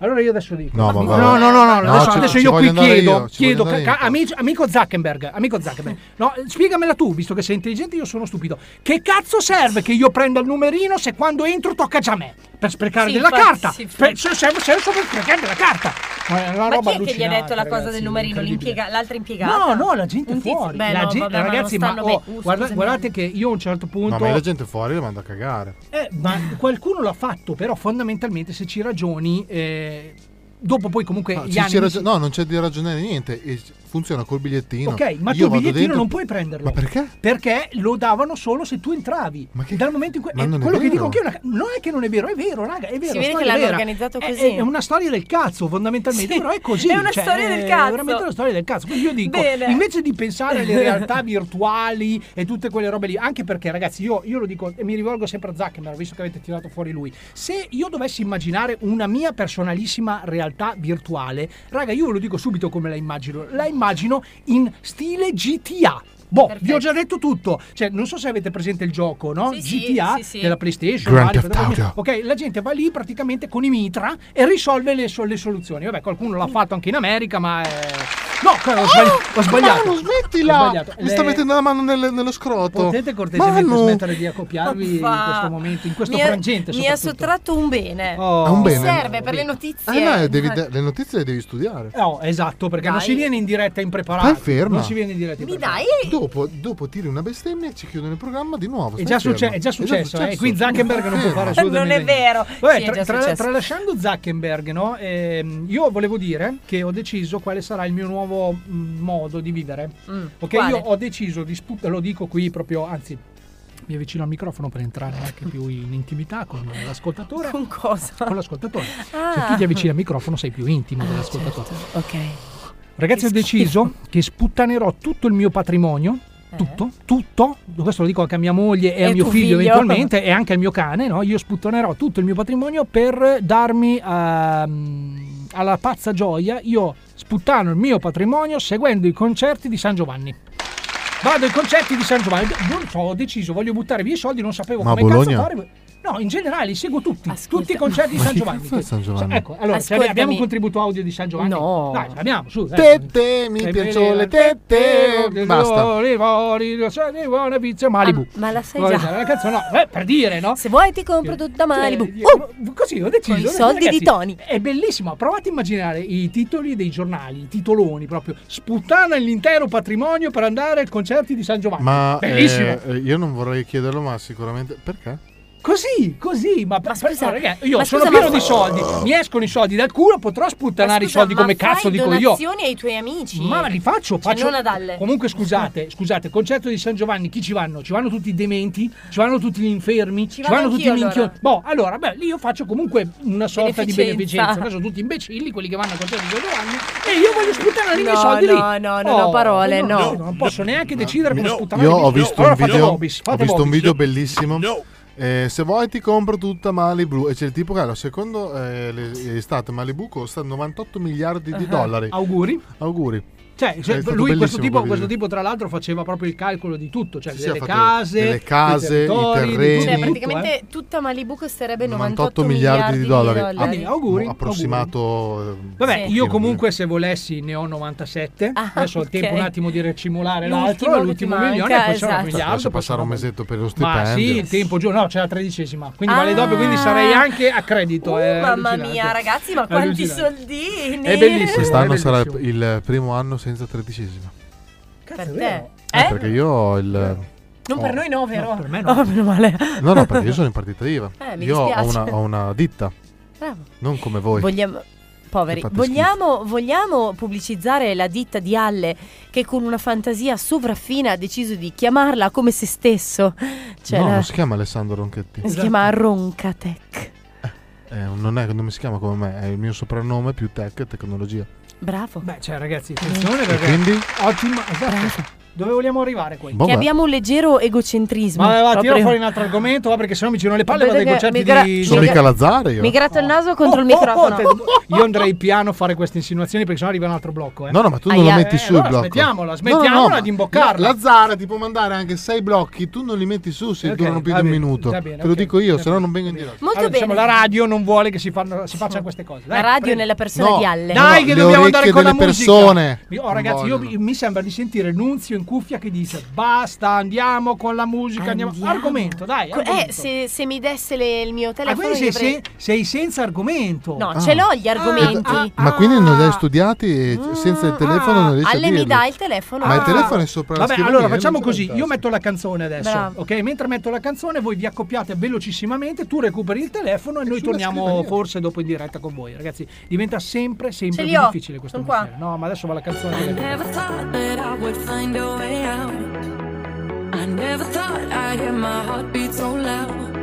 [SPEAKER 4] Allora io adesso dico,
[SPEAKER 3] No,
[SPEAKER 4] ma-
[SPEAKER 3] ma
[SPEAKER 4] no,
[SPEAKER 3] va-
[SPEAKER 4] no, no, no,
[SPEAKER 3] No,
[SPEAKER 4] adesso,
[SPEAKER 3] ci-
[SPEAKER 4] adesso
[SPEAKER 3] ci
[SPEAKER 4] io
[SPEAKER 3] voglio
[SPEAKER 4] qui
[SPEAKER 3] andare
[SPEAKER 4] chiedo,
[SPEAKER 3] io, ci
[SPEAKER 4] chiedo
[SPEAKER 3] voglio andare
[SPEAKER 4] ca-
[SPEAKER 3] io.
[SPEAKER 4] amici- amico Zuckerberg, amico Zuckerberg, no, eh, spiegamela tu, visto che sei intelligente, io sono stupido. Che cazzo serve che io prenda il numerino se quando entro tocca già a me? Per sprecare
[SPEAKER 12] Sì,
[SPEAKER 4] della
[SPEAKER 12] infatti,
[SPEAKER 4] carta,
[SPEAKER 12] sì, infatti.
[SPEAKER 4] per, se- se- se- per sprecare della carta. Ma, è una
[SPEAKER 12] Ma chi è
[SPEAKER 4] roba
[SPEAKER 12] che gli ha
[SPEAKER 4] allucinante,
[SPEAKER 12] detto la cosa
[SPEAKER 4] ragazzi,
[SPEAKER 12] del numerino?
[SPEAKER 4] incredibile.
[SPEAKER 12] L'impiega- l'altra impiegata?
[SPEAKER 4] No, no, la gente
[SPEAKER 12] Un
[SPEAKER 4] è
[SPEAKER 12] tizio-
[SPEAKER 4] fuori.
[SPEAKER 12] Beh,
[SPEAKER 4] la
[SPEAKER 12] no,
[SPEAKER 4] gente-
[SPEAKER 12] vabbè, ma non
[SPEAKER 4] ragazzi, ma,
[SPEAKER 12] stanno
[SPEAKER 4] oh,
[SPEAKER 12] bene. Uh,
[SPEAKER 4] guarda-
[SPEAKER 12] scusami.
[SPEAKER 4] guardate che io a un certo punto.
[SPEAKER 3] No, ma io la gente fuori le mando a cagare.
[SPEAKER 4] Eh, ma qualcuno l'ha fatto, però fondamentalmente se ci ragioni eh, dopo poi comunque
[SPEAKER 3] No,
[SPEAKER 4] gli
[SPEAKER 3] Ah, ci-
[SPEAKER 4] anni...
[SPEAKER 3] ci ragion- no, non c'è di ragionare niente. e funziona col bigliettino.
[SPEAKER 4] Ok, ma
[SPEAKER 3] Io vado
[SPEAKER 4] tu il bigliettino
[SPEAKER 3] dentro-
[SPEAKER 4] non puoi prenderlo.
[SPEAKER 3] Ma perché?
[SPEAKER 4] Perché lo davano solo se tu entravi. Dal momento in cui.
[SPEAKER 3] Ma
[SPEAKER 4] eh,
[SPEAKER 3] non è
[SPEAKER 4] quello che
[SPEAKER 3] vero.
[SPEAKER 4] dico anch'io è una- non è che non è vero, è vero, raga. È vero.
[SPEAKER 12] Si vede
[SPEAKER 4] storia
[SPEAKER 12] che l'hanno
[SPEAKER 4] vera.
[SPEAKER 12] organizzato
[SPEAKER 4] È-
[SPEAKER 12] così.
[SPEAKER 4] È, una storia del cazzo, fondamentalmente.
[SPEAKER 12] Sì,
[SPEAKER 4] Però è così.
[SPEAKER 12] è una
[SPEAKER 4] cioè,
[SPEAKER 12] storia del
[SPEAKER 4] È
[SPEAKER 12] cazzo.
[SPEAKER 4] veramente una storia del cazzo. Quindi io dico:
[SPEAKER 12] Bene.
[SPEAKER 4] invece di pensare alle realtà virtuali e tutte quelle robe lì, anche perché, ragazzi, io, io lo dico e mi rivolgo sempre a Zuckerberg, visto che avete tirato fuori lui. Se io dovessi immaginare una mia personalissima realtà virtuale, raga, io ve lo dico subito come la immagino. La immagino in stile GTA. Boh, vi ho già detto tutto. Cioè, non so se avete presente il gioco, no?
[SPEAKER 8] Sì, sì,
[SPEAKER 4] GTA
[SPEAKER 8] sì, sì.
[SPEAKER 4] della PlayStation.
[SPEAKER 3] Grand
[SPEAKER 4] Mario,
[SPEAKER 3] Theft
[SPEAKER 4] cosa-
[SPEAKER 3] Auto.
[SPEAKER 4] Ok, la gente va lì praticamente con i mitra e risolve le, sol- le soluzioni. Vabbè, qualcuno l'ha fatto anche in America, ma. eh, No, ho, sbagli- ho sbagliato.
[SPEAKER 3] Ah, Manu,
[SPEAKER 4] Ho
[SPEAKER 3] smettila!
[SPEAKER 4] sbagliato.
[SPEAKER 3] Mi sta
[SPEAKER 4] Le-
[SPEAKER 3] mettendo la mano nel- nello scroto.
[SPEAKER 4] Potete cortesemente
[SPEAKER 3] Manu!
[SPEAKER 4] smettere di accoppiarvi
[SPEAKER 12] Ma
[SPEAKER 4] in
[SPEAKER 12] va.
[SPEAKER 4] questo momento, in questo
[SPEAKER 12] mi ha-
[SPEAKER 4] frangente
[SPEAKER 12] Mi ha
[SPEAKER 4] soprattutto.
[SPEAKER 12] sottratto un bene.
[SPEAKER 4] Oh.
[SPEAKER 3] Ah, Un
[SPEAKER 12] Mi
[SPEAKER 3] bene.
[SPEAKER 12] serve per le notizie.
[SPEAKER 3] Eh, no, devi- le notizie le devi studiare.
[SPEAKER 4] No, esatto, perché non
[SPEAKER 12] Dai.
[SPEAKER 4] si viene in diretta impreparati.
[SPEAKER 3] Stai ferma.
[SPEAKER 4] Non si viene in diretta
[SPEAKER 12] Mi
[SPEAKER 4] impreparati.
[SPEAKER 12] dai?
[SPEAKER 3] Dopo, dopo tiri una bestemmia e ci chiudono il programma di nuovo.
[SPEAKER 4] È
[SPEAKER 3] stai
[SPEAKER 4] già,
[SPEAKER 3] ferma.
[SPEAKER 4] succe- è già successo, eh, qui Zuckerberg non può
[SPEAKER 3] Ferma.
[SPEAKER 4] fare assolutamente
[SPEAKER 12] Non è vero.
[SPEAKER 4] niente. Vabbè,
[SPEAKER 12] Sì, è
[SPEAKER 4] tra-
[SPEAKER 12] già
[SPEAKER 4] tra-
[SPEAKER 12] successo.
[SPEAKER 4] tralasciando Zuckerberg, no, ehm, io volevo dire che ho deciso quale sarà il mio nuovo mh, modo di vivere.
[SPEAKER 12] Mm,
[SPEAKER 4] Ok,
[SPEAKER 12] quale?
[SPEAKER 4] io ho deciso di sputare, lo dico qui proprio, anzi mi avvicino al microfono per entrare anche più in intimità con l'ascoltatore. Con
[SPEAKER 12] cosa?
[SPEAKER 4] Con l'ascoltatore. Se
[SPEAKER 12] Ah. certo.
[SPEAKER 4] tu ti avvicini al microfono sei più intimo dell'ascoltatore.
[SPEAKER 12] Ok.
[SPEAKER 4] Ragazzi, ho deciso che sputtanerò tutto il mio patrimonio. Tutto, tutto, questo lo dico anche a mia moglie e,
[SPEAKER 12] Eh? E
[SPEAKER 4] a mio
[SPEAKER 12] tuo figlio.
[SPEAKER 4] figlio, eventualmente e anche al mio cane, no? io sputtanerò tutto il mio patrimonio per darmi ehm, alla pazza gioia, io sputtano il mio patrimonio seguendo i concerti di San Giovanni. Vado ai concerti di San Giovanni, non so, ho deciso, voglio buttare via i soldi, non sapevo
[SPEAKER 3] Ma a
[SPEAKER 4] come
[SPEAKER 3] Bologna?
[SPEAKER 4] cazzo fare. No, in generale li seguo tutti, tutti i concerti di
[SPEAKER 3] Ma
[SPEAKER 4] San
[SPEAKER 3] che
[SPEAKER 4] Giovanni.
[SPEAKER 3] cazzo è San Giovanni?
[SPEAKER 4] Ecco, allora, se
[SPEAKER 12] Ascoltami.
[SPEAKER 4] abbiamo un contributo audio di San Giovanni. No. Dai, abbiamo, su. dai.
[SPEAKER 3] Tette, mi
[SPEAKER 4] Eh,
[SPEAKER 3] piacciono le
[SPEAKER 4] eh,
[SPEAKER 3] tette.
[SPEAKER 4] eh,
[SPEAKER 3] Basta.
[SPEAKER 4] vuole, vuole, lo sa, ne vuole pizza Malibu.
[SPEAKER 12] Ah, ma la sai
[SPEAKER 4] Vuole
[SPEAKER 12] già.
[SPEAKER 4] fare La canzone, no, eh, per dire, no?
[SPEAKER 12] Se vuoi ti compro tutta Malibu.
[SPEAKER 4] Eh,
[SPEAKER 12] Oh!
[SPEAKER 4] Così ho deciso.
[SPEAKER 12] Con i
[SPEAKER 4] ho detto,
[SPEAKER 12] soldi di Tony.
[SPEAKER 4] È bellissimo. Provate a immaginare i titoli dei giornali, i titoloni proprio. Sputtana l'intero patrimonio per andare ai concerti di San Giovanni.
[SPEAKER 3] Ma eh,
[SPEAKER 4] Bellissimo.
[SPEAKER 3] eh, io non vorrei chiederlo, ma sicuramente. Perché?
[SPEAKER 4] Così, così, ma, per- per- no, ragazzi, io
[SPEAKER 12] ma
[SPEAKER 4] sono
[SPEAKER 12] scusa,
[SPEAKER 4] pieno
[SPEAKER 12] ma-
[SPEAKER 4] di soldi, mi escono i soldi dal culo, potrò sputtanare i
[SPEAKER 12] Scusa,
[SPEAKER 4] soldi
[SPEAKER 12] ma
[SPEAKER 4] come cazzo
[SPEAKER 12] fai
[SPEAKER 4] dico io.
[SPEAKER 12] donazioni ai tuoi amici.
[SPEAKER 4] Ma li faccio,
[SPEAKER 12] Cioè,
[SPEAKER 4] faccio.
[SPEAKER 12] non a dalle.
[SPEAKER 4] Comunque scusate, scusate, concerto di San Giovanni, chi ci vanno? Ci vanno tutti i dementi? Ci vanno tutti gli infermi? Ci,
[SPEAKER 12] vado
[SPEAKER 4] vanno tutti
[SPEAKER 12] anch'io,
[SPEAKER 4] gli
[SPEAKER 12] allora.
[SPEAKER 4] minchioni? Boh, allora, beh, lì io faccio comunque una sorta di
[SPEAKER 12] Beneficenza.
[SPEAKER 4] beneficenza. Poi sono tutti imbecilli quelli che vanno al concerto di San Giovanni e io voglio sputtanare i miei
[SPEAKER 12] No,
[SPEAKER 4] soldi lì.
[SPEAKER 12] no,
[SPEAKER 4] Oh,
[SPEAKER 12] no, non ho parole, no.
[SPEAKER 4] io Non posso neanche decidere come sputtanare
[SPEAKER 3] Io
[SPEAKER 4] i miei
[SPEAKER 3] ho visto
[SPEAKER 4] Allora
[SPEAKER 3] un
[SPEAKER 4] fate
[SPEAKER 3] video,
[SPEAKER 4] Bobis,
[SPEAKER 3] ho
[SPEAKER 4] fate
[SPEAKER 3] visto un
[SPEAKER 4] Bobis.
[SPEAKER 3] video bellissimo. Eh, se vuoi ti compro tutta Malibu e c'è il tipo che allora, secondo eh, le- l'estate Malibu costa 98 miliardi di
[SPEAKER 4] Ah,
[SPEAKER 3] dollari.
[SPEAKER 4] Auguri.
[SPEAKER 3] Auguri.
[SPEAKER 4] Cioè, cioè,
[SPEAKER 3] È stato
[SPEAKER 4] lui, questo
[SPEAKER 3] bellissimo
[SPEAKER 4] tipo,
[SPEAKER 3] quel
[SPEAKER 4] questo
[SPEAKER 3] video.
[SPEAKER 4] tipo, tra l'altro, faceva proprio il calcolo di tutto: cioè
[SPEAKER 3] Sì, sì,
[SPEAKER 4] delle
[SPEAKER 3] ha fatto
[SPEAKER 4] case,
[SPEAKER 3] delle
[SPEAKER 4] dei
[SPEAKER 3] case, i
[SPEAKER 4] territori, di tutto,
[SPEAKER 3] terreni.
[SPEAKER 4] tutto,
[SPEAKER 12] Cioè,
[SPEAKER 3] Tutto,
[SPEAKER 12] praticamente
[SPEAKER 4] eh.
[SPEAKER 12] tutta Malibu costerebbe
[SPEAKER 3] 98
[SPEAKER 12] 98
[SPEAKER 3] miliardi di dollari. Ah,
[SPEAKER 4] Quindi, auguri,
[SPEAKER 3] Mo- Approssimato. eh,
[SPEAKER 4] Vabbè,
[SPEAKER 3] un
[SPEAKER 4] io
[SPEAKER 3] pochino.
[SPEAKER 4] comunque se volessi ne ho 97. Adesso ho il tempo
[SPEAKER 12] Ah, ok.
[SPEAKER 4] un attimo di recimolare
[SPEAKER 12] L'ultimo
[SPEAKER 4] l'altro,
[SPEAKER 12] che ti
[SPEAKER 4] l'ultimo
[SPEAKER 12] manca,
[SPEAKER 4] milione, e poi sarà un
[SPEAKER 12] esatto.
[SPEAKER 4] miliardo.
[SPEAKER 3] Lascia
[SPEAKER 4] poi
[SPEAKER 3] passare
[SPEAKER 4] sarà
[SPEAKER 3] un mesetto per lo stipendio.
[SPEAKER 4] Ma sì, il tempo giù, no, c'è la tredicesima, quindi vale doppio, quindi
[SPEAKER 12] Ah.
[SPEAKER 4] sarei anche a credito.
[SPEAKER 12] Uh,
[SPEAKER 4] è
[SPEAKER 12] mamma
[SPEAKER 4] Eh, allucinante.
[SPEAKER 12] mia, ragazzi, ma quanti
[SPEAKER 4] Allucinante.
[SPEAKER 12] soldini!
[SPEAKER 4] È bellissimo.
[SPEAKER 3] Quest'anno
[SPEAKER 4] è
[SPEAKER 3] sarà
[SPEAKER 4] bellissimo.
[SPEAKER 3] il primo anno senza tredicesima.
[SPEAKER 12] Per te.
[SPEAKER 3] Eh,
[SPEAKER 12] Eh?
[SPEAKER 3] Perché io ho il.
[SPEAKER 12] Non per noi no, vero?
[SPEAKER 4] per me no.
[SPEAKER 12] Ah, meno male.
[SPEAKER 3] No, no, perché io sono in partita IVA.
[SPEAKER 12] Eh, mi
[SPEAKER 3] io ho
[SPEAKER 12] dispiace.
[SPEAKER 3] una, ho una ditta,
[SPEAKER 12] Bravo.
[SPEAKER 3] non come voi.
[SPEAKER 12] Vogliamo... Poveri,
[SPEAKER 3] Che fate
[SPEAKER 12] vogliamo, vogliamo pubblicizzare la ditta di Alle che con una fantasia sovraffina ha deciso di chiamarla come se stesso. Cioè,
[SPEAKER 3] no,
[SPEAKER 12] la-
[SPEAKER 3] non si chiama Alessandro Ronchetti.
[SPEAKER 4] Esatto.
[SPEAKER 12] si chiama Roncatec.
[SPEAKER 3] Eh, non, è- non mi si chiama come me, è il mio soprannome più tech e tecnologia.
[SPEAKER 12] Bravo. Mm.
[SPEAKER 4] Beh, cioè, ragazzi, attenzione
[SPEAKER 3] E
[SPEAKER 4] perché.
[SPEAKER 3] quindi?
[SPEAKER 4] Ottimo, esatto. Dove vogliamo arrivare qua?
[SPEAKER 12] Che abbiamo un leggero egocentrismo.
[SPEAKER 4] Ma va, tira
[SPEAKER 12] proprio.
[SPEAKER 4] fuori un altro argomento, va, perché sennò mi girano le palle e vado
[SPEAKER 12] Vedete
[SPEAKER 4] ai
[SPEAKER 12] che
[SPEAKER 4] concerti
[SPEAKER 12] mi gra-
[SPEAKER 4] di...
[SPEAKER 3] Sono
[SPEAKER 4] di-
[SPEAKER 3] mica Lazzare io.
[SPEAKER 12] Mi gratto il naso contro il
[SPEAKER 4] Oh, oh,
[SPEAKER 12] microfono.
[SPEAKER 4] oh, te- io andrei piano a fare queste insinuazioni perché sennò arriva un altro blocco. Eh.
[SPEAKER 3] No, no, ma tu non lo
[SPEAKER 12] Aia.
[SPEAKER 3] metti
[SPEAKER 12] Eh,
[SPEAKER 3] su
[SPEAKER 4] allora
[SPEAKER 3] il blocco.
[SPEAKER 4] smettiamola,
[SPEAKER 3] No,
[SPEAKER 4] smettiamola
[SPEAKER 3] no, no,
[SPEAKER 4] di imboccarla.
[SPEAKER 3] la- Lazzara ti può mandare anche sei blocchi, tu non li metti su se
[SPEAKER 4] Ok,
[SPEAKER 3] durano più
[SPEAKER 4] va
[SPEAKER 3] di un
[SPEAKER 4] bene,
[SPEAKER 3] minuto.
[SPEAKER 4] va bene,
[SPEAKER 3] Te lo
[SPEAKER 4] ok,
[SPEAKER 3] dico io, se no non vengo in diretta.
[SPEAKER 12] Molto
[SPEAKER 4] Allora,
[SPEAKER 12] bene.
[SPEAKER 4] diciamo, la radio non vuole che si, fanno- si facciano queste cose.
[SPEAKER 12] La radio nella persona
[SPEAKER 3] No,
[SPEAKER 12] di Alle.
[SPEAKER 3] no,
[SPEAKER 4] Dai, che
[SPEAKER 3] le
[SPEAKER 4] dobbiamo rispondere
[SPEAKER 3] orecchie
[SPEAKER 4] con la
[SPEAKER 3] delle
[SPEAKER 4] musica.
[SPEAKER 3] persone.
[SPEAKER 4] Mi- Oh, ragazzi, io mi- mi sembra di sentire Nunzio in cuffia che dice basta, andiamo con la musica, andiamo. Argomento, dai.
[SPEAKER 12] Eh,
[SPEAKER 4] argomento.
[SPEAKER 12] se, se mi desse le- il mio
[SPEAKER 4] Ah,
[SPEAKER 12] telefono.
[SPEAKER 4] quindi sei,
[SPEAKER 12] gli avrei-
[SPEAKER 4] sei- sei senza argomento.
[SPEAKER 12] No,
[SPEAKER 3] Ah.
[SPEAKER 12] ce l'ho
[SPEAKER 4] Ah.
[SPEAKER 12] gli argomenti.
[SPEAKER 3] Ma quindi non li hai studiati e senza il telefono non riesci a
[SPEAKER 12] Ah. Mm. Alle mi
[SPEAKER 3] dirlo.
[SPEAKER 12] dà il telefono. Ah.
[SPEAKER 3] Ma il telefono è sopra la
[SPEAKER 4] Vabbè,
[SPEAKER 3] scrivania,
[SPEAKER 4] allora
[SPEAKER 3] non
[SPEAKER 4] facciamo
[SPEAKER 3] c'è
[SPEAKER 4] così:
[SPEAKER 3] in
[SPEAKER 4] io metto la canzone adesso,
[SPEAKER 12] Bravo.
[SPEAKER 4] ok? Mentre metto la canzone, voi vi accoppiate velocissimamente, tu recuperi il telefono e, noi torniamo forse dopo in diretta con voi, ragazzi. Diventa sempre, sempre
[SPEAKER 8] Ce li
[SPEAKER 4] più
[SPEAKER 8] ho,
[SPEAKER 4] difficile questo
[SPEAKER 8] son qua. Eh,
[SPEAKER 4] mestiere. No, ma adesso va la canzone.
[SPEAKER 8] I
[SPEAKER 4] della-
[SPEAKER 8] never thought that I would find a way out. I never thought I'd hear my heartbeat so loud.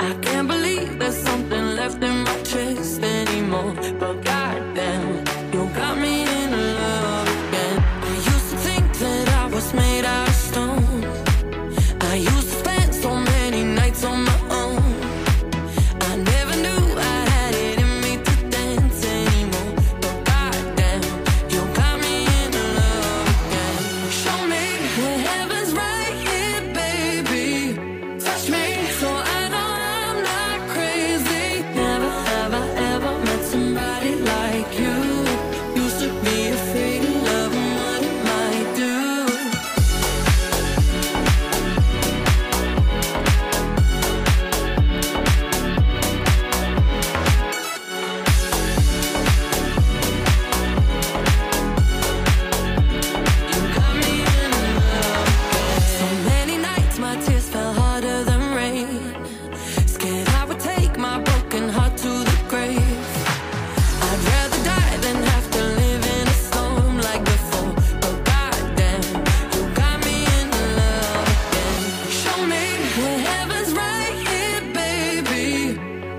[SPEAKER 8] I can't believe there's something left in my chest anymore. But goddamn, you got me in love again. I used to think that I was made out of stone. I used to spend so many nights on my own. I never knew I had it in me to dance anymore. But goddamn. You got me in love again. Show me that heaven's right here, baby. Touch me so I know I'm not crazy. Never have I ever met somebody like you. Used to be afraid of love and what it might do. So many nights my tears fell harder than rain. Scared I would take my broken heart to the grave. I'd rather die than have to live in a storm like before. But goddamn, you got me in love again. Show me that heaven's right here, baby.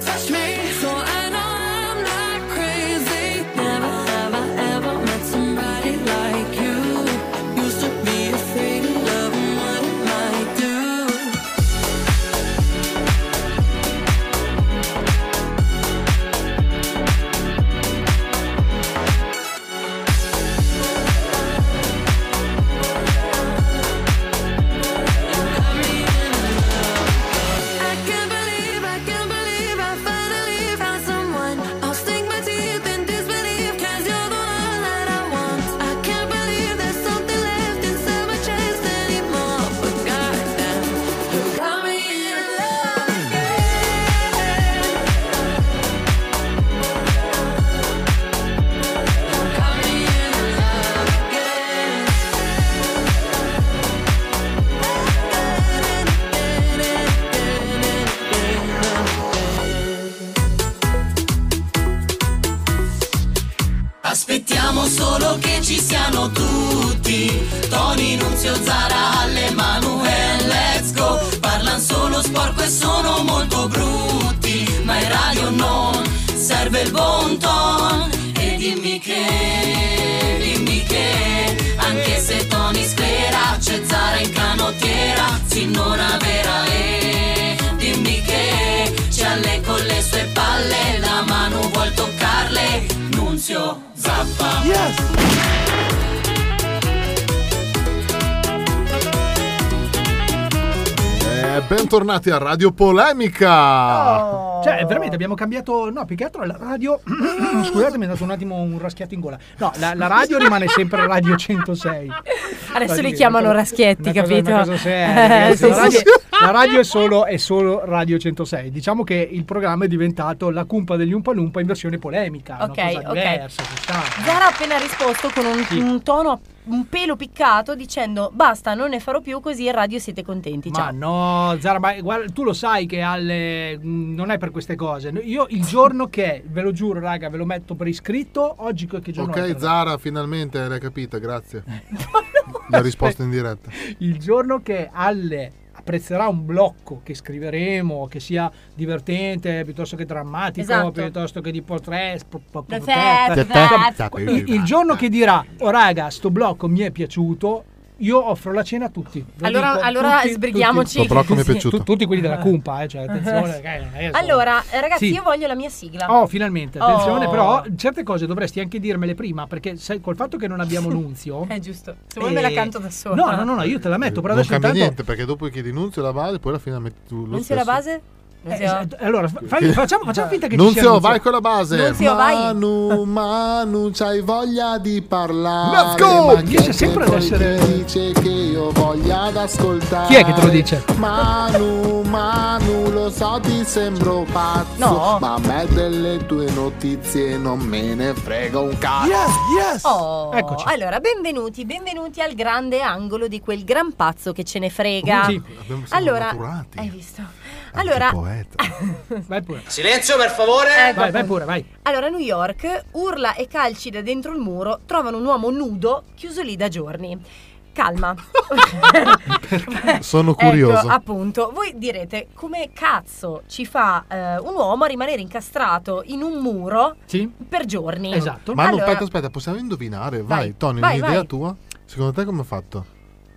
[SPEAKER 8] Touch me so I know I'm not crazy. Never have I ever met somebody like you. Used to be afraid of love and what it might do. I can't believe, I can't believe I finally found someone. I'll sink my teeth in disbelief, cause you're the one that I want. I can't believe there's something left inside my chest anymore. But goddamn, you got me in love again. You got me in love again.
[SPEAKER 2] Aspettiamo solo che ci siano tutti Tony, Nunzio, Zara, alle Manuel, let's go Parlan solo sporco e sono molto brutti Ma in radio non serve il buon ton E dimmi che, dimmi che Anche se Tony sclera c'è Zara in canottiera Signora vera e dimmi che C'è alle con le sue palle La mano vuol toccarle Nunzio Zappa.
[SPEAKER 3] Eh, bentornati a Radio Polemica.
[SPEAKER 12] Oh.
[SPEAKER 4] Cioè, veramente abbiamo cambiato. No, più che altro la radio. Scusate, mi è dato un attimo un raschiato in gola. No, la, la radio rimane sempre Radio 106.
[SPEAKER 12] Adesso li
[SPEAKER 4] Sì,
[SPEAKER 12] chiamano
[SPEAKER 4] una cosa-
[SPEAKER 12] raschietti,
[SPEAKER 4] una cosa-
[SPEAKER 12] capito?
[SPEAKER 4] una cosa seria,
[SPEAKER 12] Eh,
[SPEAKER 4] ragazzi.
[SPEAKER 12] sì,
[SPEAKER 4] la,
[SPEAKER 12] sì,
[SPEAKER 4] radio,
[SPEAKER 12] sì.
[SPEAKER 4] la radio è solo, è solo Radio 106. Diciamo che il programma è diventato la cumpa degli Umpalumpa in versione polemica.
[SPEAKER 12] Ok,
[SPEAKER 4] una cosa
[SPEAKER 12] ok.
[SPEAKER 4] diversa, ci sta.
[SPEAKER 12] Zara ha appena risposto con un,
[SPEAKER 4] Sì.
[SPEAKER 12] un tono un pelo piccato dicendo basta, non ne farò più così in radio siete contenti.
[SPEAKER 4] Diciamo,
[SPEAKER 12] Ciao.
[SPEAKER 4] Ma
[SPEAKER 12] Diciamo.
[SPEAKER 4] no, Zara, ma guarda, tu lo sai che alle- mh, non è per queste cose. Io il giorno che, ve lo giuro, raga, ve lo metto per iscritto. Oggi che che giorno è?
[SPEAKER 3] Ok, Zara, finalmente l'hai capita, grazie. La risposta in diretta.
[SPEAKER 4] il giorno che alle apprezzerà un blocco che scriveremo, che sia divertente, piuttosto che drammatico,
[SPEAKER 12] Esatto.
[SPEAKER 4] piuttosto che di potrest, po- po- po-
[SPEAKER 12] Perfetto,
[SPEAKER 4] potrest-
[SPEAKER 12] perfetto.
[SPEAKER 4] il, il giorno che dirà, oh raga, sto blocco mi è piaciuto, io offro la cena a tutti. Ve lo
[SPEAKER 12] Allora-
[SPEAKER 4] dico,
[SPEAKER 12] allora
[SPEAKER 4] tutti,
[SPEAKER 12] sbrighiamoci.
[SPEAKER 4] tutti.
[SPEAKER 12] Sto blocco mi è piaciuto.
[SPEAKER 4] Tu- Tutti quelli della cumpa, eh, cioè, attenzione. che non è che sono-
[SPEAKER 12] Allora, eh, ragazzi,
[SPEAKER 4] Sì.
[SPEAKER 12] io voglio la mia sigla.
[SPEAKER 4] Oh, finalmente, attenzione,
[SPEAKER 12] Oh.
[SPEAKER 4] però certe cose dovresti anche dirmele prima, perché sai, col fatto che non abbiamo Nunzio...
[SPEAKER 12] È giusto. Se vuoi me la canto da sola.
[SPEAKER 4] No, no, no, no, io te la metto, però
[SPEAKER 3] non
[SPEAKER 4] adesso
[SPEAKER 3] cambia
[SPEAKER 4] intanto...
[SPEAKER 3] niente perché dopo che denunzio la base, poi alla fine la metti tu lo
[SPEAKER 12] Non sei la
[SPEAKER 3] stesso. Eh.
[SPEAKER 12] base?
[SPEAKER 4] Eh, esatto. Allora, fa- fai- facciamo, facciamo finta che ci sia
[SPEAKER 3] Nunzio,
[SPEAKER 4] Nunzio.
[SPEAKER 3] vai con la base.
[SPEAKER 4] Nunzio, vai.
[SPEAKER 3] Manu, Manu, c'hai voglia di parlare.
[SPEAKER 13] Let's go!
[SPEAKER 3] Ma chi
[SPEAKER 13] Riesce
[SPEAKER 3] è
[SPEAKER 13] sempre
[SPEAKER 3] che
[SPEAKER 13] ad essere-
[SPEAKER 3] poi ti dice che io voglia ad ascoltare.
[SPEAKER 4] Chi è che te lo dice?
[SPEAKER 3] Manu, Manu, lo so, ti sembro pazzo.
[SPEAKER 13] No.
[SPEAKER 3] Ma a me delle tue notizie non me ne frega un cazzo.
[SPEAKER 12] Oh,
[SPEAKER 3] Eccoci.
[SPEAKER 12] Allora, benvenuti, benvenuti al grande angolo di quel gran pazzo che ce ne frega.
[SPEAKER 3] Sì, abbiamo- siamo
[SPEAKER 12] allora,
[SPEAKER 3] maturati.
[SPEAKER 12] hai visto? Allora,
[SPEAKER 3] eh.
[SPEAKER 4] vai pure.
[SPEAKER 20] Silenzio per favore!
[SPEAKER 12] Ecco. Vai, vai
[SPEAKER 4] pure, vai.
[SPEAKER 12] Allora, New York urla e calci da dentro il muro, trovano un uomo nudo chiuso lì da giorni. Calma.
[SPEAKER 3] Sono curioso.
[SPEAKER 12] Eh, Ecco, appunto, voi direte come cazzo ci fa eh, un uomo a rimanere incastrato in un muro per giorni?
[SPEAKER 4] Esatto.
[SPEAKER 3] Manu,
[SPEAKER 12] Ecco. Allora-
[SPEAKER 3] aspetta, aspetta, possiamo indovinare. Vai,
[SPEAKER 12] Vai,
[SPEAKER 3] Tony,
[SPEAKER 12] vai,
[SPEAKER 3] un'idea
[SPEAKER 12] vai.
[SPEAKER 3] tua? Secondo te come ha fatto?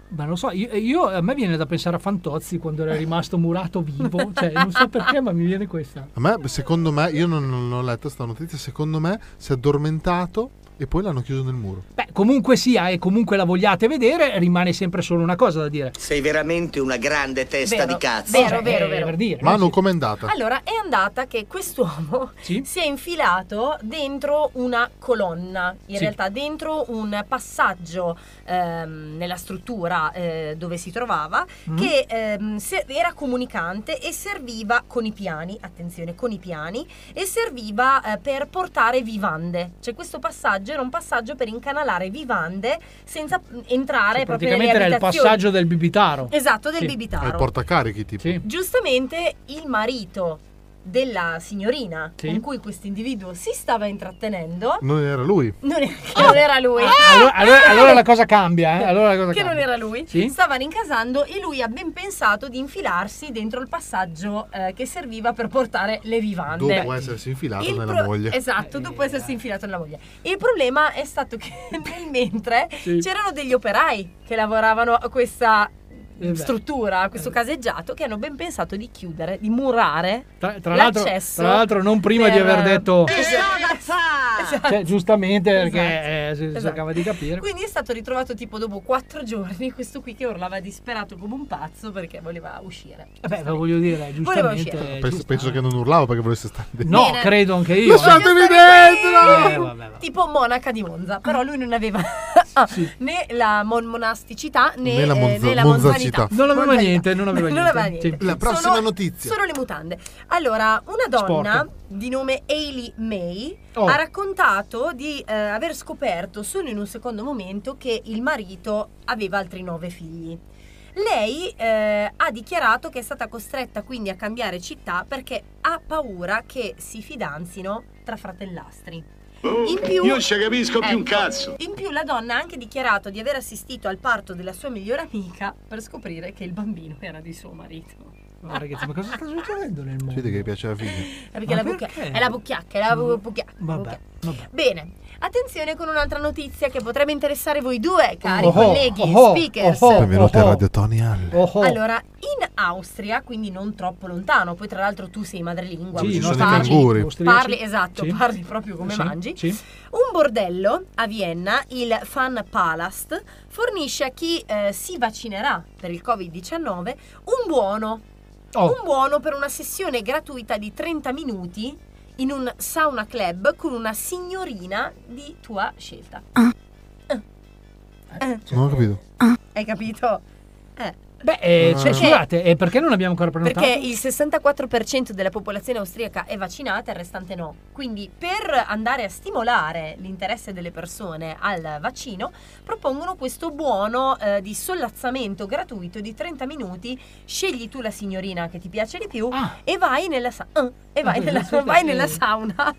[SPEAKER 4] Ma non so, io, io- a me viene da pensare a Fantozzi quando era rimasto murato vivo. Cioè, non so perché, ma mi viene questa.
[SPEAKER 3] A me, secondo me, io non, non ho letto sta notizia, secondo me si è addormentato e poi l'hanno chiuso nel muro.
[SPEAKER 4] Beh, comunque sia e comunque la vogliate vedere, rimane sempre solo una cosa da dire.
[SPEAKER 20] Sei veramente una grande testa
[SPEAKER 12] Vero,
[SPEAKER 20] di cazzo.
[SPEAKER 12] vero,
[SPEAKER 20] Cioè,
[SPEAKER 12] vero,
[SPEAKER 20] eh,
[SPEAKER 12] vero.
[SPEAKER 20] per dire.
[SPEAKER 3] Manu, com'è andata?
[SPEAKER 12] Allora, è andata che quest'uomo si è infilato dentro una colonna, in
[SPEAKER 18] Sì.
[SPEAKER 12] realtà dentro un passaggio ehm, nella struttura eh, dove si trovava,
[SPEAKER 18] Mm.
[SPEAKER 12] che ehm, se- era comunicante e serviva con i piani, attenzione, con i piani, e serviva eh, per portare vivande. Cioè questo passaggio era un passaggio per incanalare vivande senza mm, entrare proprio nelle
[SPEAKER 4] Praticamente era il
[SPEAKER 12] abitazioni.
[SPEAKER 4] passaggio del bibitaro.
[SPEAKER 12] Esatto, del
[SPEAKER 4] Sì.
[SPEAKER 12] bibitaro.
[SPEAKER 3] Al portacarichi, tipo.
[SPEAKER 12] Giustamente il marito della signorina
[SPEAKER 3] Sì.
[SPEAKER 12] con cui questo individuo si stava intrattenendo
[SPEAKER 3] Non era lui.
[SPEAKER 12] non era, che non era lui
[SPEAKER 4] Ah!
[SPEAKER 12] Ah!
[SPEAKER 4] Allora, allora- allora la cosa cambia, eh? Allora la cosa
[SPEAKER 12] eh. che non
[SPEAKER 4] cambia.
[SPEAKER 12] era lui
[SPEAKER 4] Sì.
[SPEAKER 12] stava rincasando e lui ha ben pensato di infilarsi dentro il passaggio eh, che serviva per portare le vivande
[SPEAKER 3] Dopo essersi infilato
[SPEAKER 12] il
[SPEAKER 3] nella
[SPEAKER 12] pro-
[SPEAKER 3] moglie.
[SPEAKER 12] Esatto,
[SPEAKER 4] Eh.
[SPEAKER 12] dopo essersi infilato nella moglie. Il problema è stato che nel mentre
[SPEAKER 3] Sì.
[SPEAKER 12] c'erano degli operai che lavoravano a questa
[SPEAKER 4] Eh beh. Eh.
[SPEAKER 12] struttura, a questo caseggiato, che hanno ben pensato di chiudere, di murare
[SPEAKER 4] Tra, tra l'altro,
[SPEAKER 12] l'accesso.
[SPEAKER 4] tra l'altro non prima di
[SPEAKER 12] per-
[SPEAKER 4] aver detto...
[SPEAKER 12] Esatto.
[SPEAKER 4] Cioè, giustamente perché
[SPEAKER 12] Esatto,
[SPEAKER 4] eh, si si
[SPEAKER 12] esatto.
[SPEAKER 4] cercava di capire.
[SPEAKER 12] Quindi è stato ritrovato tipo dopo quattro giorni questo qui che urlava disperato come un pazzo perché voleva uscire.
[SPEAKER 4] Beh, ma voglio dire, giustamente...
[SPEAKER 12] uscire.
[SPEAKER 4] ci
[SPEAKER 3] Penso,
[SPEAKER 4] sta.
[SPEAKER 3] penso che non urlavo perché volesse stare dentro.
[SPEAKER 4] No, Bene. credo anche io.
[SPEAKER 3] Lasciatemi dentro!
[SPEAKER 4] Eh, vabbè, vabbè.
[SPEAKER 12] Tipo monaca di Monza, però lui non aveva ah, né la mon- monasticità né,
[SPEAKER 4] Né la
[SPEAKER 12] eh,
[SPEAKER 4] monza-
[SPEAKER 12] né la
[SPEAKER 4] monzacità.
[SPEAKER 12] monzanità.
[SPEAKER 4] Non aveva
[SPEAKER 12] Monzanità.
[SPEAKER 4] niente, non aveva niente. Sì. La prossima
[SPEAKER 12] Sono-
[SPEAKER 4] notizia.
[SPEAKER 12] Sono le mutande. Allora, una donna
[SPEAKER 4] Sporca.
[SPEAKER 12] di nome Ailey May
[SPEAKER 4] Oh.
[SPEAKER 12] ha raccontato di eh, aver scoperto solo in un secondo momento che il marito aveva altri nove figli. Lei eh, ha dichiarato che è stata costretta quindi a cambiare città perché ha paura che si fidanzino tra fratellastri. In più,
[SPEAKER 21] Oh, Io non ci capisco più un
[SPEAKER 12] Ecco.
[SPEAKER 21] cazzo.
[SPEAKER 12] In più la donna ha anche dichiarato di aver assistito al parto della sua migliore amica per scoprire che il bambino era di suo marito.
[SPEAKER 4] Ma Oh, ragazzi, ma cosa sta succedendo nel mondo?
[SPEAKER 3] Vedi che gli piace la figlia.
[SPEAKER 12] È perché, la
[SPEAKER 4] Ma
[SPEAKER 12] bucchia-
[SPEAKER 4] perché?
[SPEAKER 12] è la bucchiacca, è la bu- bucchiacca.
[SPEAKER 4] Vabbè, vabbè.
[SPEAKER 12] Bene, attenzione con un'altra notizia che potrebbe interessare voi due, cari
[SPEAKER 3] Oh,
[SPEAKER 12] colleghi,
[SPEAKER 3] oh, oh,
[SPEAKER 12] speakers.
[SPEAKER 3] Benvenuti a Radio Tony Hall.
[SPEAKER 12] Allora, in Austria, quindi non troppo lontano, poi tra l'altro tu sei madrelingua,
[SPEAKER 3] Sì,
[SPEAKER 12] quindi
[SPEAKER 3] ci sono i
[SPEAKER 12] parli-
[SPEAKER 3] canguri.
[SPEAKER 12] parli, esatto,
[SPEAKER 3] Sì.
[SPEAKER 12] parli proprio come
[SPEAKER 3] Sì,
[SPEAKER 12] mangi.
[SPEAKER 3] sì.
[SPEAKER 12] Un bordello a Vienna, il Fan Palast, fornisce a chi eh, si vaccinerà per il Covid-19 un buono.
[SPEAKER 4] Oh.
[SPEAKER 12] Un buono per una sessione gratuita di 30 minuti in un sauna club con una signorina di tua scelta. Eh,
[SPEAKER 3] Non ho capito.
[SPEAKER 12] Hai capito? Eh.
[SPEAKER 4] Beh, eh, cioè,
[SPEAKER 12] Perché-
[SPEAKER 4] scusate, e perché non abbiamo ancora prenotato?
[SPEAKER 12] perché il 64% della popolazione austriaca è vaccinata e il restante no. Quindi per andare a stimolare l'interesse delle persone al vaccino propongono questo buono eh, di sollazzamento gratuito di 30 minuti. Scegli tu la signorina che ti piace di più
[SPEAKER 4] Ah.
[SPEAKER 12] e vai nella, sa- ah, e vai
[SPEAKER 4] Eh,
[SPEAKER 12] nella-
[SPEAKER 4] aspetta,
[SPEAKER 12] vai
[SPEAKER 4] eh.
[SPEAKER 12] nella sauna a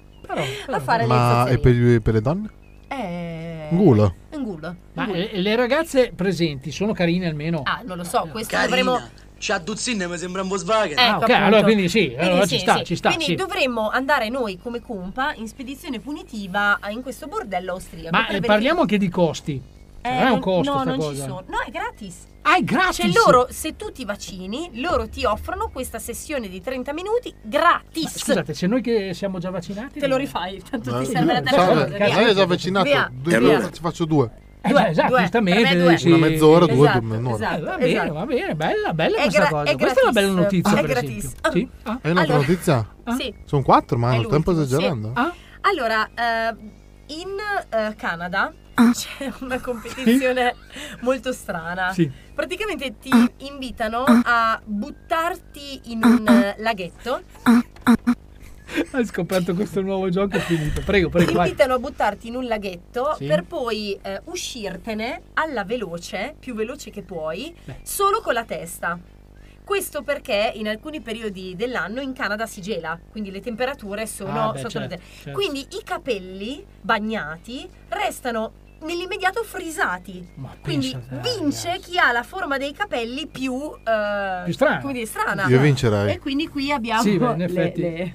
[SPEAKER 12] fare
[SPEAKER 3] Ma
[SPEAKER 12] le
[SPEAKER 3] è per, gli- per le donne?
[SPEAKER 12] Eh...
[SPEAKER 3] Un gulo.
[SPEAKER 12] Un gulo.
[SPEAKER 4] Ma
[SPEAKER 12] Un gulo.
[SPEAKER 4] eh, le ragazze presenti sono carine almeno?
[SPEAKER 12] Ah, non lo so, questo
[SPEAKER 4] Carina.
[SPEAKER 12] dovremo...
[SPEAKER 20] Eh, C'ha Duzzin mi sembra un Volkswagen.
[SPEAKER 12] Ecco,
[SPEAKER 4] Ah, ok,
[SPEAKER 12] appunto.
[SPEAKER 4] allora quindi sì, allora ci
[SPEAKER 12] sì,
[SPEAKER 4] sta,
[SPEAKER 12] sì.
[SPEAKER 4] ci sta,
[SPEAKER 12] Quindi
[SPEAKER 4] sì.
[SPEAKER 12] dovremmo andare noi come compa in spedizione punitiva eh, in questo bordello austriaco.
[SPEAKER 4] Ma
[SPEAKER 12] per
[SPEAKER 4] eh,
[SPEAKER 12] verificare-
[SPEAKER 4] parliamo anche di costi.
[SPEAKER 12] Eh,
[SPEAKER 4] non è un costo
[SPEAKER 12] No,
[SPEAKER 4] sta
[SPEAKER 12] non
[SPEAKER 4] cosa.
[SPEAKER 12] ci sono. No, è gratis.
[SPEAKER 4] Ah, è gratis?
[SPEAKER 12] Cioè loro, se tu ti vaccini, loro ti offrono questa sessione di 30 minuti
[SPEAKER 4] Ma
[SPEAKER 12] gratis.
[SPEAKER 4] Scusate, se noi che siamo già vaccinati...
[SPEAKER 12] Te lo rifai, tanto
[SPEAKER 3] Ma-
[SPEAKER 12] ti serve la
[SPEAKER 3] Salve, eh,
[SPEAKER 12] terza cosa.
[SPEAKER 3] ma
[SPEAKER 12] via.
[SPEAKER 3] io sono vaccinato.
[SPEAKER 12] Via.
[SPEAKER 3] Due
[SPEAKER 12] Via.
[SPEAKER 3] volte, Ci faccio due.
[SPEAKER 4] Eh, già, esatto,
[SPEAKER 12] due,
[SPEAKER 4] giustamente.
[SPEAKER 12] per me due.
[SPEAKER 4] dici-
[SPEAKER 3] Una mezz'ora, due,
[SPEAKER 12] Esatto,
[SPEAKER 3] due, un'ora.
[SPEAKER 12] esatto,
[SPEAKER 4] Eh, va bene,
[SPEAKER 12] esatto.
[SPEAKER 4] va bene, bella, Ah, bella
[SPEAKER 12] È
[SPEAKER 4] questa
[SPEAKER 12] gra-
[SPEAKER 4] cosa.
[SPEAKER 12] è
[SPEAKER 4] Questa è una bella
[SPEAKER 12] gratis.
[SPEAKER 4] notizia,
[SPEAKER 12] È
[SPEAKER 4] per
[SPEAKER 12] gratis.
[SPEAKER 4] esempio. Sì? Ah.
[SPEAKER 3] È un'altra
[SPEAKER 12] Allora-
[SPEAKER 3] notizia?
[SPEAKER 12] Sì.
[SPEAKER 3] Sono quattro,
[SPEAKER 12] È
[SPEAKER 3] ma tempo
[SPEAKER 12] l'ultimo,
[SPEAKER 3] esagerando.
[SPEAKER 12] sì.
[SPEAKER 4] Ah,
[SPEAKER 12] Ah? Allora, eh, in eh, Canada c'è una competizione molto strana.
[SPEAKER 3] Sì.
[SPEAKER 12] Praticamente ti invitano a buttarti in un eh, laghetto.
[SPEAKER 4] Hai scoperto questo nuovo gioco e finito. Prego,
[SPEAKER 12] Ti
[SPEAKER 4] prego, vai.
[SPEAKER 12] invitano a buttarti in un laghetto
[SPEAKER 4] Sì.
[SPEAKER 12] per poi eh, uscirtene alla veloce, più veloce che puoi, solo con la testa. Questo perché in alcuni periodi dell'anno in Canada si gela, quindi le temperature sono
[SPEAKER 18] Ah, beh,
[SPEAKER 12] sotto le
[SPEAKER 18] certo,
[SPEAKER 12] te-
[SPEAKER 18] certo.
[SPEAKER 12] Quindi i capelli bagnati restano nell'immediato frisati. Quindi
[SPEAKER 4] pensa te,
[SPEAKER 12] vince chi ha la forma dei capelli più, eh,
[SPEAKER 4] Più strana.
[SPEAKER 12] Come dire, strana.
[SPEAKER 4] Io vincerai.
[SPEAKER 12] E quindi qui abbiamo
[SPEAKER 4] Sì, beh, in
[SPEAKER 12] le-
[SPEAKER 4] effetti.
[SPEAKER 12] le-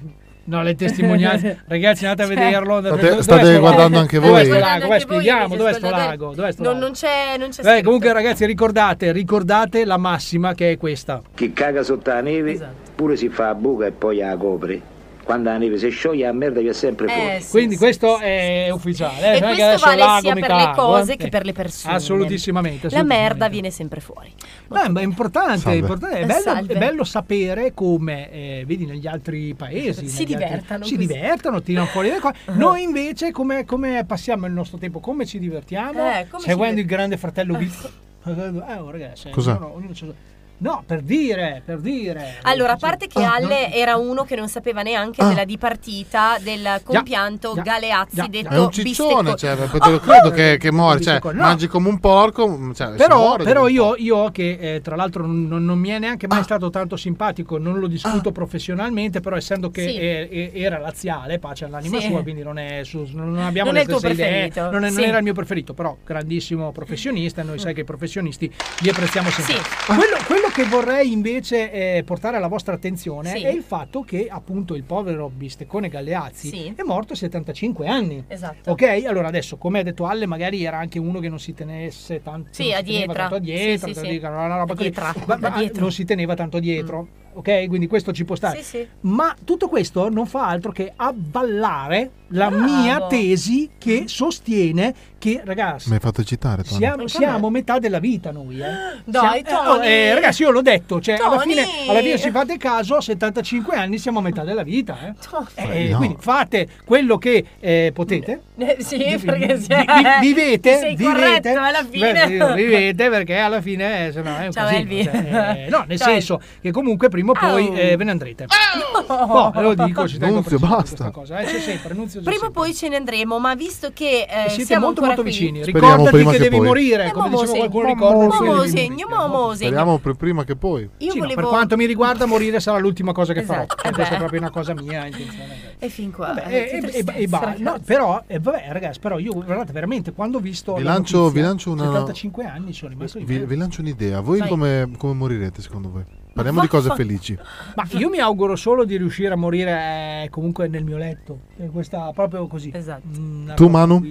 [SPEAKER 4] No, le testimonianze. Ragazzi, andate a
[SPEAKER 12] Cioè.
[SPEAKER 4] vederlo. andate-
[SPEAKER 3] State-
[SPEAKER 4] dov'è
[SPEAKER 3] state
[SPEAKER 4] sto-
[SPEAKER 3] guardando anche
[SPEAKER 4] Dov'è
[SPEAKER 3] voi?
[SPEAKER 4] sto
[SPEAKER 3] Guardate
[SPEAKER 4] lago? Dov'è,
[SPEAKER 12] anche voi,
[SPEAKER 4] spieghiamo,
[SPEAKER 12] invece,
[SPEAKER 4] dov'è sto
[SPEAKER 12] ascoltate-
[SPEAKER 4] lago? Dov'è sto
[SPEAKER 12] Non,
[SPEAKER 4] lago?
[SPEAKER 12] non c'è, non c'è
[SPEAKER 4] Beh,
[SPEAKER 12] scritto.
[SPEAKER 4] Eh, comunque ragazzi ricordate, ricordate la massima che è questa.
[SPEAKER 22] Chi caga sotto la neve
[SPEAKER 10] Esatto.
[SPEAKER 22] pure si fa a buca e poi la copre. Quando la neve si scioglie la merda vi è
[SPEAKER 10] Eh,
[SPEAKER 22] sempre fuori.
[SPEAKER 23] Eh,
[SPEAKER 4] Quindi questo è ufficiale. eh,
[SPEAKER 23] E
[SPEAKER 4] non è che
[SPEAKER 23] questo
[SPEAKER 4] adesso
[SPEAKER 23] vale
[SPEAKER 4] lago
[SPEAKER 23] sia
[SPEAKER 4] mi
[SPEAKER 23] per le
[SPEAKER 4] cago,
[SPEAKER 23] cose
[SPEAKER 4] eh.
[SPEAKER 23] che per le persone.
[SPEAKER 4] Assolutissimamente.
[SPEAKER 23] La
[SPEAKER 4] assolutamente.
[SPEAKER 23] merda viene sempre fuori.
[SPEAKER 4] Beh, ma è importante,
[SPEAKER 23] Salve.
[SPEAKER 4] è, importante. È
[SPEAKER 23] Eh,
[SPEAKER 4] bello,
[SPEAKER 23] salve.
[SPEAKER 4] è bello sapere come, eh, vedi, negli altri paesi
[SPEAKER 23] Si
[SPEAKER 4] negli altri-
[SPEAKER 23] divertano
[SPEAKER 4] si
[SPEAKER 23] così.
[SPEAKER 4] divertono, tirano fuori le cose.
[SPEAKER 12] Ah.
[SPEAKER 4] Noi invece come, come passiamo il nostro tempo, come ci divertiamo,
[SPEAKER 12] Eh, come ci
[SPEAKER 4] seguendo
[SPEAKER 12] diver- Ah.
[SPEAKER 4] il grande fratello VIP. Eh, oh, ragazzi, eh,
[SPEAKER 3] Cos'è? Eh,
[SPEAKER 4] ognuno- ognuno c'ha- No, per dire, per dire.
[SPEAKER 12] Allora, a parte che
[SPEAKER 4] Ah,
[SPEAKER 12] Ale
[SPEAKER 4] no. Ah.
[SPEAKER 12] era uno che non sapeva neanche della dipartita del compianto Galeazzi, detto Ah,
[SPEAKER 3] È un ciccione,
[SPEAKER 12] bistecco.
[SPEAKER 3] cioè, te lo credo che, che muore, cioè,
[SPEAKER 4] Bistecco, no.
[SPEAKER 3] mangi come un porco, m- cioè, si
[SPEAKER 4] Però,
[SPEAKER 3] muore
[SPEAKER 4] però
[SPEAKER 3] dopo. Ah.
[SPEAKER 4] io, io che eh, tra l'altro non, non mi è neanche mai stato tanto simpatico, non lo discuto professionalmente, però essendo che
[SPEAKER 12] Sì.
[SPEAKER 4] è- è- era laziale, pace all'anima
[SPEAKER 12] Sì.
[SPEAKER 4] sua, quindi non, è su- non abbiamo
[SPEAKER 12] Non
[SPEAKER 4] le
[SPEAKER 12] è il tuo
[SPEAKER 4] stesse idee, eh.
[SPEAKER 12] preferito.
[SPEAKER 4] non, è- non
[SPEAKER 12] Sì. Mm.
[SPEAKER 4] era il mio preferito, però grandissimo professionista, noi sai che i professionisti li apprezziamo sempre. Quello, quello che vorrei invece eh, portare alla vostra attenzione
[SPEAKER 12] Sì.
[SPEAKER 4] è il fatto che appunto il povero bisteccone Galeazzi
[SPEAKER 12] Sì.
[SPEAKER 4] è morto a 75 anni.
[SPEAKER 12] Esatto.
[SPEAKER 4] Ok, allora adesso, come ha detto Alle, magari era anche uno che non si tenesse tanto,
[SPEAKER 12] Sì,
[SPEAKER 4] non si
[SPEAKER 12] a
[SPEAKER 4] teneva
[SPEAKER 12] dietro.
[SPEAKER 4] tanto a dietro,
[SPEAKER 12] Sì, sì,
[SPEAKER 4] te lo
[SPEAKER 12] sì.
[SPEAKER 4] dicono, una roba
[SPEAKER 12] A
[SPEAKER 4] così.
[SPEAKER 12] dietro,
[SPEAKER 4] Ma-
[SPEAKER 12] da
[SPEAKER 4] ma
[SPEAKER 12] dietro. Mm.
[SPEAKER 4] non si teneva tanto dietro, ok? Quindi questo ci può stare.
[SPEAKER 12] Sì, sì.
[SPEAKER 4] Ma tutto questo non fa altro che avvallare la
[SPEAKER 12] Bravo. Mm.
[SPEAKER 4] mia tesi che sostiene che, ragazzi,
[SPEAKER 3] Mi hai fatto citare, Tony.
[SPEAKER 4] siamo, siamo metà della vita noi, eh.
[SPEAKER 12] Dai,
[SPEAKER 4] Siamo- eh, oh,
[SPEAKER 12] Tony.
[SPEAKER 4] eh, ragazzi, io l'ho detto, cioè, alla
[SPEAKER 12] Tony.
[SPEAKER 4] fine, alla fine, se fate caso, a 75 anni siamo a metà della vita, eh. Eh,
[SPEAKER 12] Eh, no.
[SPEAKER 4] Quindi fate quello che eh, potete.
[SPEAKER 12] Eh, sì,
[SPEAKER 4] Vi-
[SPEAKER 12] perché
[SPEAKER 4] vi-
[SPEAKER 12] se-
[SPEAKER 4] vi- vivete,
[SPEAKER 12] sei
[SPEAKER 4] vivete,
[SPEAKER 12] corretto alla
[SPEAKER 4] Beh, sì,
[SPEAKER 12] fine.
[SPEAKER 4] vivete perché alla fine eh, se no è un
[SPEAKER 12] Ciao,
[SPEAKER 4] casino,
[SPEAKER 12] Elvi.
[SPEAKER 4] cioè, eh, no, nel
[SPEAKER 12] Ciao,
[SPEAKER 4] senso che comunque prima o poi
[SPEAKER 12] Au.
[SPEAKER 4] eh, ve ne andrete.
[SPEAKER 12] No.
[SPEAKER 4] No, ve lo dico, ci tengo a
[SPEAKER 3] Nunzio,
[SPEAKER 4] precisare
[SPEAKER 3] basta.
[SPEAKER 4] questa cosa, eh, c'è sempre, Nunzio, c'è
[SPEAKER 12] Prima o poi ce ne andremo, ma visto che eh,
[SPEAKER 4] siete
[SPEAKER 12] siamo
[SPEAKER 4] molto,
[SPEAKER 12] ancora
[SPEAKER 4] molto
[SPEAKER 12] qui,
[SPEAKER 4] vicini.
[SPEAKER 3] Speriamo
[SPEAKER 4] Ricordati
[SPEAKER 3] prima
[SPEAKER 4] che,
[SPEAKER 3] che
[SPEAKER 4] devi
[SPEAKER 3] poi.
[SPEAKER 4] morire,
[SPEAKER 12] Eh,
[SPEAKER 4] come
[SPEAKER 12] mo
[SPEAKER 4] diceva
[SPEAKER 12] segno, mo
[SPEAKER 4] qualcuno, ricordati che devi morire.
[SPEAKER 12] segno, mo mo segno.
[SPEAKER 3] Speriamo per prima che poi.
[SPEAKER 12] Io
[SPEAKER 4] Sì, no,
[SPEAKER 12] volevo
[SPEAKER 4] per quanto mi riguarda morire sarà l'ultima cosa che
[SPEAKER 12] Esatto,
[SPEAKER 4] farò.
[SPEAKER 12] eh
[SPEAKER 4] Eh, Questa è
[SPEAKER 12] beh.
[SPEAKER 4] proprio una cosa mia intenzionalmente.
[SPEAKER 12] E fin qua.
[SPEAKER 4] Vabbè,
[SPEAKER 12] eh, che
[SPEAKER 4] e, e,
[SPEAKER 12] tristezza,
[SPEAKER 4] e- e ba-
[SPEAKER 12] ragazzi.
[SPEAKER 4] no, però, eh, vabbè, ragazzi, però io guardate veramente quando ho visto
[SPEAKER 3] Vi
[SPEAKER 4] la
[SPEAKER 3] lancio-
[SPEAKER 4] notizia,
[SPEAKER 3] vi lancio una-
[SPEAKER 4] 75 anni sono rimasto in
[SPEAKER 3] Vi, vi lancio un'idea, voi
[SPEAKER 4] Vai.
[SPEAKER 3] come, come morirete secondo voi? Parliamo di
[SPEAKER 4] vaffa-
[SPEAKER 3] cose felici.
[SPEAKER 4] Ma io mi auguro solo di riuscire a morire eh, comunque nel mio letto, Eh, questa proprio così. Mm,
[SPEAKER 12] Esatto.
[SPEAKER 3] Tu Manu,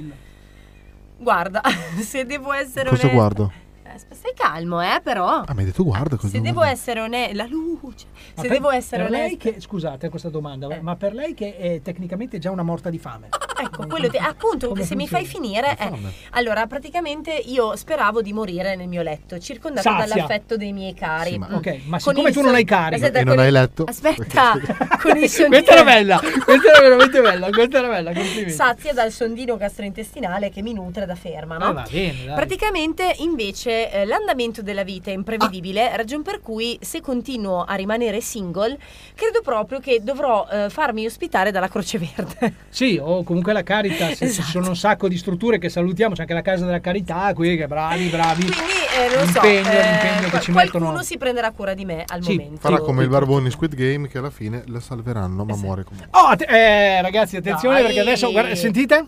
[SPEAKER 12] Guarda, se devo essere
[SPEAKER 3] cosa
[SPEAKER 12] onesta-
[SPEAKER 3] guardo?
[SPEAKER 12] Eh, Stai calmo, eh, però.
[SPEAKER 3] Ah, mi hai detto guarda cosa
[SPEAKER 12] Se devo
[SPEAKER 3] guardo.
[SPEAKER 12] essere onesta, la luce.
[SPEAKER 4] Ma
[SPEAKER 12] se
[SPEAKER 4] per-
[SPEAKER 12] devo essere
[SPEAKER 4] per lei
[SPEAKER 12] onesta, Eh.
[SPEAKER 4] che, scusate questa domanda, eh, ma per lei che è tecnicamente già una morta di fame.
[SPEAKER 12] ecco, quello te- appunto,
[SPEAKER 4] Come
[SPEAKER 12] se mi
[SPEAKER 4] funziona?
[SPEAKER 12] fai finire, eh,
[SPEAKER 4] Fame.
[SPEAKER 12] allora praticamente io speravo di morire nel mio letto, circondata
[SPEAKER 4] Sazia.
[SPEAKER 12] dall'affetto dei miei cari.
[SPEAKER 4] Sì, ma-
[SPEAKER 12] Mm.
[SPEAKER 4] ok, ma
[SPEAKER 12] Con
[SPEAKER 4] siccome
[SPEAKER 12] il
[SPEAKER 4] tu non
[SPEAKER 12] sor-
[SPEAKER 4] hai cari
[SPEAKER 12] Aspetta,
[SPEAKER 3] Ah. e non
[SPEAKER 12] con
[SPEAKER 3] hai
[SPEAKER 12] il-
[SPEAKER 3] letto,
[SPEAKER 12] Aspetta, con il sondino-
[SPEAKER 4] questa era bella, questa era veramente bella, questa era bella, complimenti.
[SPEAKER 12] Sazia dal sondino gastrointestinale che mi nutre da ferma, no?
[SPEAKER 4] Ah, va bene, dai.
[SPEAKER 12] Praticamente invece eh, l'andamento della vita è imprevedibile, ragion per cui se continuo a rimanere single, credo proprio che dovrò eh, farmi ospitare dalla Croce Verde.
[SPEAKER 4] Sì, o comunque la Caritas, ci
[SPEAKER 12] Esatto.
[SPEAKER 4] sono un sacco di strutture che salutiamo, c'è anche la Casa della Carità, qui che bravi, bravi.
[SPEAKER 12] Quindi eh, non so,
[SPEAKER 4] L'impegno-
[SPEAKER 12] eh,
[SPEAKER 4] l'impegno che ci
[SPEAKER 12] qualcuno
[SPEAKER 4] mettono.
[SPEAKER 12] si prenderà cura di me al
[SPEAKER 4] Sì,
[SPEAKER 12] momento.
[SPEAKER 3] farà come il barbone in Squid Game che alla fine la salveranno ma muore comunque.
[SPEAKER 4] Oh, att- eh, ragazzi, attenzione
[SPEAKER 12] Dai.
[SPEAKER 4] perché adesso guarda, sentite?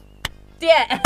[SPEAKER 12] Ti
[SPEAKER 21] eh,
[SPEAKER 12] è-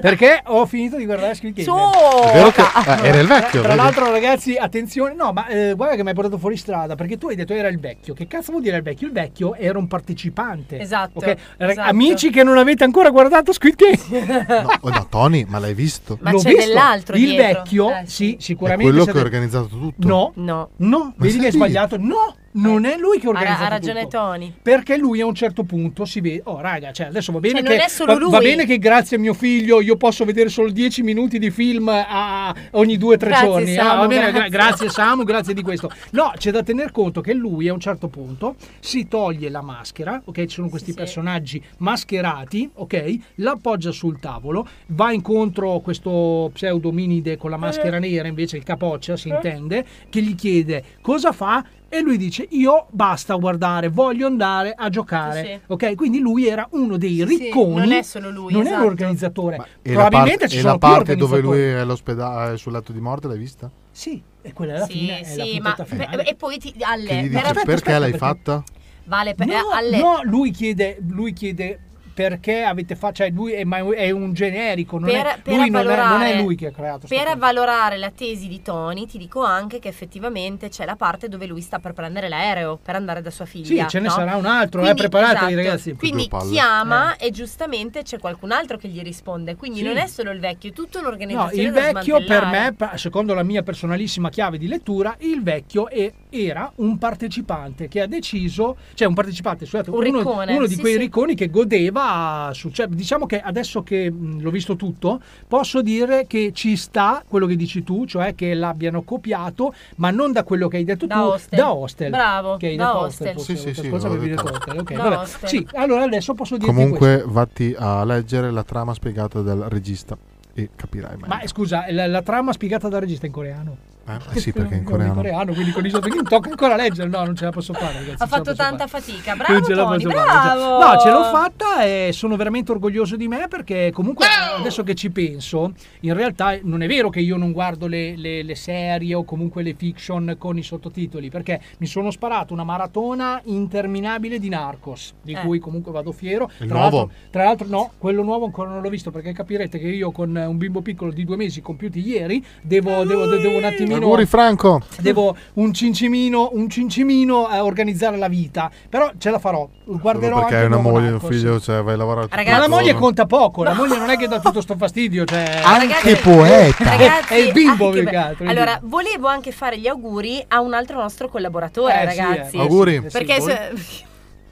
[SPEAKER 4] Perché ho finito di guardare Squid Game.
[SPEAKER 12] Su! Ah.
[SPEAKER 3] È vero che- eh, era il vecchio,
[SPEAKER 4] Tra, tra
[SPEAKER 3] vedi?
[SPEAKER 4] l'altro, ragazzi, attenzione. No, ma eh, guarda che mi hai portato fuori strada. Perché tu hai detto era il vecchio. Che cazzo vuol dire il vecchio? Il vecchio era un partecipante.
[SPEAKER 12] Esatto,
[SPEAKER 4] ok? Ra-
[SPEAKER 12] esatto.
[SPEAKER 4] Amici che non avete ancora guardato Squid Game.
[SPEAKER 3] Oh, no, Tony, ma l'hai visto?
[SPEAKER 12] Ma
[SPEAKER 4] L'ho
[SPEAKER 12] c'è
[SPEAKER 4] visto.
[SPEAKER 12] dell'altro
[SPEAKER 4] Il
[SPEAKER 12] dietro. Eh,
[SPEAKER 4] vecchio, sì,
[SPEAKER 3] È
[SPEAKER 4] sicuramente.
[SPEAKER 3] quello
[SPEAKER 4] si è
[SPEAKER 3] che ha
[SPEAKER 4] detto-
[SPEAKER 3] organizzato tutto.
[SPEAKER 4] No,
[SPEAKER 12] no,
[SPEAKER 4] no, vedi che hai
[SPEAKER 3] senti?
[SPEAKER 4] sbagliato. No, non è lui che
[SPEAKER 12] ra-
[SPEAKER 4] organizza
[SPEAKER 12] ha ragione
[SPEAKER 4] tutto.
[SPEAKER 12] Tony.
[SPEAKER 4] Perché lui a un certo punto si vede, oh raga, cioè adesso va bene,
[SPEAKER 12] Cioè,
[SPEAKER 4] che,
[SPEAKER 12] non è solo
[SPEAKER 4] va, va
[SPEAKER 12] lui.
[SPEAKER 4] bene che grazie a mio figlio io posso vedere solo 10 minuti di film a ogni 2-3
[SPEAKER 12] Grazie,
[SPEAKER 4] giorni.
[SPEAKER 12] Samu,
[SPEAKER 4] Ah, va bene,
[SPEAKER 12] grazie.
[SPEAKER 4] gra- grazie Samu, grazie di questo. No, c'è da tener conto che lui a un certo punto si toglie la maschera, ok? Ci sono questi personaggi mascherati, ok? L'appoggia sul tavolo, va incontro a questo pseudominide con la
[SPEAKER 12] Eh.
[SPEAKER 4] maschera nera, invece il capoccia si
[SPEAKER 17] Eh.
[SPEAKER 4] intende, che gli chiede cosa fa e lui dice io basta guardare, voglio andare a giocare.
[SPEAKER 17] Sì, sì.
[SPEAKER 4] Ok? Quindi lui era uno dei
[SPEAKER 17] sì,
[SPEAKER 4] ricconi.
[SPEAKER 17] non è solo lui,
[SPEAKER 4] non
[SPEAKER 17] esatto.
[SPEAKER 4] è l'organizzatore.
[SPEAKER 3] E la,
[SPEAKER 4] Probabilmente
[SPEAKER 3] parte-
[SPEAKER 4] ci
[SPEAKER 3] e
[SPEAKER 4] sono
[SPEAKER 3] la
[SPEAKER 4] più
[SPEAKER 3] parte dove lui
[SPEAKER 4] organizzatori.
[SPEAKER 3] è all'ospedale sul letto di morte, l'hai vista?
[SPEAKER 4] Sì, e quella è la
[SPEAKER 21] sì,
[SPEAKER 4] fine, è la
[SPEAKER 21] sì, ma
[SPEAKER 4] puntata finale.
[SPEAKER 21] e poi ti alle,
[SPEAKER 3] Che gli dici,
[SPEAKER 21] però-
[SPEAKER 3] perché l'hai fatta?
[SPEAKER 21] Vale, per, eh,
[SPEAKER 4] No,
[SPEAKER 21] alle,
[SPEAKER 4] no, lui chiede, lui chiede perché avete fatto, cioè lui è, ma è un generico, non, è,
[SPEAKER 21] Per- per
[SPEAKER 4] lui non, è, non è
[SPEAKER 21] avvalorare-
[SPEAKER 4] lui che ha creato. sta
[SPEAKER 21] Per
[SPEAKER 4] cosa.
[SPEAKER 21] avvalorare la tesi di Tony, ti dico anche che effettivamente c'è la parte dove lui sta per prendere l'aereo per andare da sua figlia.
[SPEAKER 4] Sì, ce ne
[SPEAKER 21] no?
[SPEAKER 4] sarà un altro, eh,
[SPEAKER 21] Quindi-
[SPEAKER 4] preparatevi,
[SPEAKER 21] esatto.
[SPEAKER 4] ragazzi.
[SPEAKER 21] Quindi
[SPEAKER 4] Due palle.
[SPEAKER 3] eh.
[SPEAKER 21] chiama e giustamente c'è qualcun altro che gli risponde. Quindi
[SPEAKER 4] Sì.
[SPEAKER 21] non è solo il vecchio, è tutta
[SPEAKER 4] No,
[SPEAKER 21] l'organizzazione.
[SPEAKER 4] il
[SPEAKER 21] da
[SPEAKER 4] vecchio per
[SPEAKER 21] smantellare.
[SPEAKER 4] me, pa- secondo la mia personalissima chiave di lettura, il vecchio è- era un partecipante che ha deciso, cioè un partecipante, scusate,
[SPEAKER 21] Un
[SPEAKER 4] uno,
[SPEAKER 21] riccone,
[SPEAKER 4] uno di
[SPEAKER 21] sì,
[SPEAKER 4] quei
[SPEAKER 21] sì.
[SPEAKER 4] ricconi che godeva, su- cioè, diciamo che adesso che mh, l'ho visto tutto, posso dire che ci sta quello che dici tu, cioè che l'abbiano copiato, ma non da quello che hai detto
[SPEAKER 21] Da
[SPEAKER 4] tu,
[SPEAKER 21] Hostel.
[SPEAKER 4] da Hostel.
[SPEAKER 21] Bravo,
[SPEAKER 4] Che hai
[SPEAKER 21] da
[SPEAKER 4] detto
[SPEAKER 21] Hostel.
[SPEAKER 4] forse,
[SPEAKER 3] Sì, sì,
[SPEAKER 4] l'altra
[SPEAKER 3] sì,
[SPEAKER 4] scorsa
[SPEAKER 3] l'avevo
[SPEAKER 4] avevi
[SPEAKER 3] detto.
[SPEAKER 4] detto Hostel, ok,
[SPEAKER 21] Da
[SPEAKER 4] vabbè.
[SPEAKER 21] Hostel.
[SPEAKER 4] Sì, allora adesso posso dirti questo.
[SPEAKER 3] Comunque, vatti a leggere la trama spiegata dal regista e capirai meglio.
[SPEAKER 4] Ma scusa, la, la trama spiegata dal regista è in coreano.
[SPEAKER 3] Eh, sì, perché in coreano.
[SPEAKER 4] quindi con i sottotitoli tocca ancora leggere. No, non ce la posso fare, ragazzi.
[SPEAKER 21] Ha
[SPEAKER 4] non ce la
[SPEAKER 21] fatto
[SPEAKER 4] posso
[SPEAKER 21] tanta fatica.
[SPEAKER 4] fare.
[SPEAKER 21] Bravo
[SPEAKER 4] Non ce la
[SPEAKER 21] Tony,
[SPEAKER 4] posso fare, non ce-
[SPEAKER 21] bravo.
[SPEAKER 4] No, ce l'ho fatta e sono veramente orgoglioso di me perché comunque adesso che ci penso, in realtà non è vero che io non guardo le, le- le serie o comunque le fiction con i sottotitoli perché mi sono sparato una maratona interminabile di Narcos, di
[SPEAKER 3] Eh.
[SPEAKER 4] cui comunque vado fiero.
[SPEAKER 3] Il
[SPEAKER 4] Tra
[SPEAKER 3] nuovo?
[SPEAKER 4] l'altro- tra l'altro, no, quello nuovo ancora non l'ho visto perché capirete che io con eh, un bimbo piccolo di due mesi compiuti ieri devo, devo, de- devo un attimino.
[SPEAKER 3] Auguri, Franco!
[SPEAKER 4] Devo un cincimino, un cincimino a organizzare la vita, però ce la farò. Guarderò
[SPEAKER 3] Perché
[SPEAKER 4] anche
[SPEAKER 3] hai
[SPEAKER 4] il
[SPEAKER 3] una
[SPEAKER 4] nuovo
[SPEAKER 3] moglie e un
[SPEAKER 4] Narcos.
[SPEAKER 3] figlio, cioè vai a lavorare. tutto
[SPEAKER 4] Ma
[SPEAKER 3] il
[SPEAKER 4] la moglie
[SPEAKER 3] giorno.
[SPEAKER 4] conta poco, la moglie non è che dà tutto sto fastidio, cioè...
[SPEAKER 3] Anche Ragazzi- poeta.
[SPEAKER 4] È il bimbo
[SPEAKER 21] anche
[SPEAKER 4] più
[SPEAKER 21] per-
[SPEAKER 4] che altro. il
[SPEAKER 21] Allora,
[SPEAKER 4] bimbo.
[SPEAKER 21] volevo anche fare gli auguri a un altro nostro collaboratore,
[SPEAKER 4] Eh, sì, eh.
[SPEAKER 21] ragazzi.
[SPEAKER 3] Auguri.
[SPEAKER 21] Perché
[SPEAKER 3] Sì, voi?
[SPEAKER 21] se-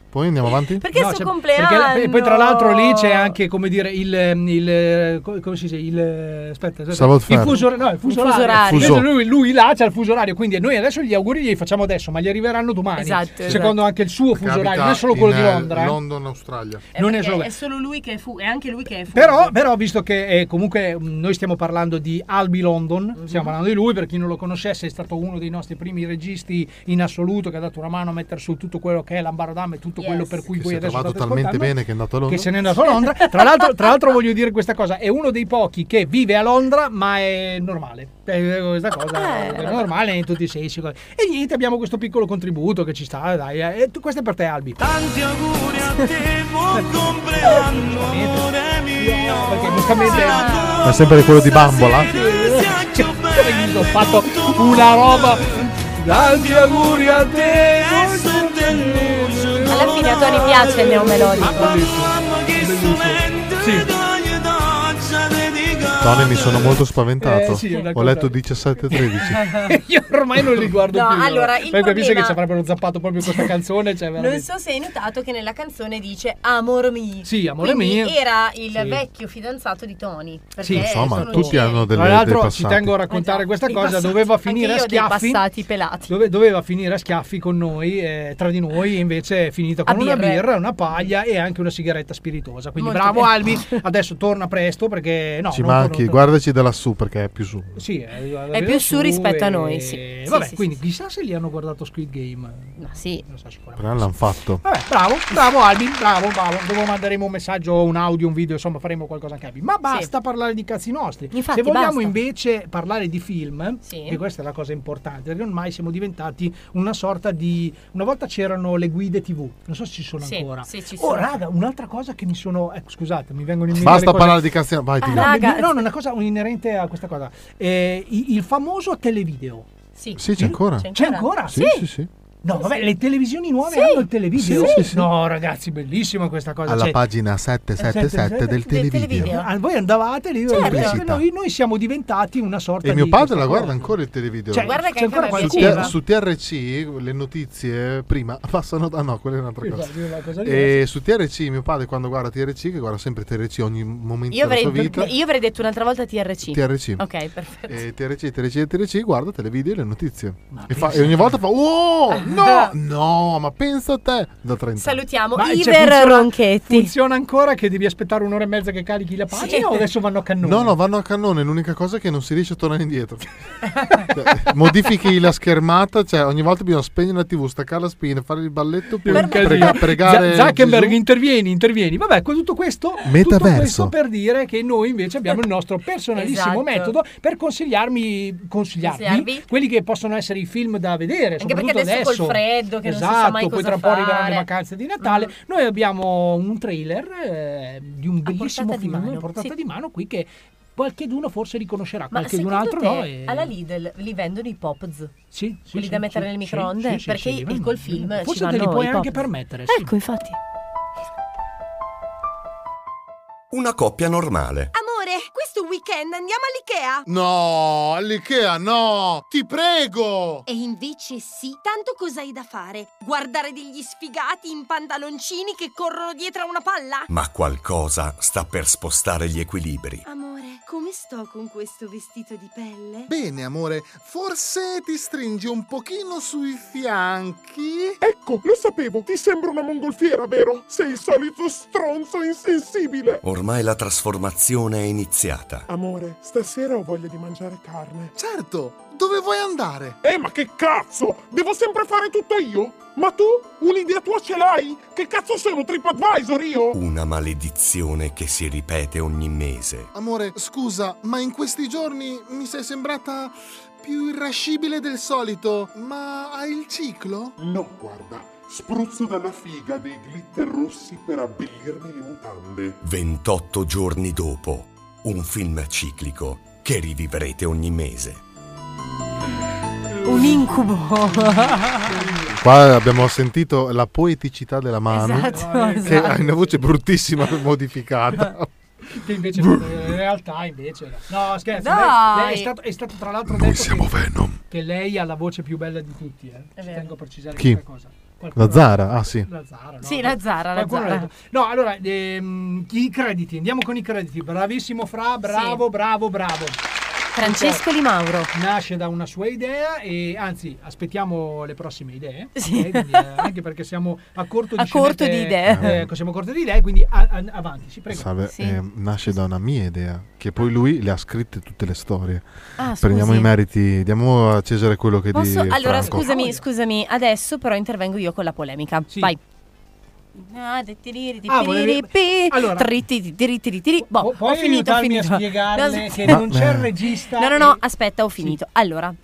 [SPEAKER 3] Poi andiamo avanti?
[SPEAKER 21] Perché il suo
[SPEAKER 4] cioè,
[SPEAKER 21] compleanno.
[SPEAKER 4] perché la- e poi tra l'altro lì c'è anche come dire il, il- co- come si dice il eh, aspetta, aspetta.
[SPEAKER 3] Sabato
[SPEAKER 4] il
[SPEAKER 3] ferro.
[SPEAKER 4] fuso, no, il fuso
[SPEAKER 21] Il fuso
[SPEAKER 4] orario.
[SPEAKER 21] orario.
[SPEAKER 4] Invece
[SPEAKER 3] Fuso.
[SPEAKER 4] Lui, lui là c'ha il fuso orario quindi noi adesso gli auguri li facciamo adesso ma gli arriveranno domani
[SPEAKER 21] Esatto,
[SPEAKER 4] secondo
[SPEAKER 21] esatto.
[SPEAKER 4] anche il suo fuso
[SPEAKER 3] Capita
[SPEAKER 4] orario non è solo quello
[SPEAKER 3] in,
[SPEAKER 4] di
[SPEAKER 3] eh,
[SPEAKER 4] Londra eh.
[SPEAKER 3] London, Australia.
[SPEAKER 21] Eh,
[SPEAKER 4] non è
[SPEAKER 21] perché
[SPEAKER 4] solo-
[SPEAKER 21] è solo lui che è fu, è anche lui che è fu.
[SPEAKER 4] Però, però visto che eh, comunque mh, noi stiamo parlando di Albi London, stiamo parlando di lui, per chi non lo conoscesse è stato uno dei nostri primi registi in assoluto che ha dato una mano a mettere su tutto quello che è l'ambaradam e tutto quello per cui
[SPEAKER 3] Che si
[SPEAKER 4] voi
[SPEAKER 3] è
[SPEAKER 4] adesso
[SPEAKER 3] trovato
[SPEAKER 4] state
[SPEAKER 3] talmente
[SPEAKER 4] ascoltando,
[SPEAKER 3] bene che è andato a Londra.
[SPEAKER 4] Che se n'è andato a Londra. Tra l'altro, tra l'altro voglio dire questa cosa, è uno dei pochi che vive a Londra ma è normale. Eh, Questa
[SPEAKER 3] Ah,
[SPEAKER 4] cosa è normale in tutti i sensi. E niente, abbiamo questo piccolo contributo che ci sta, dai. eh. E tu- questo è per te Albi.
[SPEAKER 8] Tanti auguri a te, buon compleanno, amore mio.
[SPEAKER 4] Perché giustamente...
[SPEAKER 3] Ma sempre quello di Bambola?
[SPEAKER 4] Ho fatto una roba. Tanti auguri a te.
[SPEAKER 21] Alla fine a Tony piace il neomelodico.
[SPEAKER 3] Tony, mi sono molto spaventato.
[SPEAKER 4] Eh, sì, è una
[SPEAKER 3] Ho
[SPEAKER 4] cosa- Eh,
[SPEAKER 3] letto 17-13.
[SPEAKER 4] Io ormai non li guardo
[SPEAKER 21] No,
[SPEAKER 4] più.
[SPEAKER 21] allora, il
[SPEAKER 4] Poi capisce
[SPEAKER 21] problema-
[SPEAKER 4] che ci avrebbero zappato proprio questa canzone. Cioè,
[SPEAKER 21] Non
[SPEAKER 4] veramente.
[SPEAKER 21] so se hai notato che nella canzone dice Amor mio.
[SPEAKER 4] Sì, amore
[SPEAKER 21] Quindi
[SPEAKER 4] mio.
[SPEAKER 21] Era il
[SPEAKER 4] Sì.
[SPEAKER 21] vecchio fidanzato di Tony. Perché
[SPEAKER 3] Sì, insomma,
[SPEAKER 21] sono
[SPEAKER 3] tutti
[SPEAKER 21] due. Esatto.
[SPEAKER 3] hanno delle
[SPEAKER 4] Tra l'altro,
[SPEAKER 3] dei
[SPEAKER 4] ci
[SPEAKER 3] passati.
[SPEAKER 4] tengo a raccontare questa
[SPEAKER 21] I
[SPEAKER 4] cosa.
[SPEAKER 21] passati.
[SPEAKER 4] doveva
[SPEAKER 21] Anche
[SPEAKER 4] finire
[SPEAKER 21] io
[SPEAKER 4] a
[SPEAKER 21] ho dei
[SPEAKER 4] schiaffi.
[SPEAKER 21] passati pelati.
[SPEAKER 4] dove- doveva finire a schiaffi con noi, eh, tra di noi, invece è finita con
[SPEAKER 21] A
[SPEAKER 4] una
[SPEAKER 21] birre.
[SPEAKER 4] birra, una paglia e anche una sigaretta spiritosa. Quindi
[SPEAKER 21] Molto
[SPEAKER 4] bravo
[SPEAKER 21] bene.
[SPEAKER 4] Albi, adesso torna presto perché no,
[SPEAKER 3] Ci
[SPEAKER 4] non torna-
[SPEAKER 3] manchi, guardaci da lassù perché è più su.
[SPEAKER 4] Sì, eh, la
[SPEAKER 12] È più
[SPEAKER 4] vedo
[SPEAKER 12] su rispetto a
[SPEAKER 4] e-
[SPEAKER 12] noi, sì. Sì,
[SPEAKER 4] Vabbè,
[SPEAKER 12] sì,
[SPEAKER 4] quindi chissà se li hanno guardato Squid Game.
[SPEAKER 12] Ma sì.
[SPEAKER 3] Però l'hanno fatto.
[SPEAKER 4] Vabbè, bravo, bravo Albi, bravo, bravo. Dopo manderemo un messaggio, un audio, un video, insomma faremo qualcosa anche a Albi. Ma basta parlare di cazzi nostri.
[SPEAKER 12] Infatti,
[SPEAKER 4] Se vogliamo
[SPEAKER 12] basta.
[SPEAKER 4] invece parlare di film,
[SPEAKER 12] Sì.
[SPEAKER 4] che questa è la cosa importante, perché ormai siamo diventati una sorta di... Una volta c'erano le guide TV, non so se ci sono
[SPEAKER 12] Sì,
[SPEAKER 4] ancora.
[SPEAKER 12] sì, ci
[SPEAKER 4] Oh,
[SPEAKER 12] sono.
[SPEAKER 4] raga, un'altra cosa che mi sono... Ecco, scusate, mi vengono in mente...
[SPEAKER 3] Basta
[SPEAKER 4] le cose-
[SPEAKER 3] parlare di cazzi. Vai,
[SPEAKER 4] Ah,
[SPEAKER 3] dillo.
[SPEAKER 4] no, mi- no, una cosa inerente a questa cosa. Eh, i- il famoso televideo.
[SPEAKER 21] Sì,
[SPEAKER 3] Sì, c'è ancora.
[SPEAKER 4] C'è ancora?
[SPEAKER 3] Sì, sì, sì.
[SPEAKER 4] No, vabbè, le televisioni nuove
[SPEAKER 12] Sì.
[SPEAKER 4] hanno il televideo.
[SPEAKER 3] Sì, sì, sì.
[SPEAKER 4] No, ragazzi, bellissima questa cosa.
[SPEAKER 3] Alla
[SPEAKER 4] cioè-
[SPEAKER 3] pagina 777 del televideo.
[SPEAKER 4] Ah, voi andavate lì,
[SPEAKER 3] Certo.
[SPEAKER 4] perché
[SPEAKER 3] Pubblicità.
[SPEAKER 4] noi, noi siamo diventati una sorta
[SPEAKER 3] E
[SPEAKER 4] di.
[SPEAKER 3] mio padre la
[SPEAKER 4] questa
[SPEAKER 3] guarda
[SPEAKER 4] cosa.
[SPEAKER 3] ancora il televideo.
[SPEAKER 4] Cioè, guarda che
[SPEAKER 3] C'è
[SPEAKER 4] anche
[SPEAKER 3] ancora
[SPEAKER 4] a me
[SPEAKER 3] qualcosa. su,
[SPEAKER 4] piaceva.
[SPEAKER 3] T- su TRC le notizie prima passano da no, quella è un'altra
[SPEAKER 4] Sì,
[SPEAKER 3] cosa.
[SPEAKER 4] sì, una cosa
[SPEAKER 3] E
[SPEAKER 4] diversa.
[SPEAKER 3] su TRC mio padre quando guarda TRC che guarda sempre TRC ogni momento
[SPEAKER 12] Io
[SPEAKER 3] della
[SPEAKER 12] avrei,
[SPEAKER 3] sua vita.
[SPEAKER 12] io avrei detto un'altra volta TRC.
[SPEAKER 3] TRC.
[SPEAKER 12] Ok, perfetto.
[SPEAKER 3] E TRC, TRC, TRC, guarda televideo e le notizie. E, fa- e ogni volta fa,
[SPEAKER 12] Ah,
[SPEAKER 3] oh, no, no, ma pensa a te. Da 30
[SPEAKER 12] Salutiamo
[SPEAKER 4] Ma, cioè,
[SPEAKER 12] Iver
[SPEAKER 4] funziona-
[SPEAKER 12] Ronchetti.
[SPEAKER 4] Funziona ancora che devi aspettare un'ora e mezza che carichi la pagina o adesso vanno a cannone?
[SPEAKER 3] No, no, vanno a cannone. L'unica cosa è che non si riesce a tornare indietro. Cioè, modifichi la schermata, cioè ogni volta bisogna spegnere la TV, staccare la spina, fare il balletto, poi
[SPEAKER 4] Per
[SPEAKER 3] prega-
[SPEAKER 4] casino.
[SPEAKER 3] pregare.
[SPEAKER 4] Z- Zuckerberg,
[SPEAKER 3] Gesù.
[SPEAKER 4] intervieni, intervieni. Vabbè, con tutto questo, tutto
[SPEAKER 3] Metaverso.
[SPEAKER 4] questo per dire che noi invece abbiamo il nostro personalissimo
[SPEAKER 3] Esatto.
[SPEAKER 4] metodo per consigliarmi, consigliarvi,
[SPEAKER 21] Consigliarvi.
[SPEAKER 4] quelli che possono essere i film da vedere.
[SPEAKER 21] Anche perché
[SPEAKER 4] soprattutto
[SPEAKER 21] adesso
[SPEAKER 4] adesso
[SPEAKER 21] col freddo, che non si
[SPEAKER 4] esatto,
[SPEAKER 21] sa mai
[SPEAKER 4] poi
[SPEAKER 21] cosa
[SPEAKER 4] tra un po' arriveranno
[SPEAKER 21] fare. Mm.
[SPEAKER 4] le vacanze di Natale. Noi abbiamo un trailer eh, di un bellissimo
[SPEAKER 21] portata di
[SPEAKER 4] film
[SPEAKER 21] mano,
[SPEAKER 4] a portata
[SPEAKER 21] sì.
[SPEAKER 4] di mano qui che qualcheduno forse riconoscerà,
[SPEAKER 21] Ma
[SPEAKER 4] qualche un
[SPEAKER 21] secondo
[SPEAKER 4] altro
[SPEAKER 21] te,
[SPEAKER 4] no. e-
[SPEAKER 21] alla Lidl li vendono i popz?
[SPEAKER 4] Sì, sì,
[SPEAKER 21] Quelli
[SPEAKER 4] sì,
[SPEAKER 21] da mettere
[SPEAKER 4] sì,
[SPEAKER 21] nel
[SPEAKER 4] sì,
[SPEAKER 21] microonde?
[SPEAKER 4] sì, sì,
[SPEAKER 21] perché
[SPEAKER 4] sì, li
[SPEAKER 21] il
[SPEAKER 4] vendono,
[SPEAKER 21] col
[SPEAKER 4] li vendono.
[SPEAKER 21] film
[SPEAKER 4] Forse
[SPEAKER 21] ci
[SPEAKER 4] te li
[SPEAKER 21] vanno
[SPEAKER 4] puoi
[SPEAKER 21] i
[SPEAKER 4] anche
[SPEAKER 21] Popz.
[SPEAKER 4] permettere,
[SPEAKER 24] Eh,
[SPEAKER 4] sì.
[SPEAKER 12] Ecco, infatti.
[SPEAKER 9] Una coppia normale.
[SPEAKER 24] Amore, questo weekend andiamo all'IKEA.
[SPEAKER 3] No, all'Ikea no, ti prego.
[SPEAKER 24] E invece sì, tanto cos'hai da fare? Guardare degli sfigati in pantaloncini che corrono dietro a una palla?
[SPEAKER 9] Ma qualcosa sta per spostare gli equilibri.
[SPEAKER 24] Amore, come sto con questo vestito di pelle?
[SPEAKER 3] Bene, amore, forse ti stringi un pochino sui fianchi.
[SPEAKER 10] Ecco, lo sapevo, ti sembra una mongolfiera, vero? Sei il solito stronzo insensibile.
[SPEAKER 9] Ormai la trasformazione è iniziata.
[SPEAKER 10] Amore, stasera ho voglia di mangiare carne.
[SPEAKER 3] Certo, dove vuoi andare?
[SPEAKER 10] Eh, ma che cazzo! Devo sempre fare tutto io? Ma tu un'idea tua ce l'hai? Che cazzo sono TripAdvisor io?
[SPEAKER 9] Una maledizione che si ripete ogni mese.
[SPEAKER 3] Amore, scusa, ma in questi giorni mi sei sembrata più irascibile del solito. Ma hai il ciclo?
[SPEAKER 10] No, guarda, spruzzo dalla figa dei glitter rossi per abbellirmi le mutande.
[SPEAKER 9] 28 giorni dopo, un film ciclico che rivivrete ogni mese.
[SPEAKER 12] Un incubo.
[SPEAKER 3] Qua abbiamo sentito la poeticità della mano,
[SPEAKER 4] Esatto,
[SPEAKER 3] che
[SPEAKER 4] esatto.
[SPEAKER 3] ha una voce bruttissima modificata.
[SPEAKER 4] che invece in realtà invece no. no scherzo lei-
[SPEAKER 21] Dai!
[SPEAKER 4] lei è, stato, è stato tra l'altro detto che, che lei ha la voce più bella di tutti eh. Ci tengo a precisare
[SPEAKER 3] Chi?
[SPEAKER 4] questa cosa Qualcuno-
[SPEAKER 3] La Zara? Ah, sì.
[SPEAKER 4] la Zara no?
[SPEAKER 12] Sì, la Zara, la
[SPEAKER 4] Qualcuno
[SPEAKER 12] Zara.
[SPEAKER 4] ha detto- no allora ehm, i crediti andiamo con i crediti bravissimo Fra bravo bravo bravo
[SPEAKER 12] Francesco Di Mauro
[SPEAKER 4] nasce da una sua idea e anzi aspettiamo le prossime idee
[SPEAKER 12] Sì.
[SPEAKER 4] ok? Quindi, eh, anche perché siamo a corto di,
[SPEAKER 12] A corto
[SPEAKER 4] scenette-
[SPEAKER 12] di idee.
[SPEAKER 4] eh, siamo a corto di idee quindi a- a- avanti sì, prego
[SPEAKER 3] Salve,
[SPEAKER 4] Sì.
[SPEAKER 3] eh, nasce da una mia idea, che poi lui le ha scritte tutte le storie.
[SPEAKER 12] Ah, scusi.
[SPEAKER 3] Prendiamo i meriti, diamo a Cesare quello che
[SPEAKER 12] Posso?
[SPEAKER 3] di
[SPEAKER 12] Allora,
[SPEAKER 3] Franco.
[SPEAKER 12] scusami, scusami, adesso però intervengo io con la polemica. Vai. Ah,
[SPEAKER 4] Ah, volevi-
[SPEAKER 12] ho
[SPEAKER 4] Allora- Puoi
[SPEAKER 12] finito, ho
[SPEAKER 4] aiutarmi
[SPEAKER 12] finito.
[SPEAKER 4] a spiegarle
[SPEAKER 12] No,
[SPEAKER 4] che
[SPEAKER 3] Ma-
[SPEAKER 4] non c'è il
[SPEAKER 3] eh.
[SPEAKER 4] regista.
[SPEAKER 12] No, no, no, aspetta, ho finito. Allora,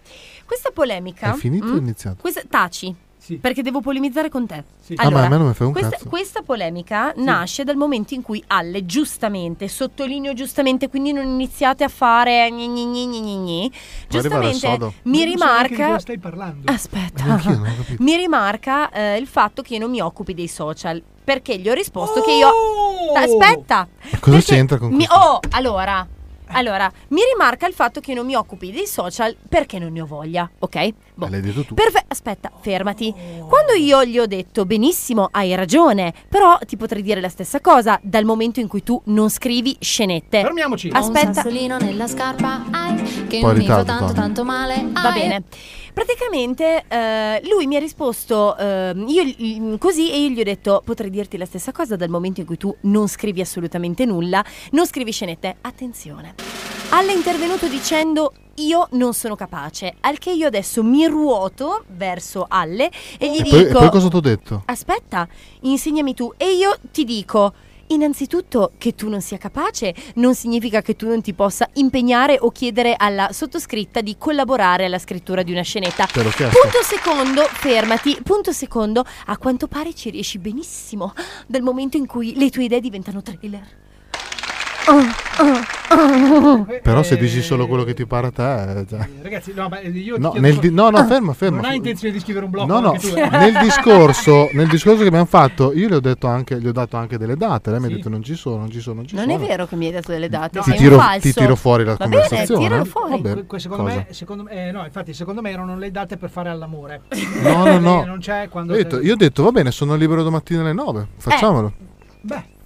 [SPEAKER 12] questa polemica
[SPEAKER 3] È finito o
[SPEAKER 12] mm,
[SPEAKER 3] è iniziato?
[SPEAKER 12] questa- taci. Perché devo polemizzare con te.
[SPEAKER 3] Ah, ma a me non me frega un
[SPEAKER 12] questa,
[SPEAKER 3] cazzo.
[SPEAKER 12] questa polemica nasce dal momento in cui Alle, giustamente, sottolineo giustamente, quindi non iniziate a fare gni gni gni gni gni gni,
[SPEAKER 3] arrivare al
[SPEAKER 12] giustamente
[SPEAKER 3] sodo.
[SPEAKER 12] mi
[SPEAKER 4] Non so neanche di
[SPEAKER 12] rimarca
[SPEAKER 4] cosa stai parlando.
[SPEAKER 12] Aspetta. mi rimarca eh, il fatto che io non mi occupi dei social perché gli ho risposto che io aspetta
[SPEAKER 3] Cosa c'entra con
[SPEAKER 12] mi- oh allora allora mi rimarca il fatto che io non mi occupi dei social perché non ne ho voglia ok
[SPEAKER 3] Ah, L'hai detto tu.
[SPEAKER 12] Perfe- aspetta, fermati. Quando io gli ho detto benissimo, hai ragione, però ti potrei dire la stessa cosa dal momento in cui tu non scrivi scenette.
[SPEAKER 4] Fermiamoci.
[SPEAKER 12] Aspetta.
[SPEAKER 25] Un sassolino nella scarpa hai che
[SPEAKER 12] Po' in
[SPEAKER 25] mi fa
[SPEAKER 12] ritardo,
[SPEAKER 25] tanto
[SPEAKER 12] Tony.
[SPEAKER 25] tanto male.
[SPEAKER 12] Va
[SPEAKER 25] ai.
[SPEAKER 12] bene. Ah, eh, Praticamente eh, lui mi ha risposto eh, io gli- così e io gli ho detto potrei dirti la stessa cosa dal momento in cui tu non scrivi assolutamente nulla, non scrivi scenette. Attenzione. Alla è intervenuto dicendo io non sono capace, al che io adesso mi ruoto verso Alle e gli
[SPEAKER 3] E
[SPEAKER 12] dico...
[SPEAKER 3] poi, e poi cosa ti ho detto?
[SPEAKER 12] Aspetta, insegnami tu e io ti dico. Innanzitutto che tu non sia capace non significa che tu non ti possa impegnare o chiedere alla sottoscritta di collaborare alla scrittura di una scenetta.
[SPEAKER 3] Te l'ho chiesto.
[SPEAKER 12] Punto secondo, fermati. Punto secondo, a quanto pare ci riesci benissimo dal momento in cui le tue idee diventano trailer. Oh, oh,
[SPEAKER 3] Però se dici solo quello che ti pare a te... eh, già.
[SPEAKER 4] Ragazzi, no, ma io ti
[SPEAKER 3] No,
[SPEAKER 4] chiedo
[SPEAKER 3] nel
[SPEAKER 4] solo-
[SPEAKER 3] di- no, no, ferma, ferma.
[SPEAKER 4] Non hai intenzione di scrivere un blog?
[SPEAKER 3] No, no,
[SPEAKER 4] anche tu, eh?
[SPEAKER 3] nel discorso, nel discorso che abbiamo fatto, io le ho, detto anche, gli ho dato anche delle date. Lei mi
[SPEAKER 12] Sì.
[SPEAKER 3] ha detto non ci sono, non ci sono, non ci
[SPEAKER 12] Non
[SPEAKER 3] sono.
[SPEAKER 12] è vero che mi hai dato delle date,
[SPEAKER 3] Ti
[SPEAKER 12] sei
[SPEAKER 3] tiro-
[SPEAKER 12] un falso.
[SPEAKER 3] ti tiro fuori la
[SPEAKER 12] Va
[SPEAKER 3] conversazione,
[SPEAKER 12] Bene, tiralo
[SPEAKER 3] eh?
[SPEAKER 12] fuori.
[SPEAKER 3] Vabbè.
[SPEAKER 4] Que- que- secondo
[SPEAKER 3] cosa?
[SPEAKER 4] me, secondo me- eh, no, infatti, secondo me erano le date per fare all'amore.
[SPEAKER 3] No, no, no.
[SPEAKER 4] non c'è quando.
[SPEAKER 3] Ho detto- io ho detto, va bene, sono libero domattina alle 9, facciamolo.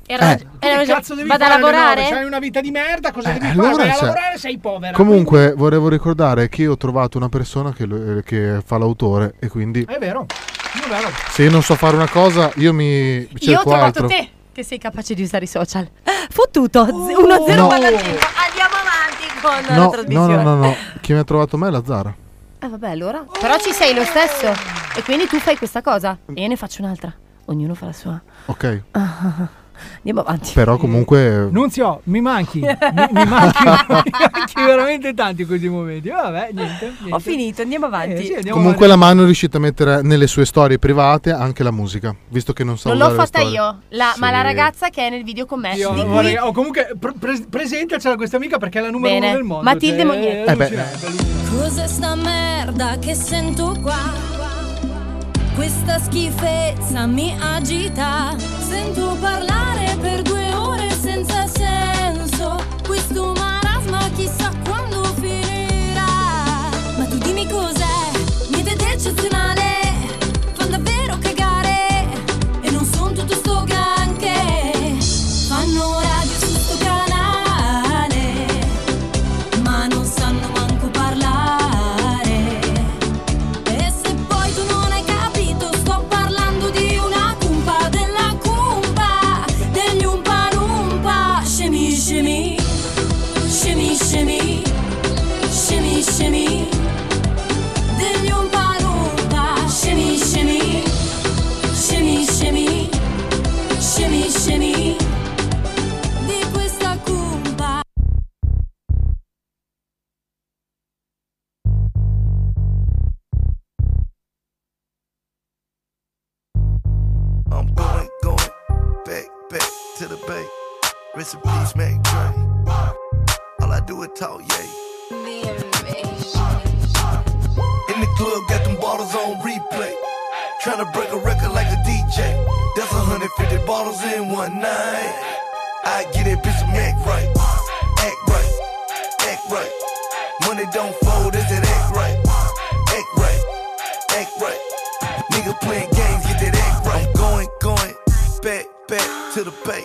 [SPEAKER 12] Era,
[SPEAKER 3] Eh.
[SPEAKER 12] era-
[SPEAKER 4] Che cazzo devi
[SPEAKER 12] vado a
[SPEAKER 4] fare alle
[SPEAKER 12] lavorare?
[SPEAKER 4] nove? C'hai una vita di merda, cosa devi
[SPEAKER 3] allora
[SPEAKER 4] fare? Vai a
[SPEAKER 3] c'è-
[SPEAKER 4] lavorare, sei povera.
[SPEAKER 3] Comunque, volevo ricordare che ho trovato una persona che, lo- eh, che fa l'autore e quindi
[SPEAKER 4] È vero. È vero.
[SPEAKER 3] se io non so fare una cosa, io mi cerco
[SPEAKER 12] Io ho trovato
[SPEAKER 3] altro.
[SPEAKER 12] te che sei capace di usare i social. Fottuto,
[SPEAKER 4] Oh.
[SPEAKER 12] 1 0 Andiamo
[SPEAKER 3] No.
[SPEAKER 12] avanti con la
[SPEAKER 3] No, no,
[SPEAKER 12] trasmissione.
[SPEAKER 3] no, no, no. Chi mi ha trovato me è la Zara.
[SPEAKER 12] Eh, vabbè, allora. Però ci sei lo stesso. E quindi tu fai questa cosa e io ne faccio un'altra. Ognuno fa la sua.
[SPEAKER 3] Ok.
[SPEAKER 12] Andiamo avanti.
[SPEAKER 3] Però comunque
[SPEAKER 4] Nunzio, mi manchi. mi, mi manchi, mi manchi veramente tanto in questi momenti. Vabbè, niente. Eh, Ho
[SPEAKER 12] finito, andiamo avanti.
[SPEAKER 3] Comunque la mano è riuscita a mettere nelle sue storie private anche la musica, visto che non sa
[SPEAKER 12] Non
[SPEAKER 3] usare
[SPEAKER 12] l'ho
[SPEAKER 3] le
[SPEAKER 12] fatta
[SPEAKER 3] storie.
[SPEAKER 12] io, la- ma
[SPEAKER 3] Sì.
[SPEAKER 12] la ragazza che è nel video con me.
[SPEAKER 4] Io
[SPEAKER 12] di cui-
[SPEAKER 4] vorrei- oh, comunque pre- pre- presentacela questa amica perché è la numero
[SPEAKER 12] Bene.
[SPEAKER 4] uno del mondo.
[SPEAKER 12] Matilde
[SPEAKER 4] cioè,
[SPEAKER 12] Mognier.
[SPEAKER 4] è
[SPEAKER 12] Eh beh.
[SPEAKER 4] allucinante,
[SPEAKER 2] Cos'è sta merda che sento qua? Questa schifezza mi agita. Sento parlare per due ore senza senso. Questo marasma chissà quando finirà. Ma tu dimmi cos'è? Niente di eccezionale. Fa davvero cagare. E non son tutto sto granché. Fanno radio su sto canale ma non sanno manco parlare. E se poi tu non hai capito, sto parlando di una cumpa della cumpa, degli umpa lumpa, scemi scemi, scemi scemi, scemi scemi, degli umpa lumpa, scemi scemi, scemi scemi, scemi scemi, di questa cumpa.
[SPEAKER 1] I'm going, going back, back to the bay. Rest in peace, Mac Dre. All I do is talk, yay. In the club, got them bottles on replay. Tryna break a record like a DJ. That's 150 bottles in one night. I get that bitch some act right. Act right. Act right. Money don't fold, is it act right? Act right. Act right. Nigga playing games, get that act right. I'm going, going, back, back to the bay.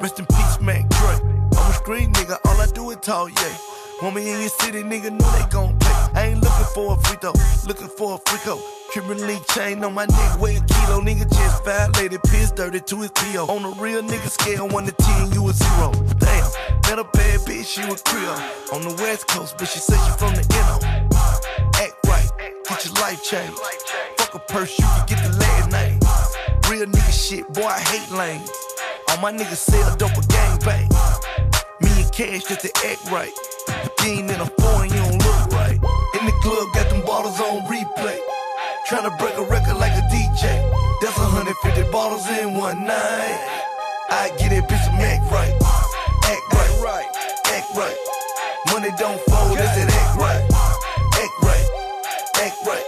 [SPEAKER 1] Rest in peace, Mac Dre. I'm a street nigga, all I do is talk, yeah. Woman in your city, nigga, know they gon' pay. I ain't looking for a free throw, looking for a free throw. Cuban link chain on my neck, weigh a kilo. Nigga just violated, piss dirty to his PO. On a real nigga scale, 1 to 10, you a zero. Damn, met a bad bitch, she was Creole. On the west coast, but she said she from the NO. Act right, get your life changed. Fuck a purse, you can get the last name. Real nigga shit, boy, I hate lame. All my niggas sell dope a gang bang. Me and cash just to act right. Being in a foreign, you don't look right. In the club, got them bottles on replay. Tryna break a record like a DJ. That's 150 bottles in one night. I get it, bitch, I'm act right. Act right, act right. Money don't fold, is it act right? Act right, act right.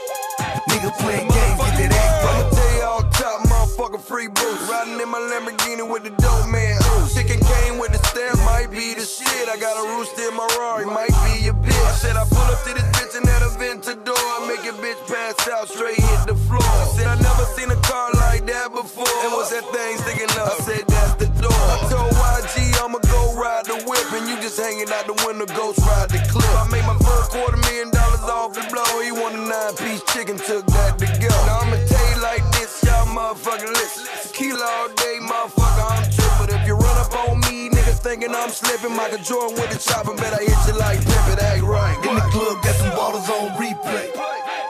[SPEAKER 1] Nigga playing games, get that act right.
[SPEAKER 6] I'ma tell you all top, motherfucker free boots. Riding in my Lamborghini with the dope man. Ooh, chicken came with the stamp, might be the shit. I got a rooster in my Rari, might be your bitch. I said I pull up to this bitch and that Aventador. I make a bitch pass out, straight hit the floor. I said I never seen a car like that before. And what's that thing sticking up? I said that's the door. I told YG I'ma go ride the whip, and you just hanging out the window, ghost ride the clip. I made my first quarter million dollars off the blow. He won a nine piece chicken, took that to go. Now I'ma tell you like this, y'all motherfucker listen. Tequila all day, motherfucker, I'm trippin'. If you run up on me, niggas thinking I'm slipping. Michael Jordan with the chopper, bet I hit you like Pippin. Act right.
[SPEAKER 1] In the club, got some bottles on replay.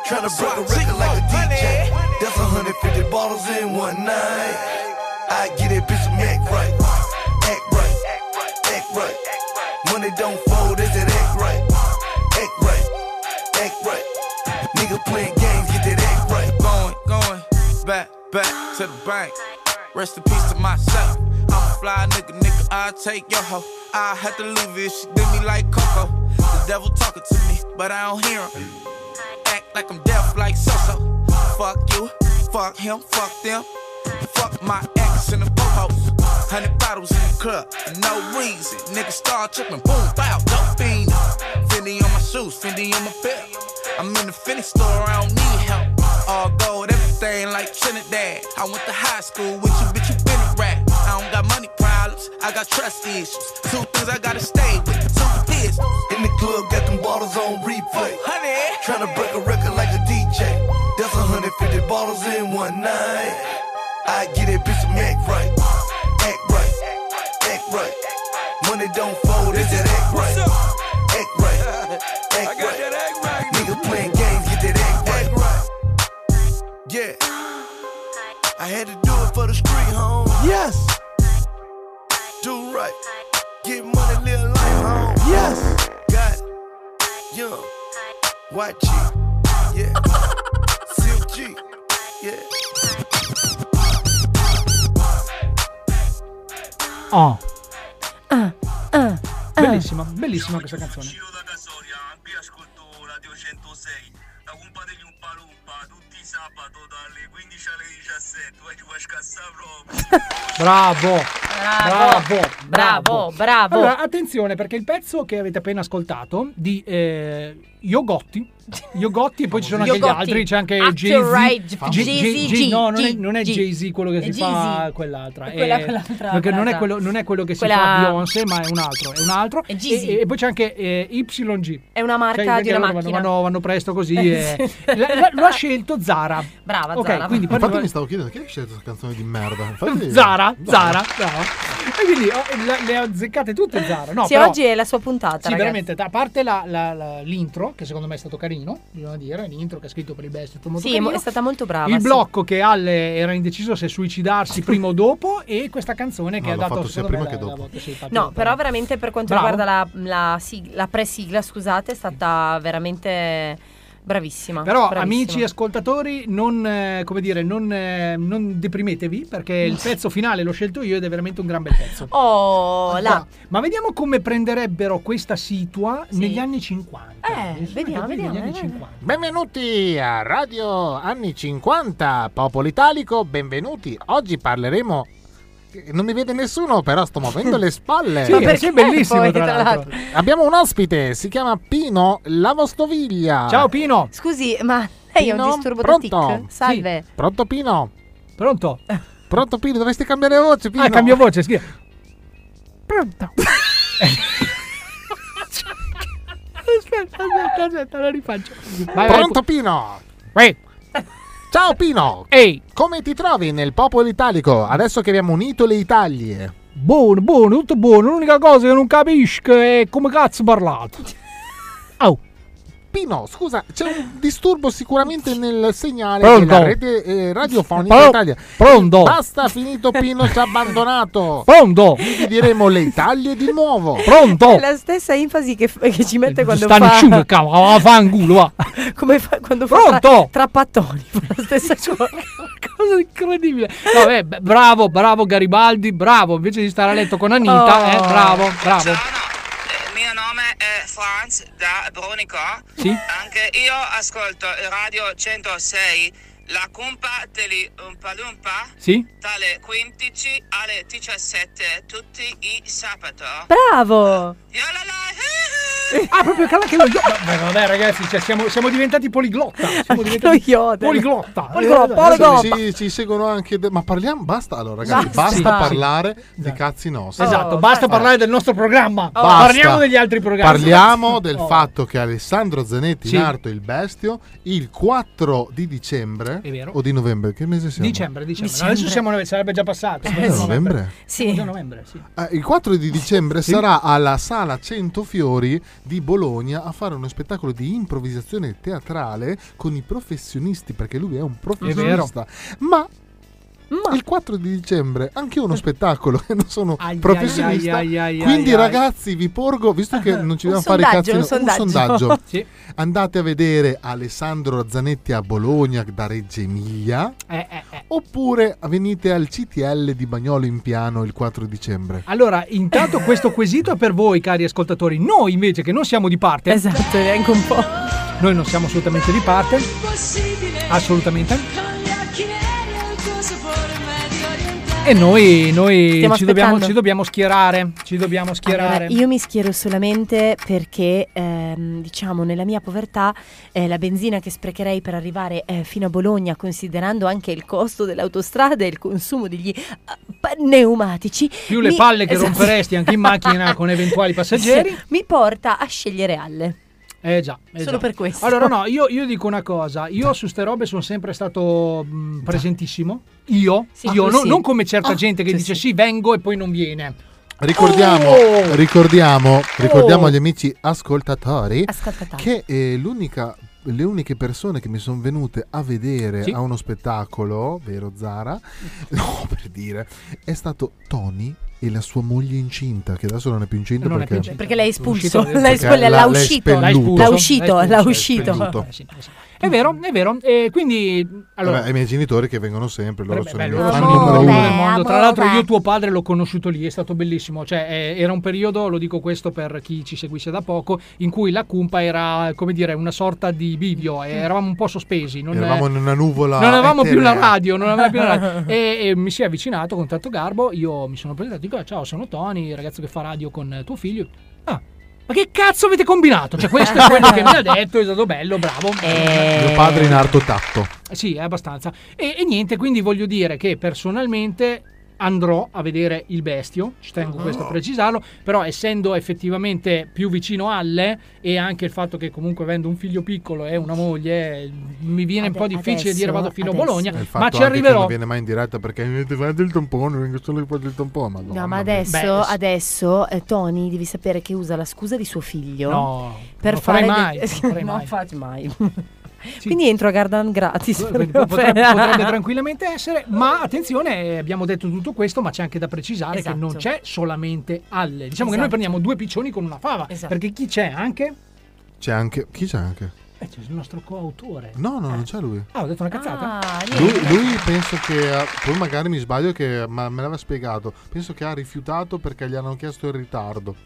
[SPEAKER 1] Tryna break a record like a DJ. That's 150 bottles in one night. I get it, bitch, I'm act right. Act right. Act right. Money don't fold, is it act right? Act right. Act right. Nigga playing games, get that act right.
[SPEAKER 6] Going, going, back, back to the bank. Rest in peace to myself. I'm a fly nigga, nigga, I'll take your hoe.
[SPEAKER 7] I had to leave it. She did me like Coco. The devil talking to me, but I don't hear him. Act like I'm deaf, like Soso. Fuck you, fuck him, fuck them. Fuck my ex and the popos. Hundred bottles in the club, no reason. Nigga start tripping, boom, bow, dope fiend. Fendi on my shoes, Fendi on my belt. I'm in the Fendi store, I don't need help. All gold, everything like Trinidad. I went to high school with you, bitch, you been a rat. I don't got money problems, I got trust issues. Two things I gotta stay with, two kids.
[SPEAKER 1] In the club, got them bottles on replay. Tryna break a record like a DJ. That's 150 bottles in one night. I get it, bitch, I'm act right. Act right. Act right. Money don't fold, it's that act right. Act right. Act right. Nigga playing games, get that act right.
[SPEAKER 7] Yeah. I had to do it for the street, home. Yes.
[SPEAKER 1] Do right. Get money, live life, home. Yes. Got young. Watch it. Yeah. CLG. Yeah.
[SPEAKER 4] Oh.
[SPEAKER 12] Ah, ah, ah.
[SPEAKER 4] Bellissima, bellissima questa canzone. Bravo, bravo,
[SPEAKER 12] bravo, bravo.
[SPEAKER 4] Allora, attenzione perché il pezzo che avete appena ascoltato di eh, Yogotti, Yogotti e poi ci sono anche
[SPEAKER 12] Yogotti.
[SPEAKER 4] gli altri, c'è anche
[SPEAKER 12] Up to
[SPEAKER 4] Jay-Z,
[SPEAKER 12] right,
[SPEAKER 4] G-
[SPEAKER 12] Jay-Z,
[SPEAKER 4] G- G- no, non è,
[SPEAKER 12] G-
[SPEAKER 4] non è
[SPEAKER 12] G-
[SPEAKER 4] Jay-Z quello che si
[SPEAKER 12] Jay-Z.
[SPEAKER 4] fa, quell'altra,
[SPEAKER 12] Quella-
[SPEAKER 4] Eh,
[SPEAKER 12] quell'altra,
[SPEAKER 4] perché non
[SPEAKER 12] quell'altra.
[SPEAKER 4] è quello, non è quello che si
[SPEAKER 12] Quella-
[SPEAKER 4] fa a Beyoncé, ma è un altro, è un altro.
[SPEAKER 12] È Jeezy.
[SPEAKER 4] E, e poi c'è anche eh, YG.
[SPEAKER 12] È una marca
[SPEAKER 4] Cioè,
[SPEAKER 12] di una
[SPEAKER 4] vanno-
[SPEAKER 12] macchina.
[SPEAKER 4] Vanno, vanno presto così.
[SPEAKER 12] Eh,
[SPEAKER 4] eh.
[SPEAKER 12] sì.
[SPEAKER 4] La- la- lo ha scelto Zara.
[SPEAKER 12] Brava
[SPEAKER 4] Ok,
[SPEAKER 12] Zara.
[SPEAKER 4] quindi
[SPEAKER 3] Infatti
[SPEAKER 4] parliamo-
[SPEAKER 3] mi stavo chiedendo chi hai scelto questa canzone di merda. Infatti-
[SPEAKER 4] Zara, Zara, Zara. E quindi oh, le, le ho azzeccate tutte Zara. No,
[SPEAKER 12] sì,
[SPEAKER 4] però-
[SPEAKER 12] oggi è la sua puntata,
[SPEAKER 4] Sì,
[SPEAKER 12] ragazzi.
[SPEAKER 4] veramente, a parte la- la- la- l'intro, che secondo me è stato carino, bisogna dire, l'intro che ha scritto per il best è stato molto
[SPEAKER 12] Sì,
[SPEAKER 4] carino.
[SPEAKER 12] è stata molto brava.
[SPEAKER 4] il
[SPEAKER 12] sì.
[SPEAKER 4] blocco che Al era indeciso se suicidarsi prima o dopo e questa canzone che
[SPEAKER 3] No,
[SPEAKER 4] ha
[SPEAKER 3] l'ha
[SPEAKER 4] dato
[SPEAKER 3] fatto sia
[SPEAKER 4] secondo
[SPEAKER 3] prima
[SPEAKER 4] me,
[SPEAKER 3] che
[SPEAKER 4] la-
[SPEAKER 3] dopo.
[SPEAKER 4] la volta, sì, infatti,
[SPEAKER 12] No,
[SPEAKER 4] dopo.
[SPEAKER 12] però veramente per quanto
[SPEAKER 4] Bravo.
[SPEAKER 12] riguarda la, la, sig- la presigla, scusate, è stata veramente bravissima.
[SPEAKER 4] Però
[SPEAKER 12] bravissima.
[SPEAKER 4] amici ascoltatori, non, eh, come dire, non, eh, non deprimetevi perché il pezzo finale l'ho scelto io ed è veramente un gran bel pezzo.
[SPEAKER 12] Oh, là.
[SPEAKER 4] Ma- Ma vediamo come prenderebbero questa situa negli anni 50.
[SPEAKER 12] Eh, vediamo,
[SPEAKER 4] capito,
[SPEAKER 12] vediamo.
[SPEAKER 4] gli anni
[SPEAKER 12] eh,
[SPEAKER 4] 50.
[SPEAKER 14] Benvenuti a Radio Anni 50, Popolo Italico, benvenuti. Oggi parleremo... Non mi vede nessuno, però sto muovendo le spalle.
[SPEAKER 4] Sì, Ma perché è bellissimo, poi, tra tra l'altro.
[SPEAKER 14] Abbiamo un ospite, si chiama Pino Lavostoviglia.
[SPEAKER 4] Ciao Pino.
[SPEAKER 12] Scusi, ma lei ha
[SPEAKER 14] Pino?
[SPEAKER 12] un disturbo da
[SPEAKER 14] Pronto?
[SPEAKER 12] tic? Salve.
[SPEAKER 14] Pronto Pino?
[SPEAKER 4] Pronto?
[SPEAKER 14] Pronto Pino, dovresti cambiare voce Pino.
[SPEAKER 4] Ah, cambio voce, scrivi.
[SPEAKER 14] Pronto.
[SPEAKER 4] Aspetta, aspetta, aspetta, la rifaccio. Vai, vai,
[SPEAKER 14] Pronto
[SPEAKER 4] pu-
[SPEAKER 14] Pino? Ciao Pino!
[SPEAKER 4] Ehi!
[SPEAKER 14] Come ti trovi nel popolo italico adesso che abbiamo unito le Italie?
[SPEAKER 4] Buono, buono, tutto buono. Oh, L'unica cosa che non capisco è come cazzo parlato. Oh,
[SPEAKER 14] Pino, scusa, c'è un disturbo sicuramente nel segnale
[SPEAKER 4] Pronto?
[SPEAKER 14] della rete eh, radiofonica
[SPEAKER 4] Pro-
[SPEAKER 14] Italia.
[SPEAKER 4] pronto?
[SPEAKER 14] Basta, finito Pino, ci ha abbandonato.
[SPEAKER 4] Pronto?
[SPEAKER 14] Quindi diremo le Italie di nuovo.
[SPEAKER 12] È la stessa enfasi che, f- che ci mette quando
[SPEAKER 4] stanno
[SPEAKER 12] fa...
[SPEAKER 4] giù, che cavolo, va a fanculo, va.
[SPEAKER 12] Come fa quando fa tra,
[SPEAKER 4] Pronto?
[SPEAKER 12] trappattoni, fa la stessa cosa.
[SPEAKER 4] cosa incredibile. Vabbè, b- bravo, bravo Garibaldi, bravo. Invece di stare a letto con Anita,
[SPEAKER 12] Oh.
[SPEAKER 4] eh, bravo, bravo.
[SPEAKER 26] mio nome è Franz da Bronico.
[SPEAKER 4] Sì.
[SPEAKER 26] Anche io ascolto il Radio 106, la compa degli Umpalumpa,
[SPEAKER 4] Sì?
[SPEAKER 26] dalle 15 alle 17, tutti i sabato.
[SPEAKER 12] Bravo!
[SPEAKER 4] Ah, proprio cala che lo Yoda. Vabbè, vabbè, ragazzi, cioè, siamo, siamo diventati poliglotta. Siamo diventati poliglotta. Eh,
[SPEAKER 3] Adesso Ci, ci seguono anche. de- Ma parliamo. Basta allora, ragazzi.
[SPEAKER 4] Basta.
[SPEAKER 3] Basta,
[SPEAKER 4] Sì.
[SPEAKER 3] parlare di cazzi nostri.
[SPEAKER 4] Esatto, basta parlare del nostro programma.
[SPEAKER 3] Basta.
[SPEAKER 4] Parliamo degli altri programmi.
[SPEAKER 3] Parliamo del
[SPEAKER 4] Oh.
[SPEAKER 3] fatto che Alessandro Zanetti
[SPEAKER 4] Sì.
[SPEAKER 3] in Arto il Bestio il 4 di dicembre
[SPEAKER 4] È vero.
[SPEAKER 3] o di novembre, che mese siamo?
[SPEAKER 4] Dicembre, dicembre.
[SPEAKER 3] Dicembre.
[SPEAKER 4] Adesso siamo nove, sarebbe già passato.
[SPEAKER 3] Eh, sì. Novembre?
[SPEAKER 4] Sì. Già novembre, sì.
[SPEAKER 3] Eh, il 4 di dicembre sarà alla Sala Centofiori di Bologna a fare uno spettacolo di improvvisazione teatrale con i professionisti, perché lui è un professionista. Ma Il 4 di dicembre anche uno spettacolo e non sono
[SPEAKER 4] ai,
[SPEAKER 3] professionista.
[SPEAKER 4] ai, ai, ai,
[SPEAKER 3] quindi
[SPEAKER 4] ai.
[SPEAKER 3] ragazzi vi porgo, visto che non ci
[SPEAKER 4] Un
[SPEAKER 3] dobbiamo fare i
[SPEAKER 4] sondaggio,
[SPEAKER 3] cazzi,
[SPEAKER 4] un
[SPEAKER 3] no-
[SPEAKER 4] sondaggio.
[SPEAKER 3] sondaggio.
[SPEAKER 4] Sì.
[SPEAKER 3] Andate a vedere Alessandro Zanetti a Bologna da Reggio Emilia. Oppure venite al CTL di Bagnolo in Piano il 4 dicembre.
[SPEAKER 4] Allora, intanto questo quesito è per voi, cari ascoltatori. Noi invece che non siamo di parte.
[SPEAKER 12] Esatto, neanche un po'.
[SPEAKER 4] Noi non siamo assolutamente di parte. Assolutamente. E noi, noi
[SPEAKER 12] Stiamo
[SPEAKER 4] ci, dobbiamo,
[SPEAKER 12] aspettando.
[SPEAKER 4] ci dobbiamo schierare. Ci dobbiamo schierare.
[SPEAKER 12] Allora, io mi schiero solamente perché, ehm, diciamo, nella mia povertà, eh, la benzina che sprecherei per arrivare eh, fino a Bologna, considerando anche il costo dell'autostrada e il consumo degli eh, pneumatici,
[SPEAKER 4] Più le
[SPEAKER 12] mi-
[SPEAKER 4] palle che
[SPEAKER 12] Esatto.
[SPEAKER 4] romperesti anche in macchina con eventuali passeggeri.
[SPEAKER 12] Sì, mi porta a scegliere Alle.
[SPEAKER 4] Eh già, eh
[SPEAKER 12] Solo
[SPEAKER 4] già.
[SPEAKER 12] per questo.
[SPEAKER 4] Allora, no, io, io dico una cosa: io su ste robe sono sempre stato mh, presentissimo. Io,
[SPEAKER 12] Sì.
[SPEAKER 4] io
[SPEAKER 12] Ah,
[SPEAKER 4] no-
[SPEAKER 12] sì.
[SPEAKER 4] non come certa gente che dice sì, vengo e poi non viene.
[SPEAKER 3] Ricordiamo,
[SPEAKER 4] Oh!
[SPEAKER 3] ricordiamo, ricordiamo
[SPEAKER 4] Oh!
[SPEAKER 3] agli amici ascoltatori
[SPEAKER 12] Ascoltatori.
[SPEAKER 3] che eh, l'unica- le uniche persone che mi sono venute a vedere
[SPEAKER 4] Sì.
[SPEAKER 3] a uno spettacolo, vero Zara?
[SPEAKER 12] Mm.
[SPEAKER 3] No, per dire, è stato Tony e la sua moglie incinta, che adesso non è più incinta
[SPEAKER 4] Non è
[SPEAKER 3] perché...
[SPEAKER 4] più incinta.
[SPEAKER 12] Perché l'hai
[SPEAKER 4] Uscito
[SPEAKER 12] espulso,
[SPEAKER 4] dentro.
[SPEAKER 12] l'ha espul-
[SPEAKER 3] Perché
[SPEAKER 12] l'ha,
[SPEAKER 3] l'ha- l'ha
[SPEAKER 12] uscito,
[SPEAKER 3] espelluto.
[SPEAKER 12] l'ha uscito,
[SPEAKER 4] L'ha
[SPEAKER 12] l'ha
[SPEAKER 4] espulso, l'ha
[SPEAKER 12] uscito.
[SPEAKER 4] È vero, è vero. E quindi, allora,
[SPEAKER 3] Vabbè, i miei genitori che vengono sempre, loro sono i
[SPEAKER 4] Beh,
[SPEAKER 3] miei
[SPEAKER 4] loro
[SPEAKER 3] fan
[SPEAKER 4] sono
[SPEAKER 3] numero
[SPEAKER 4] numero
[SPEAKER 3] uno.
[SPEAKER 4] uno del mondo. Tra l'altro, io tuo padre l'ho conosciuto lì, è stato bellissimo. Cioè, eh, era un periodo, lo dico questo per chi ci seguisse da poco, in cui la cumpa era come dire una sorta di bivio, eh, eravamo un po' sospesi. Non,
[SPEAKER 3] Eravamo in una nuvola
[SPEAKER 4] non avevamo più la
[SPEAKER 3] eterea.
[SPEAKER 4] radio, non avevamo più la radio. e, e mi si è avvicinato con tanto garbo. Io mi sono presentato, dico: "Ah, Ciao, sono Tony, il ragazzo che fa radio con eh, tuo figlio. Ah, ma che cazzo avete combinato? Cioè, questo è quello che mi ha detto, è stato bello, bravo.
[SPEAKER 3] Mio padre in arto tatto.
[SPEAKER 4] Eh Sì, è abbastanza. E, e niente, quindi voglio dire che personalmente andrò a vedere il bestio, ci tengo
[SPEAKER 12] Ah.
[SPEAKER 20] Mhm.
[SPEAKER 4] questo a precisarlo, però essendo effettivamente più vicino alle e anche il fatto che comunque avendo un figlio piccolo e una moglie mi viene un po' difficile dire vado fino a Bologna,
[SPEAKER 3] Il fatto
[SPEAKER 4] ma ci
[SPEAKER 3] anche Che
[SPEAKER 4] arriverò.
[SPEAKER 3] non viene mai in diretta perché mi avete fatto il tampone, vengo solo che faccio il tampone. Madonna.
[SPEAKER 12] No, ma adesso,
[SPEAKER 3] Beh, sì.
[SPEAKER 12] adesso eh, Tony devi sapere che usa la scusa di suo figlio
[SPEAKER 3] No, non
[SPEAKER 12] per
[SPEAKER 4] lo
[SPEAKER 12] fare
[SPEAKER 4] farei
[SPEAKER 12] de-
[SPEAKER 4] mai, non lo farei
[SPEAKER 12] No,
[SPEAKER 4] mai.
[SPEAKER 12] faccio mai. Quindi entro a Gardan gratis.
[SPEAKER 4] Quindi
[SPEAKER 12] per-
[SPEAKER 4] potrebbe, potrebbe tranquillamente essere, ma attenzione, eh, abbiamo detto tutto questo, ma c'è anche da precisare
[SPEAKER 12] Esatto.
[SPEAKER 4] che non c'è solamente alle. Diciamo
[SPEAKER 12] Esatto.
[SPEAKER 4] che noi prendiamo due piccioni con una fava, perché chi c'è anche?
[SPEAKER 3] C'è anche. Chi c'è anche?
[SPEAKER 4] Eh, c'è il nostro coautore.
[SPEAKER 3] No, no, non c'è lui.
[SPEAKER 4] Ah, ho detto una cazzata.
[SPEAKER 3] Lui, lui penso che ha- poi magari mi sbaglio che ma me l'aveva spiegato. Penso che ha rifiutato perché gli hanno chiesto il ritardo.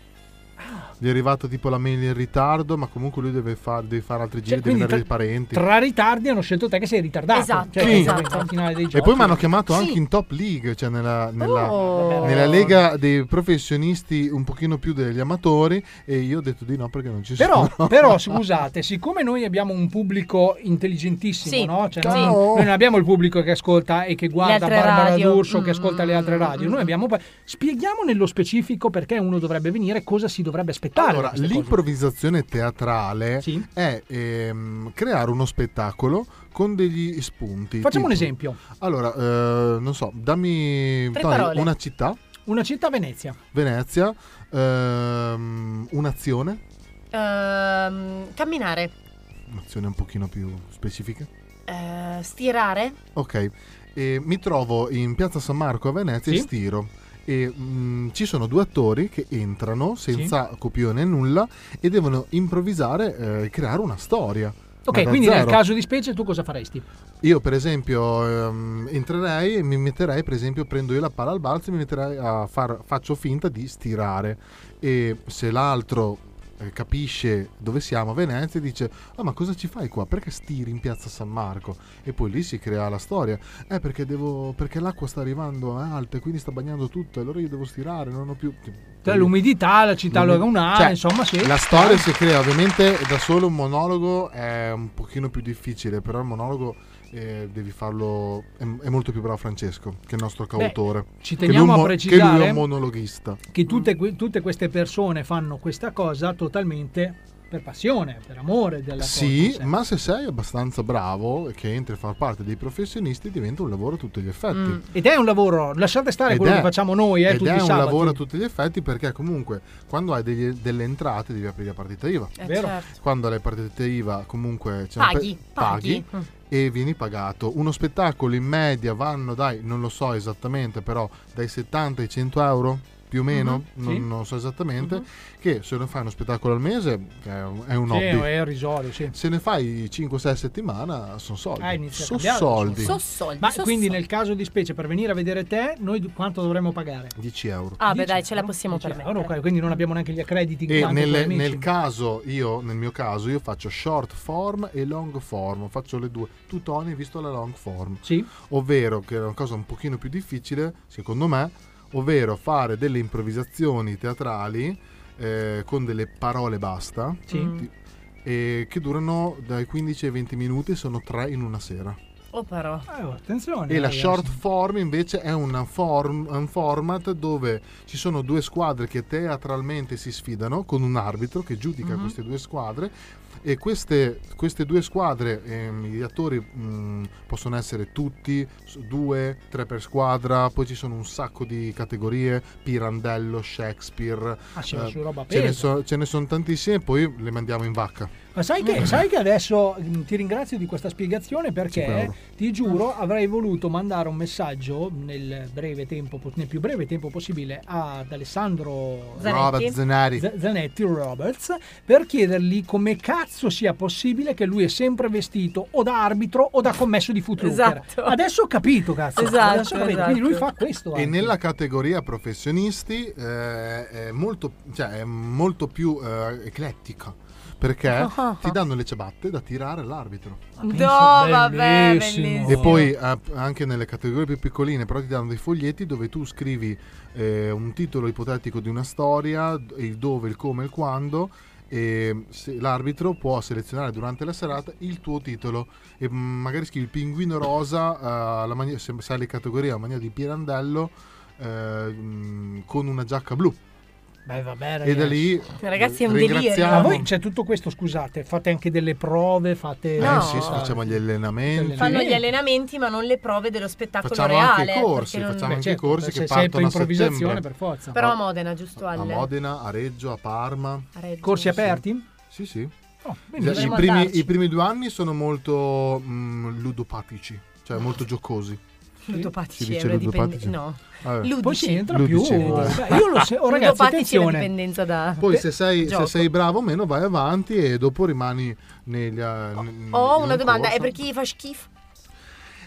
[SPEAKER 4] Ah.
[SPEAKER 3] Gli è arrivato tipo la mail in ritardo, ma comunque lui deve, far- deve fare altri giri,
[SPEAKER 4] Cioè,
[SPEAKER 3] deve
[SPEAKER 4] quindi
[SPEAKER 3] vedere i
[SPEAKER 4] tra-
[SPEAKER 3] parenti.
[SPEAKER 4] Tra ritardi hanno scelto te che sei ritardato.
[SPEAKER 12] Esatto,
[SPEAKER 4] Cioè,
[SPEAKER 3] Sì.
[SPEAKER 4] come al finale dei
[SPEAKER 3] E
[SPEAKER 4] giochi.
[SPEAKER 3] poi mi hanno chiamato anche
[SPEAKER 4] Sì.
[SPEAKER 3] in top league, cioè nella, nella-
[SPEAKER 4] Oh.
[SPEAKER 3] nella lega dei professionisti un pochino più degli amatori. E io ho detto di no perché non ci
[SPEAKER 4] Però,
[SPEAKER 3] sono.
[SPEAKER 4] però, scusate, siccome noi abbiamo un pubblico intelligentissimo,
[SPEAKER 3] Sì.
[SPEAKER 4] no? Cioè,
[SPEAKER 3] Sì.
[SPEAKER 4] non- noi non abbiamo il pubblico che ascolta e che guarda
[SPEAKER 3] altre
[SPEAKER 4] Barbara
[SPEAKER 3] radio. Mm.
[SPEAKER 4] D'Urso, che ascolta le altre radio. Noi abbiamo. poi- Spieghiamo nello specifico perché uno dovrebbe venire, cosa si dovrebbe aspettare. da
[SPEAKER 3] Allora,
[SPEAKER 4] queste cose.
[SPEAKER 3] l'improvvisazione teatrale è ehm, creare uno spettacolo con degli spunti.
[SPEAKER 4] Facciamo un
[SPEAKER 3] tipo-
[SPEAKER 4] esempio:
[SPEAKER 3] Allora, eh, non so, dammi
[SPEAKER 4] Tre
[SPEAKER 3] Tony,
[SPEAKER 4] parole.
[SPEAKER 3] una città,
[SPEAKER 4] una città Venezia.
[SPEAKER 3] Venezia, ehm, un'azione,
[SPEAKER 12] Ehm, camminare,
[SPEAKER 3] un'azione un pochino più specifica.
[SPEAKER 12] eh, stirare.
[SPEAKER 3] Ok, e mi trovo in piazza San Marco a Venezia e
[SPEAKER 12] Sì.
[SPEAKER 3] stiro. E mh, ci sono due attori che entrano senza copione nulla e devono improvvisare eh, e creare una storia. Ma
[SPEAKER 4] Ok,
[SPEAKER 3] da
[SPEAKER 4] quindi nel
[SPEAKER 3] zero.
[SPEAKER 4] caso di specie, tu cosa faresti?
[SPEAKER 3] Io, per esempio, ehm, entrerei e mi metterei, per esempio, prendo io la palla al balzo e mi metterei a far, faccio finta di stirare. E se l'altro eh, capisce dove siamo a Venezia dice ah ma cosa ci fai qua perché stiri in piazza San Marco e poi lì si crea la storia eh perché devo perché l'acqua sta arrivando a alta e quindi sta bagnando tutto allora io devo stirare non ho più
[SPEAKER 4] Cioè, l'umidità, la città
[SPEAKER 3] L'umi-
[SPEAKER 4] lagunare,
[SPEAKER 3] cioè,
[SPEAKER 4] insomma, sì. Eh.
[SPEAKER 3] La storia si crea ovviamente da solo un monologo è un pochino più difficile, però il monologo eh, devi farlo è, è molto più bravo Francesco, che è il nostro coautore.
[SPEAKER 4] ci
[SPEAKER 3] Che
[SPEAKER 4] teniamo
[SPEAKER 3] lui è un
[SPEAKER 4] a
[SPEAKER 3] mo- Che lui è
[SPEAKER 4] precisare
[SPEAKER 3] un monologhista.
[SPEAKER 4] che
[SPEAKER 3] Mm.
[SPEAKER 4] tutte, que- tutte queste persone fanno questa cosa totalmente per passione, per amore della
[SPEAKER 3] Sì, ma se sei abbastanza bravo e che entri a far parte dei professionisti diventa un lavoro a tutti gli effetti.
[SPEAKER 4] cosa. Mm. Ed è un lavoro, lasciate stare quello che facciamo noi, eh,
[SPEAKER 3] ed
[SPEAKER 4] tutti
[SPEAKER 3] è
[SPEAKER 4] i
[SPEAKER 3] un
[SPEAKER 4] sabati.
[SPEAKER 3] lavoro a tutti gli effetti perché comunque quando hai degli- delle entrate devi aprire la partita IVA
[SPEAKER 4] Eh, Vero. certo.
[SPEAKER 3] quando hai la partita IVA comunque c'è
[SPEAKER 4] Paghi,
[SPEAKER 3] paghi,
[SPEAKER 4] paghi. Mm.
[SPEAKER 3] e vieni pagato. Uno spettacolo in media vanno dai, non lo so esattamente, però dai 70 ai 100 euro più o meno,
[SPEAKER 4] Mhm,
[SPEAKER 3] non,
[SPEAKER 4] sì. Mhm.
[SPEAKER 3] non so esattamente, che se ne fai uno spettacolo al mese che è un, è un
[SPEAKER 4] Sì,
[SPEAKER 3] hobby.
[SPEAKER 4] è irrisorio, sì.
[SPEAKER 3] Se ne fai 5-6 a settimana sono soldi.
[SPEAKER 4] Ah, inizia a
[SPEAKER 3] sono
[SPEAKER 4] cambiare,
[SPEAKER 3] soldi.
[SPEAKER 4] insomma. Ma quindi nel caso di specie per venire a vedere te, noi d- quanto dovremmo pagare?
[SPEAKER 3] 10 euro.
[SPEAKER 12] Ah, beh, dai, ce la possiamo permettere.
[SPEAKER 4] Allora, ok, quindi non abbiamo neanche gli accrediti. in
[SPEAKER 3] E
[SPEAKER 4] quanto
[SPEAKER 3] nel,
[SPEAKER 4] tuoi amici.
[SPEAKER 3] nel caso, io, nel mio caso, io faccio short form e long form, faccio le due. Tu Tony hai visto la long form?
[SPEAKER 4] Sì.
[SPEAKER 3] Ovvero, che è una cosa un pochino più difficile, secondo me, ovvero fare delle improvvisazioni teatrali eh, con delle parole basta,
[SPEAKER 12] Sì.
[SPEAKER 3] ti- e che durano dai 15 ai 20 minuti, sono tre in una sera.
[SPEAKER 12] Oh, però.
[SPEAKER 4] Eh, attenzione.
[SPEAKER 3] E
[SPEAKER 8] eh,
[SPEAKER 3] la short form invece è una form- un format dove ci sono due squadre che teatralmente si sfidano con un arbitro che giudica
[SPEAKER 5] Mhm.
[SPEAKER 3] queste due squadre e queste, queste due squadre, ehm, gli attori mh, possono essere tutti, s- due, tre per squadra, poi ci sono un sacco di categorie, Pirandello, Shakespeare, eh,
[SPEAKER 4] Ah, sì, ma su roba
[SPEAKER 3] ce, ne
[SPEAKER 4] pesa.
[SPEAKER 3] so- ce ne sono tantissime e poi le mandiamo in vacca.
[SPEAKER 4] Ma sai che, sai che adesso mm, ti ringrazio di questa spiegazione
[SPEAKER 3] Cinque
[SPEAKER 4] perché
[SPEAKER 3] euro.
[SPEAKER 4] ti giuro avrei voluto mandare un messaggio nel breve tempo, po- nel più breve tempo possibile ad Alessandro
[SPEAKER 3] Zanetti. Robert Zanari.
[SPEAKER 4] Z- Zanetti Roberts per chiedergli come cazzo sia possibile che lui è sempre vestito o da arbitro o da commesso di footlooker.
[SPEAKER 12] Esatto.
[SPEAKER 4] Adesso ho capito cazzo.
[SPEAKER 12] Esatto,
[SPEAKER 4] Adesso ho capito. Quindi lui
[SPEAKER 12] esatto.
[SPEAKER 4] fa questo.
[SPEAKER 3] E
[SPEAKER 4] anche.
[SPEAKER 3] nella categoria professionisti eh, è, molto, cioè, è molto più eh, eclettica perché
[SPEAKER 12] Ah, ah,
[SPEAKER 3] ti danno le ciabatte da tirare all'arbitro.
[SPEAKER 12] No, pensa, vabbè, bellissimo. bellissimo.
[SPEAKER 3] E poi eh, anche nelle categorie più piccoline, però ti danno dei foglietti dove tu scrivi eh, un titolo ipotetico di una storia, d- il dove, il come, il quando. E se- l'arbitro può selezionare durante la serata il tuo titolo e mm, magari scrivi il pinguino rosa eh, alla mania- se sai le categorie a mania di Pirandello eh, mm, con una giacca blu
[SPEAKER 4] Beh, vabbè,
[SPEAKER 3] E da lì, Cioè, Ragazzi, è un delirio. ringraziamo.
[SPEAKER 4] Ma voi c'è tutto questo, scusate, fate anche delle prove, fate...
[SPEAKER 3] Eh, sì, facciamo gli allenamenti
[SPEAKER 21] Fanno gli allenamenti, ma non le prove dello spettacolo
[SPEAKER 3] Facciamo anche
[SPEAKER 21] reale. eh,
[SPEAKER 3] corsi,
[SPEAKER 21] perché non-
[SPEAKER 3] facciamo anche
[SPEAKER 4] certo,
[SPEAKER 3] corsi
[SPEAKER 4] se
[SPEAKER 3] che
[SPEAKER 4] sei per
[SPEAKER 3] partono a
[SPEAKER 4] improvvisazione,
[SPEAKER 3] settembre.
[SPEAKER 4] per forza.
[SPEAKER 21] Però a Modena, giusto?
[SPEAKER 3] a
[SPEAKER 21] Ale?
[SPEAKER 3] Modena, a Reggio, a Parma.
[SPEAKER 21] A Reggio.
[SPEAKER 4] Corsi aperti? Oh,
[SPEAKER 3] Sì, sì.
[SPEAKER 4] bene,
[SPEAKER 3] I,
[SPEAKER 4] dovremmo
[SPEAKER 3] primi,
[SPEAKER 4] andarci.
[SPEAKER 3] I primi due anni sono molto mm, ludopatici, cioè molto giocosi.
[SPEAKER 21] Ah. Ludopatici,
[SPEAKER 3] Si dice
[SPEAKER 21] è una
[SPEAKER 3] ludopatici?
[SPEAKER 21] dipendenza. No.
[SPEAKER 3] Vabbè.
[SPEAKER 21] Ludici.
[SPEAKER 4] Poi si entra
[SPEAKER 3] Ludici.
[SPEAKER 4] più... Beh, Io lo so, oh, ragazzi,
[SPEAKER 21] Ludopatici è una
[SPEAKER 4] attenzione.
[SPEAKER 21] dipendenza da.
[SPEAKER 3] Poi se sei, se
[SPEAKER 21] gioco.
[SPEAKER 3] sei bravo o meno vai avanti e dopo rimani negli... eh, n-
[SPEAKER 21] Ho
[SPEAKER 3] in
[SPEAKER 21] una
[SPEAKER 3] un
[SPEAKER 21] domanda, è
[SPEAKER 3] corso.
[SPEAKER 21] per chi fa schifo?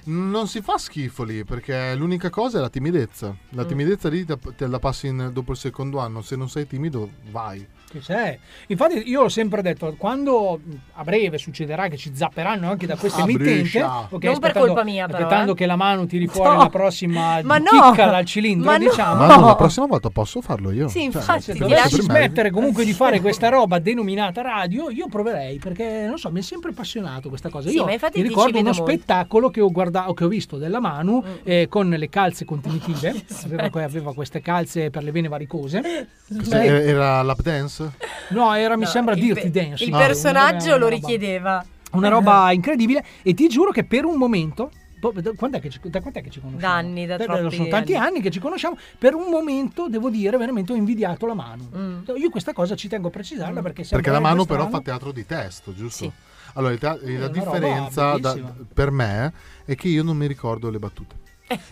[SPEAKER 3] Non si fa schifo lì perché l'unica cosa è la timidezza. La
[SPEAKER 21] Mm.
[SPEAKER 3] timidezza lì te, te la passi in- dopo il secondo anno. Se non sei timido, vai.
[SPEAKER 4] Che c'è? Infatti io ho sempre detto, quando mh, a breve succederà che ci zapperanno anche da questa
[SPEAKER 3] A
[SPEAKER 4] emittente,
[SPEAKER 3] Brescia.
[SPEAKER 4] ok,
[SPEAKER 21] Non per
[SPEAKER 4] aspettando-
[SPEAKER 21] colpa mia, però,
[SPEAKER 4] aspettando
[SPEAKER 21] eh.
[SPEAKER 4] che la mano tiri fuori
[SPEAKER 21] No.
[SPEAKER 4] la prossima
[SPEAKER 21] Ma no.
[SPEAKER 4] chicca dal cilindro,
[SPEAKER 21] Ma no.
[SPEAKER 4] diciamo.
[SPEAKER 3] Ma no, la prossima volta posso farlo io.
[SPEAKER 21] Sì,
[SPEAKER 3] Cioè,
[SPEAKER 21] infatti,
[SPEAKER 3] se
[SPEAKER 21] ti
[SPEAKER 3] dovessi
[SPEAKER 21] lasci
[SPEAKER 3] premere-
[SPEAKER 4] smettere comunque di fare questa roba denominata radio, io proverei perché non so, mi è sempre appassionato questa cosa.
[SPEAKER 21] Sì,
[SPEAKER 4] io
[SPEAKER 21] ma infatti
[SPEAKER 4] mi
[SPEAKER 21] ti ci
[SPEAKER 4] ricordo
[SPEAKER 21] vedo
[SPEAKER 4] uno
[SPEAKER 21] molto.
[SPEAKER 4] spettacolo che ho, guarda- che ho visto della Manu
[SPEAKER 21] Mm.
[SPEAKER 4] eh, con le calze contenitive, aveva, que- aveva queste calze per le vene varicose.
[SPEAKER 3] Questa era, eh, era lap dance?
[SPEAKER 4] Eh, No, era mi
[SPEAKER 21] No,
[SPEAKER 4] sembra
[SPEAKER 21] il
[SPEAKER 4] Dirty
[SPEAKER 21] pe-
[SPEAKER 4] Dance.
[SPEAKER 21] Il
[SPEAKER 4] no,
[SPEAKER 21] personaggio
[SPEAKER 4] una roba-
[SPEAKER 21] lo richiedeva.
[SPEAKER 4] Una roba incredibile e ti giuro che per un momento po- da quant'è che ci, da quant'è che ci conosciamo?
[SPEAKER 21] Da anni, da
[SPEAKER 4] Da- da-
[SPEAKER 21] troppi
[SPEAKER 4] sono tanti anni che ci conosciamo. Per un momento, devo dire, veramente ho invidiato la mano.
[SPEAKER 21] Mm.
[SPEAKER 4] Io questa cosa ci tengo a precisarla perché
[SPEAKER 3] Mm. Perché
[SPEAKER 4] sembra
[SPEAKER 3] la mano
[SPEAKER 4] strano.
[SPEAKER 3] però fa teatro di testo, giusto? Allora, il tea- la
[SPEAKER 4] Eh, una
[SPEAKER 3] differenza
[SPEAKER 4] roba
[SPEAKER 3] da-
[SPEAKER 4] bellissima.
[SPEAKER 3] per me è che io non mi ricordo le battute.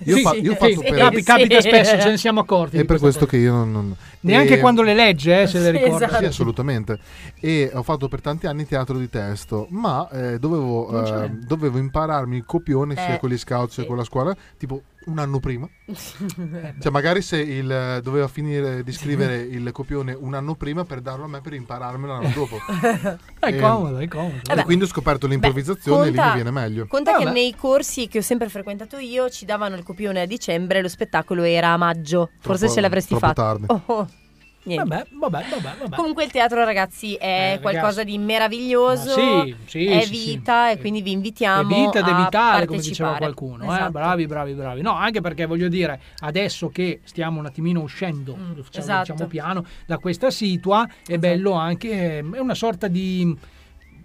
[SPEAKER 3] Io,
[SPEAKER 4] sì,
[SPEAKER 3] fa-
[SPEAKER 4] sì,
[SPEAKER 3] io
[SPEAKER 4] sì,
[SPEAKER 3] faccio
[SPEAKER 4] sì,
[SPEAKER 3] per...
[SPEAKER 4] capi- capita spesso, ce ne siamo accorti
[SPEAKER 3] È
[SPEAKER 4] di
[SPEAKER 3] per
[SPEAKER 4] questa
[SPEAKER 3] questo che io non... non-
[SPEAKER 4] Neanche
[SPEAKER 3] e-
[SPEAKER 4] quando le legge, eh, se le
[SPEAKER 3] Sì,
[SPEAKER 4] ricorda.
[SPEAKER 3] Sì, assolutamente. E ho fatto per tanti anni teatro di testo, ma eh,
[SPEAKER 4] Non
[SPEAKER 3] dovevo,
[SPEAKER 4] ce
[SPEAKER 3] eh,
[SPEAKER 4] n'è.
[SPEAKER 3] dovevo impararmi il copione
[SPEAKER 4] Eh,
[SPEAKER 3] sia con gli scout sia con la scuola, tipo un anno prima. Cioè, magari se il, eh, doveva finire di scrivere il copione un anno prima per darlo a me per impararmelo l'anno dopo.
[SPEAKER 4] È
[SPEAKER 3] E-
[SPEAKER 4] comodo, è comodo.
[SPEAKER 3] E quindi ho scoperto l'improvvisazione e lì mi viene meglio.
[SPEAKER 21] Conta che
[SPEAKER 3] Vabbè.
[SPEAKER 21] nei corsi che ho sempre frequentato io ci davano il copione a dicembre e lo spettacolo era a maggio. Forse
[SPEAKER 3] Troppo-
[SPEAKER 21] ce l'avresti
[SPEAKER 3] troppo
[SPEAKER 21] fatto.
[SPEAKER 3] tardi.
[SPEAKER 21] Oh, oh. Niente.
[SPEAKER 4] Vabbè, vabbè, vabbè, vabbè.
[SPEAKER 21] Comunque il teatro ragazzi è
[SPEAKER 4] Eh,
[SPEAKER 21] qualcosa
[SPEAKER 4] ragazzi.
[SPEAKER 21] di meraviglioso,
[SPEAKER 4] Ma sì, sì,
[SPEAKER 21] è
[SPEAKER 4] sì, sì.
[SPEAKER 21] vita e quindi vi
[SPEAKER 4] È
[SPEAKER 21] invitiamo
[SPEAKER 4] vita ed
[SPEAKER 21] a
[SPEAKER 4] è vitale, come diceva
[SPEAKER 21] partecipare.
[SPEAKER 4] qualcuno. eh.
[SPEAKER 21] Esatto.
[SPEAKER 4] Bravi, bravi, bravi. No, anche perché voglio dire, adesso che stiamo un attimino uscendo, diciamo,
[SPEAKER 21] esatto.
[SPEAKER 4] diciamo piano, da questa situa, è bello anche, ehm, è una sorta di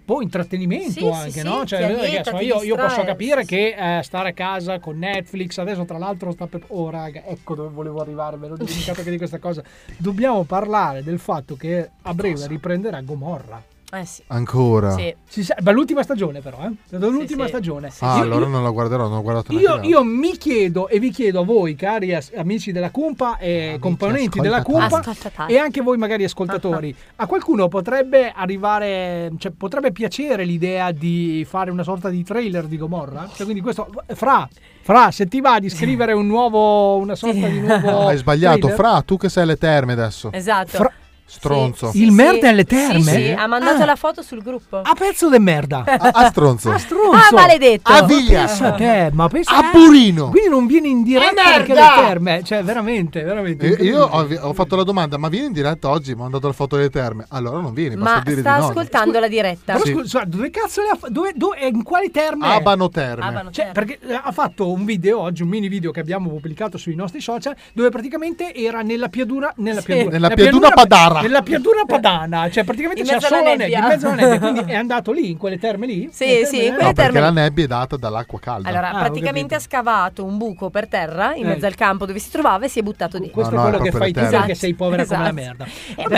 [SPEAKER 4] po' intrattenimento
[SPEAKER 21] Sì, sì,
[SPEAKER 4] anche,
[SPEAKER 21] sì,
[SPEAKER 4] no?
[SPEAKER 21] ti
[SPEAKER 4] Cioè,
[SPEAKER 21] allieta,
[SPEAKER 4] ragazzi, ma
[SPEAKER 21] ti
[SPEAKER 4] io, io
[SPEAKER 21] distrae,
[SPEAKER 4] posso capire che eh, stare a casa con Netflix, adesso tra l'altro sta per... Oh raga, ecco dove volevo arrivare, me l'ho dimenticato anche di questa cosa. Dobbiamo parlare del fatto che a breve riprenderà Gomorra.
[SPEAKER 12] Eh sì.
[SPEAKER 3] Ancora.
[SPEAKER 4] Si sa- ma l'ultima stagione però, eh? L'ultima
[SPEAKER 3] sì.
[SPEAKER 4] stagione.
[SPEAKER 3] Ah,
[SPEAKER 4] Io-
[SPEAKER 3] allora non la guarderò, non ho guardato neanche
[SPEAKER 4] Io,
[SPEAKER 3] la-
[SPEAKER 4] io mi chiedo e vi chiedo a voi, cari as- amici della Cumpa e componenti della
[SPEAKER 12] ascoltatori.
[SPEAKER 4] Cumpa
[SPEAKER 12] Ascoltatori.
[SPEAKER 4] e anche voi magari ascoltatori, a qualcuno potrebbe arrivare, cioè, potrebbe piacere l'idea di fare una sorta di trailer di Gomorra? Cioè, quindi questo fra, fra se ti va di scrivere un nuovo, una sorta di nuovo...
[SPEAKER 3] No, hai sbagliato,
[SPEAKER 4] trailer?
[SPEAKER 3] Fra, tu che sei alle terme adesso.
[SPEAKER 12] Esatto.
[SPEAKER 4] Fra-
[SPEAKER 3] Stronzo.
[SPEAKER 4] Sì, Il sì. merda alle terme?
[SPEAKER 12] Sì, sì, ha mandato
[SPEAKER 4] Ah.
[SPEAKER 12] la foto sul gruppo.
[SPEAKER 4] A pezzo de merda.
[SPEAKER 12] A-
[SPEAKER 3] a stronzo.
[SPEAKER 4] A stronzo.
[SPEAKER 12] Ah, maledetto.
[SPEAKER 4] Ma
[SPEAKER 12] A via.
[SPEAKER 4] pensa a te, ma pensa
[SPEAKER 12] A
[SPEAKER 3] Burino.
[SPEAKER 4] Quindi non viene in diretta
[SPEAKER 12] Eh,
[SPEAKER 4] perché
[SPEAKER 12] merda.
[SPEAKER 4] le terme. Cioè, veramente, veramente.
[SPEAKER 3] Eh, Io
[SPEAKER 4] incredibile.
[SPEAKER 3] ho, ho fatto la domanda, ma vieni in diretta oggi? Mi ha mandato la foto delle terme. Allora non vieni, basta
[SPEAKER 12] Ma
[SPEAKER 3] dire
[SPEAKER 12] sta
[SPEAKER 3] di no.
[SPEAKER 12] ascoltando la diretta.
[SPEAKER 4] Però scusa, dove cazzo le ha Eh, fa- dove, dove- in quali terme?
[SPEAKER 3] Abano terme. Abano
[SPEAKER 4] Cioè, perché eh, ha fatto un video oggi, un mini video che abbiamo pubblicato sui nostri social, dove praticamente era nella piadura, nella,
[SPEAKER 3] Sì.
[SPEAKER 4] piadura,
[SPEAKER 3] Nella
[SPEAKER 4] la
[SPEAKER 3] piadura padara.
[SPEAKER 4] Nella piadura padana, cioè praticamente
[SPEAKER 12] In
[SPEAKER 4] c'era
[SPEAKER 12] mezzo alla
[SPEAKER 4] solo
[SPEAKER 12] nebbia.
[SPEAKER 4] nebbia, in mezzo alla nebbia, quindi è andato lì, in quelle terme lì? Eh,
[SPEAKER 12] Sì,
[SPEAKER 4] Nelle
[SPEAKER 12] sì,
[SPEAKER 4] terme lì?
[SPEAKER 12] in
[SPEAKER 3] No,
[SPEAKER 12] quelle
[SPEAKER 3] perché
[SPEAKER 12] terme-
[SPEAKER 3] la nebbia è data dall'acqua calda.
[SPEAKER 12] Allora,
[SPEAKER 4] Ah,
[SPEAKER 21] Ah,
[SPEAKER 12] praticamente ha scavato un buco per terra in
[SPEAKER 3] Eh.
[SPEAKER 12] mezzo al campo dove si trovava e si è buttato dentro.
[SPEAKER 4] Questo è quello che fai tu
[SPEAKER 12] terra.
[SPEAKER 4] perché sei povera come la
[SPEAKER 12] Esatto.
[SPEAKER 4] merda.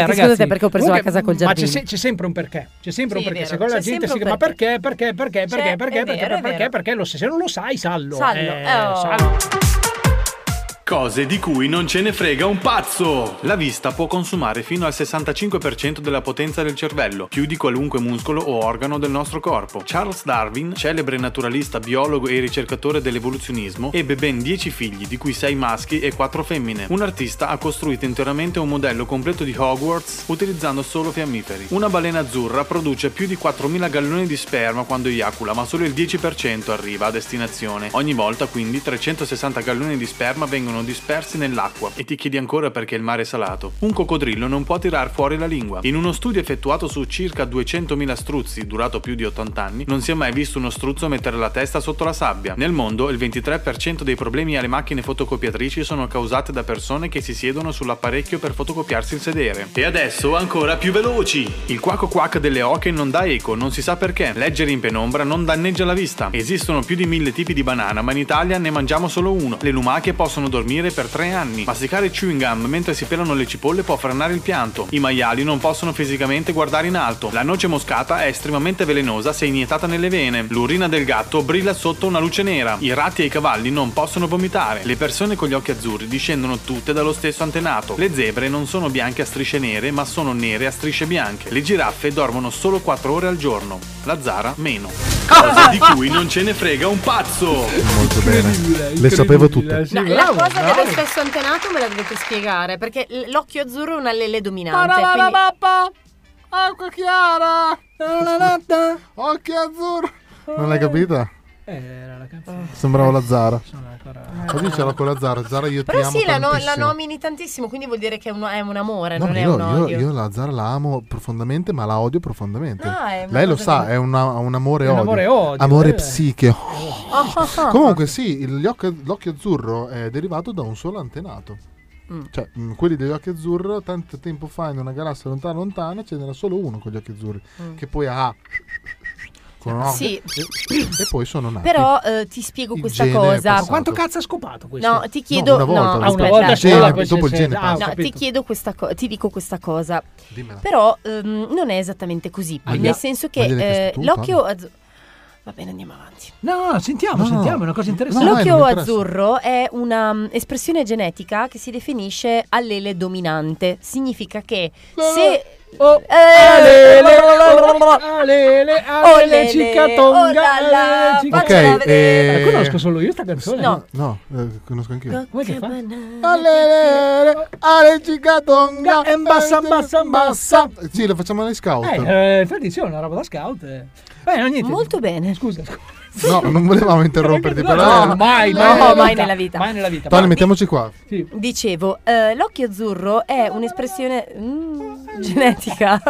[SPEAKER 12] perché, scusate, perché ho preso la casa col
[SPEAKER 4] Ma
[SPEAKER 12] giardino.
[SPEAKER 4] c'è, se- c'è sempre un perché. C'è sempre
[SPEAKER 12] Sì,
[SPEAKER 4] un
[SPEAKER 12] è
[SPEAKER 4] perché.
[SPEAKER 12] vero,
[SPEAKER 4] Secondo la
[SPEAKER 12] c'è
[SPEAKER 4] gente si
[SPEAKER 12] sempre
[SPEAKER 4] chiama
[SPEAKER 12] un
[SPEAKER 4] perché, perché, perché, perché,
[SPEAKER 12] C'è-
[SPEAKER 4] perché,
[SPEAKER 12] è
[SPEAKER 4] perché,
[SPEAKER 12] vero, è
[SPEAKER 4] perché,
[SPEAKER 12] vero.
[SPEAKER 4] perché, lo- se non lo sai, sallo.
[SPEAKER 12] Sallo,
[SPEAKER 4] Eh,
[SPEAKER 12] oh.
[SPEAKER 4] sallo.
[SPEAKER 5] Cose di cui non ce ne frega un pazzo! La vista può consumare fino al 65% della potenza del cervello, più di qualunque muscolo o organo del nostro corpo. Charles Darwin, celebre naturalista, biologo e ricercatore dell'evoluzionismo, ebbe ben 10 figli, di cui 6 maschi e 4 femmine. Un artista ha costruito interamente un modello completo di Hogwarts utilizzando solo fiammiferi. Una balena azzurra produce più di 4.000 galloni di sperma quando eiacula, ma solo il 10% arriva a destinazione. Ogni volta quindi 360 galloni di sperma vengono dispersi nell'acqua e ti chiedi ancora perché il mare è salato. Un coccodrillo non può tirar fuori la lingua. In uno studio effettuato su circa 200.000 struzzi durato più di 80 anni, non si è mai visto uno struzzo mettere la testa sotto la sabbia. Nel mondo il 23% dei problemi alle macchine fotocopiatrici sono causate da persone che si siedono sull'apparecchio per fotocopiarsi il sedere. E adesso ancora più veloci! Il quaco quack delle oche non dà eco, non si sa perché. Leggere in penombra non danneggia la vista. Esistono più di mille tipi di banana, ma in Italia ne mangiamo solo uno. Le lumache possono dormire per tre anni. Masticare chewing gum mentre si pelano le cipolle può frenare il pianto. I maiali non possono fisicamente guardare in alto. La noce moscata è estremamente velenosa se iniettata nelle vene. L'urina del gatto brilla sotto una luce nera. I ratti e i cavalli non possono vomitare. Le persone con gli occhi azzurri discendono tutte dallo stesso antenato. Le zebre non sono bianche a strisce nere, ma sono nere a strisce bianche. Le giraffe dormono solo 4 ore al giorno. La zara meno. Cose di cui non ce ne frega un pazzo.
[SPEAKER 3] Molto bene. Le
[SPEAKER 5] incredibile,
[SPEAKER 3] sapevo tutte.
[SPEAKER 5] sì.
[SPEAKER 21] No, la
[SPEAKER 5] bravo,
[SPEAKER 21] cosa
[SPEAKER 5] bravo.
[SPEAKER 21] dello stesso antenato me la dovete spiegare perché l- l'occhio azzurro è una lele dominante. quindi-
[SPEAKER 14] Paralabappa! Acqua chiara!
[SPEAKER 3] Occhi azzurro! Non l'hai capita?
[SPEAKER 4] Eh, era la canzone.
[SPEAKER 3] Sembrava la Zara. Oggi ce l'ho con la Zara. Zara, io ti
[SPEAKER 21] Però
[SPEAKER 3] amo
[SPEAKER 21] sì, la, no- la
[SPEAKER 3] tantissimo.
[SPEAKER 21] nomini tantissimo, quindi vuol dire che è un, è un amore,
[SPEAKER 3] No,
[SPEAKER 21] Eh, non
[SPEAKER 3] ma
[SPEAKER 21] è
[SPEAKER 3] io,
[SPEAKER 21] un
[SPEAKER 3] io-
[SPEAKER 21] odio.
[SPEAKER 3] io la Zara la amo profondamente, ma la odio profondamente.
[SPEAKER 21] No, è una
[SPEAKER 3] Lei lo
[SPEAKER 21] cosa
[SPEAKER 3] sa,
[SPEAKER 21] che-
[SPEAKER 3] è una- un amore
[SPEAKER 4] È un
[SPEAKER 3] odio.
[SPEAKER 4] amore odio,
[SPEAKER 3] Amore
[SPEAKER 4] eh.
[SPEAKER 3] psiche.
[SPEAKER 21] Oh, oh, oh.
[SPEAKER 3] Comunque, sì, il- gli occhi- l'occhio azzurro è derivato da un solo antenato.
[SPEAKER 21] Mm.
[SPEAKER 3] Cioè, mh, quelli degli occhi azzurro, tanto tempo fa, in una galassia lontana, lontana, ce n'era solo uno con gli occhi azzurri,
[SPEAKER 21] Mm.
[SPEAKER 3] che poi ha. Con un occhio-
[SPEAKER 21] Sì.
[SPEAKER 3] e, e poi sono nati.
[SPEAKER 12] Però eh, ti spiego questa
[SPEAKER 3] gene è
[SPEAKER 12] cosa.
[SPEAKER 3] passato. Ma quanto
[SPEAKER 4] cazzo ha scopato
[SPEAKER 3] questo?
[SPEAKER 12] No, ti chiedo.
[SPEAKER 3] No, una volta,
[SPEAKER 12] no,
[SPEAKER 3] una
[SPEAKER 12] aspetta.
[SPEAKER 3] volta. Il gene, dopo il gene passa.
[SPEAKER 12] No, ti
[SPEAKER 3] capito.
[SPEAKER 12] chiedo questa cosa. Ti dico questa cosa.
[SPEAKER 3] Dimmela.
[SPEAKER 12] Però ehm, non è esattamente così.
[SPEAKER 4] Ahia.
[SPEAKER 12] Nel senso che
[SPEAKER 4] Ma gliel'hai
[SPEAKER 12] eh,
[SPEAKER 4] chiesto tu,
[SPEAKER 12] l'occhio azzurro. Va bene, andiamo avanti.
[SPEAKER 4] No, no, sentiamo, sentiamo, è una cosa interessante.
[SPEAKER 12] L'occhio azzurro è un'espressione genetica che si definisce allele dominante. Significa che se. Eh,
[SPEAKER 4] Alele, alele,
[SPEAKER 12] Olele,
[SPEAKER 4] alele, cicatonga,
[SPEAKER 12] oh là là,
[SPEAKER 4] alele, cicatonga.
[SPEAKER 3] Ok, eh,
[SPEAKER 4] La conosco solo io sta canzone?
[SPEAKER 12] No.
[SPEAKER 3] No, eh, conosco anch'io.
[SPEAKER 4] Come che fa?
[SPEAKER 3] Alele, ale cicatonga,
[SPEAKER 4] e bassa, bassa, bassa.
[SPEAKER 3] Sì, lo facciamo nei scout.
[SPEAKER 4] Eh, eh, infatti sì, è una roba da scout. eh. Beh, no, niente.
[SPEAKER 12] Molto bene.
[SPEAKER 4] Scusa. scusa.
[SPEAKER 3] No, non volevamo interromperti,
[SPEAKER 4] No,
[SPEAKER 3] però. eh,
[SPEAKER 4] no, mai,
[SPEAKER 12] No,
[SPEAKER 4] mai, nella
[SPEAKER 12] mai
[SPEAKER 4] vita.
[SPEAKER 12] nella vita.
[SPEAKER 4] Mai nella vita.
[SPEAKER 3] Tony, mettiamoci qua.
[SPEAKER 12] Dicevo, eh, l'occhio azzurro è un'espressione mm, genetica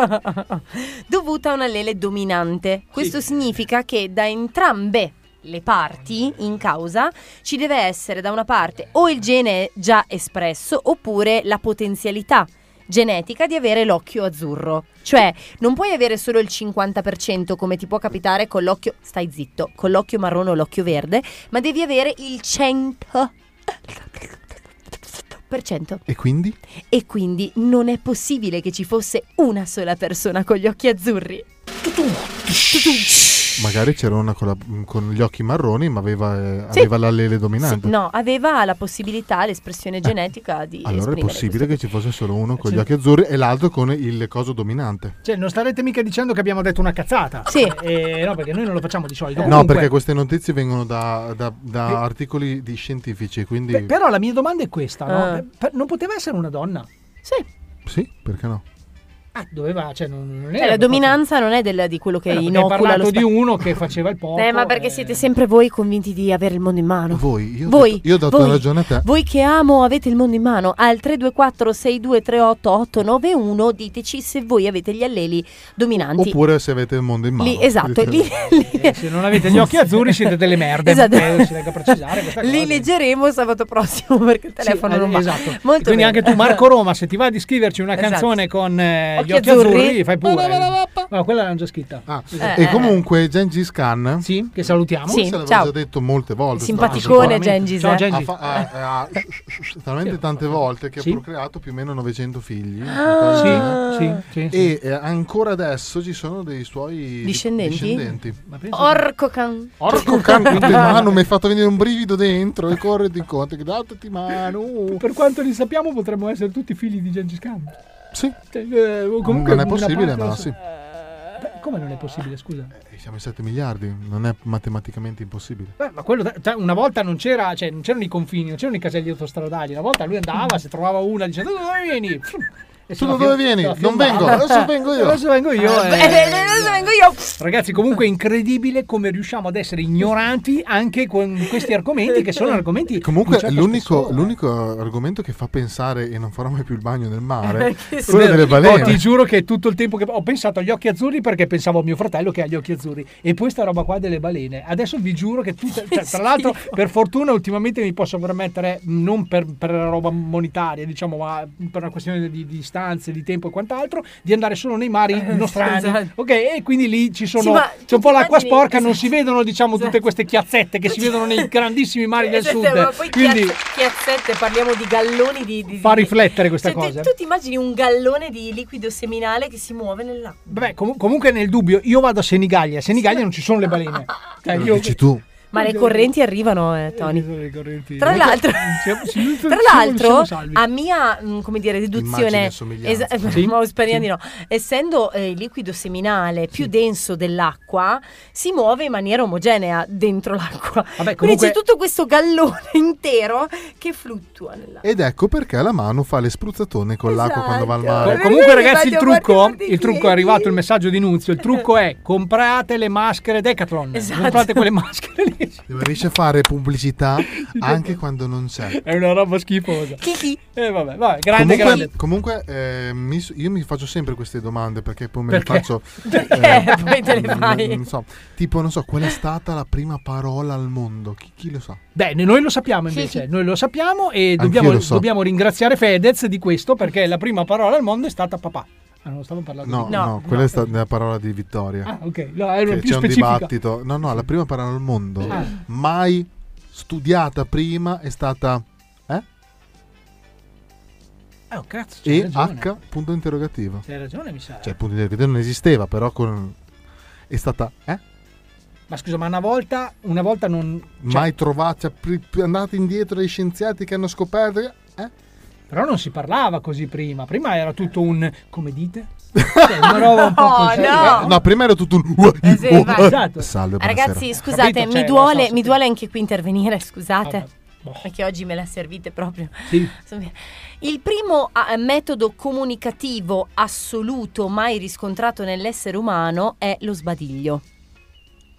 [SPEAKER 12] dovuta a un allele dominante. Questo significa che da entrambe le parti in causa ci deve essere da una parte o il gene già espresso oppure la potenzialità genetica di avere l'occhio azzurro. Cioè, non puoi avere solo il 50% come ti può capitare con l'occhio, stai zitto, con l'occhio marrone o l'occhio verde, ma devi avere il 100
[SPEAKER 3] E quindi?
[SPEAKER 12] E quindi non è possibile che ci fosse una sola persona con gli occhi azzurri.
[SPEAKER 3] Magari c'era una con, la- con gli occhi marroni, ma aveva, eh, aveva l'allele dominante.
[SPEAKER 12] Sì, no, aveva la possibilità, l'espressione genetica di
[SPEAKER 3] Eh, Allora è
[SPEAKER 12] esprimere
[SPEAKER 3] possibile che ci fosse solo uno con gli occhi azzurri e l'altro con il coso dominante.
[SPEAKER 4] Cioè, non starete mica dicendo che abbiamo detto una cazzata. Sì. no, perché noi non lo facciamo di solito.
[SPEAKER 3] No,
[SPEAKER 4] Comunque-
[SPEAKER 3] perché queste notizie vengono da, da- da
[SPEAKER 4] Beh.
[SPEAKER 3] articoli di scientifici, quindi...
[SPEAKER 4] Pe- Però la mia domanda è questa, no?
[SPEAKER 3] Ah.
[SPEAKER 4] Per- Non poteva essere una donna?
[SPEAKER 12] Sì.
[SPEAKER 3] Sì, perché no?
[SPEAKER 4] Doveva, cioè, non, non
[SPEAKER 12] questo.
[SPEAKER 4] era...
[SPEAKER 12] Cioè, la dominanza non è del- di quello
[SPEAKER 3] Eh,
[SPEAKER 12] che
[SPEAKER 4] Era perché hai
[SPEAKER 12] inocula lo
[SPEAKER 4] parlato di
[SPEAKER 12] spazio.
[SPEAKER 4] uno che faceva il porco.
[SPEAKER 12] Eh, ma perché siete sempre voi convinti di avere il mondo in mano?
[SPEAKER 3] Voi, io,
[SPEAKER 12] ho
[SPEAKER 3] detto- io ho dato
[SPEAKER 12] voi,
[SPEAKER 3] ragione a te.
[SPEAKER 12] Voi che amo avete il mondo in mano. Al 324-6238-891 diteci se voi avete gli alleli dominanti.
[SPEAKER 3] Oppure se avete il mondo in mano.
[SPEAKER 12] Lì, esatto,
[SPEAKER 3] Dite-
[SPEAKER 12] lì,
[SPEAKER 4] Eh, se non avete gli occhi azzurri siete delle merde.
[SPEAKER 12] Esatto.
[SPEAKER 4] eh, ci tengo a precisare questa
[SPEAKER 12] li leggeremo sabato prossimo perché il telefono
[SPEAKER 4] eh,
[SPEAKER 12] non va.
[SPEAKER 4] esatto.
[SPEAKER 12] Molto bene.
[SPEAKER 4] Quindi anche tu, Marco Roma, se ti va di scriverci una
[SPEAKER 12] Esatto.
[SPEAKER 4] canzone con eh,
[SPEAKER 12] Occhi
[SPEAKER 4] gli occhi
[SPEAKER 12] azzurri.
[SPEAKER 4] azzurri, fai pure. No, quella l'hanno già scritta.
[SPEAKER 3] Ah, e comunque Gengis Khan
[SPEAKER 4] sì, che salutiamo
[SPEAKER 3] forse
[SPEAKER 4] Eh, Sì,
[SPEAKER 3] l'avevo
[SPEAKER 4] ciao.
[SPEAKER 3] già detto molte volte
[SPEAKER 4] Simpaticone
[SPEAKER 3] sta cosa qua.
[SPEAKER 4] Gengis, Ciao, eh. Gengis.
[SPEAKER 3] Ha fa- ha- ha- talmente tante volte che
[SPEAKER 4] Sì.
[SPEAKER 3] ha procreato più o meno 900 figli
[SPEAKER 4] Ah. Sì, sì, sì, sì.
[SPEAKER 3] e eh, ancora adesso ci sono dei suoi
[SPEAKER 12] Discendenti?
[SPEAKER 3] discendenti.
[SPEAKER 12] Orco can.
[SPEAKER 3] Porco can con te mano mi hai fatto venire un brivido dentro e corre di conto che datati mano
[SPEAKER 4] Per quanto li sappiamo, potremmo essere tutti figli di Gengis Khan. Cioè, eh,
[SPEAKER 3] Sì.
[SPEAKER 4] comunque
[SPEAKER 3] non è
[SPEAKER 4] una
[SPEAKER 3] possibile
[SPEAKER 4] parte-
[SPEAKER 3] ma sì
[SPEAKER 4] Beh, Come non è possibile, scusa?
[SPEAKER 3] Eh, siamo i 7 miliardi non è matematicamente impossibile
[SPEAKER 4] Beh, ma quello, cioè, una volta non, c'era, cioè, non c'erano i confini, non c'erano i caselli autostradali. Una volta lui andava, se trovava una, diceva: Tu da dove vieni? E
[SPEAKER 3] Tu
[SPEAKER 4] se
[SPEAKER 3] da
[SPEAKER 4] la
[SPEAKER 3] dove
[SPEAKER 4] fio-
[SPEAKER 3] vieni?
[SPEAKER 4] se la
[SPEAKER 3] Non
[SPEAKER 4] fiondava.
[SPEAKER 3] vengo, adesso vengo io. Ah,
[SPEAKER 4] Adesso vengo io.
[SPEAKER 12] Eh,
[SPEAKER 4] eh.
[SPEAKER 12] beh, adesso vengo io.
[SPEAKER 4] Ragazzi, comunque è incredibile come riusciamo ad essere ignoranti anche con questi argomenti che sono argomenti. di
[SPEAKER 3] Comunque,
[SPEAKER 4] un certo
[SPEAKER 3] l'unico, l'unico argomento che fa pensare e non farò mai più il bagno nel mare è
[SPEAKER 4] spessore.
[SPEAKER 3] quello delle
[SPEAKER 4] Eh, Oh,
[SPEAKER 3] balene.
[SPEAKER 4] ti giuro che tutto il tempo che ho pensato agli occhi azzurri perché pensavo a mio fratello che ha gli occhi azzurri e poi sta roba qua delle balene adesso vi giuro che tutte, cioè, tra l'altro per fortuna ultimamente mi posso permettere mh, non per, per roba monetaria diciamo ma per una questione di, di distanze di tempo e quant'altro di andare solo nei mari nostrani ok e quindi lì ci sono
[SPEAKER 12] Eh, esatto. Sì, ma
[SPEAKER 4] c'è un po' l'acqua
[SPEAKER 12] immagini-
[SPEAKER 4] sporca non si vedono diciamo tutte queste chiazzette che si vedono nei grandissimi mari del
[SPEAKER 12] Esatto, ma poi
[SPEAKER 4] sud quindi
[SPEAKER 12] chiazz- chiazzette, parliamo di galloni di... di-
[SPEAKER 4] fa
[SPEAKER 12] di-
[SPEAKER 4] riflettere questa
[SPEAKER 12] Cioè, te-
[SPEAKER 4] cosa
[SPEAKER 12] Tu ti immagini un gallone di liquido seminale che si muove nell'acqua?
[SPEAKER 4] Vabbè, com- comunque nel dubbio, io vado a Senigallia. A Senigallia non ci sono le balene. Cioè,
[SPEAKER 3] Lo
[SPEAKER 4] io-
[SPEAKER 3] dici tu.
[SPEAKER 12] Ma le correnti arrivano, eh, Tony. Tra
[SPEAKER 4] Comunque,
[SPEAKER 12] l'altro,
[SPEAKER 4] siamo- siamo-
[SPEAKER 12] tra
[SPEAKER 4] siamo-
[SPEAKER 12] l'altro
[SPEAKER 4] siamo salvi.
[SPEAKER 12] a mia mh, come dire,
[SPEAKER 4] Immagine
[SPEAKER 12] deduzione,
[SPEAKER 4] e somiglianza.
[SPEAKER 12] es-
[SPEAKER 4] Sì,
[SPEAKER 12] ma speriamo
[SPEAKER 4] sì.
[SPEAKER 12] di no. essendo eh, il liquido seminale più denso dell'acqua, si muove in maniera omogenea dentro l'acqua. Quindi
[SPEAKER 4] Vabbè,
[SPEAKER 3] comunque-
[SPEAKER 12] c'è tutto questo gallone intero che fluttua nell'acqua.
[SPEAKER 3] Ed ecco perché la mano fa le spruzzatone con l'acqua quando va al mare.
[SPEAKER 4] Com- Comunque, ragazzi, il trucco, il trucco è arrivato il messaggio di Nunzio. Il trucco è comprate le maschere Decathlon.
[SPEAKER 12] Esatto.
[SPEAKER 4] Comprate quelle maschere.
[SPEAKER 3] Deve riesce a fare pubblicità anche quando non c'è.
[SPEAKER 4] È una roba schifosa. Eh, vabbè, vabbè, grande,
[SPEAKER 3] comunque,
[SPEAKER 4] grande.
[SPEAKER 3] comunque, eh, mi s- io mi faccio sempre queste domande perché poi me
[SPEAKER 4] Perché?
[SPEAKER 3] le faccio.
[SPEAKER 4] Perché? Poi te le
[SPEAKER 3] mm,
[SPEAKER 4] fai.
[SPEAKER 3] non so. Tipo, non so, qual è stata la prima parola al mondo? Chi, chi lo sa?
[SPEAKER 4] Beh, ne- noi lo sappiamo invece, noi lo sappiamo e dobbiamo,
[SPEAKER 3] lo so.
[SPEAKER 4] dobbiamo ringraziare Fedez di questo perché la prima parola al mondo è stata papà. Ah, non stavo parlando
[SPEAKER 3] No,
[SPEAKER 4] di
[SPEAKER 3] no, quella è stata la parola di Vittoria.
[SPEAKER 4] Ah, ok, no, era
[SPEAKER 3] Che
[SPEAKER 4] più
[SPEAKER 3] c'è un
[SPEAKER 4] specifica.
[SPEAKER 3] dibattito. No, no, la prima parola al mondo,
[SPEAKER 4] Ah.
[SPEAKER 3] mai studiata prima, è stata eh?
[SPEAKER 4] Eh, oh, cazzo, c'hai
[SPEAKER 3] E
[SPEAKER 4] ragione.
[SPEAKER 3] H punto interrogativo.
[SPEAKER 4] C'hai ragione, mi sa.
[SPEAKER 3] Cioè, il punto interrogativo non esisteva, però con... è stata eh?
[SPEAKER 4] Ma scusa, ma una volta, una volta non... cioè,
[SPEAKER 3] mai trovata, pri- pri- andate indietro ai scienziati che hanno scoperto. Eh?
[SPEAKER 4] Però non si parlava così prima. Prima era tutto un... come dite? Cioè, una roba un po'
[SPEAKER 12] No,
[SPEAKER 4] così.
[SPEAKER 12] no.
[SPEAKER 3] No, prima era tutto un... oh,
[SPEAKER 12] sì, infatti.
[SPEAKER 4] Esatto.
[SPEAKER 3] eh." Salve, Ah, buonasera.
[SPEAKER 12] Ragazzi, scusate,
[SPEAKER 4] Capito?
[SPEAKER 12] mi,
[SPEAKER 4] Cioè,
[SPEAKER 12] duole,
[SPEAKER 4] non so se-
[SPEAKER 12] mi duole anche qui intervenire, scusate.
[SPEAKER 4] Perché
[SPEAKER 12] oggi me la servite proprio. Insomma, Il primo ah, metodo comunicativo assoluto mai riscontrato nell'essere umano è lo sbadiglio.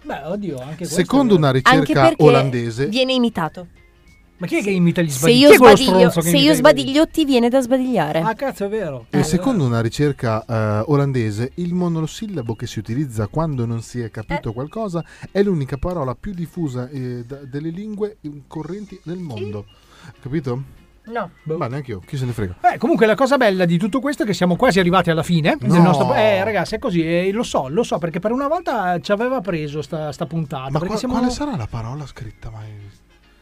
[SPEAKER 4] Beh, oddio, anche questo
[SPEAKER 3] Secondo
[SPEAKER 4] è vero.
[SPEAKER 3] una
[SPEAKER 12] Anche
[SPEAKER 3] ricerca
[SPEAKER 12] perché
[SPEAKER 3] olandese,
[SPEAKER 12] viene imitato.
[SPEAKER 4] Ma chi è che imita gli
[SPEAKER 12] Se
[SPEAKER 4] sbadigli?
[SPEAKER 12] io
[SPEAKER 4] Chi è quello
[SPEAKER 12] sbadiglio,
[SPEAKER 4] stronzo che
[SPEAKER 12] se
[SPEAKER 4] imita
[SPEAKER 12] io
[SPEAKER 4] gli sbadigli?
[SPEAKER 12] sbadiglio ti viene da sbadigliare.
[SPEAKER 4] Ah, cazzo, è vero.
[SPEAKER 3] E secondo una ricerca eh, olandese, il monosillabo che si utilizza quando non si è capito
[SPEAKER 12] Eh.
[SPEAKER 3] qualcosa è l'unica parola più diffusa eh, da- delle lingue correnti del mondo. Capito?
[SPEAKER 12] No.
[SPEAKER 4] Boh.
[SPEAKER 3] Ma neanche io, chi se ne frega.
[SPEAKER 4] Beh, Eh, comunque la cosa bella di tutto questo è che siamo quasi arrivati alla fine
[SPEAKER 3] No.
[SPEAKER 4] del nostro... Eh, ragazzi, è così, eh, lo so, lo so, perché per una volta ci aveva preso sta, sta puntata.
[SPEAKER 3] Ma
[SPEAKER 4] perché
[SPEAKER 3] qua-
[SPEAKER 4] siamo-
[SPEAKER 3] quale sarà la parola scritta mai?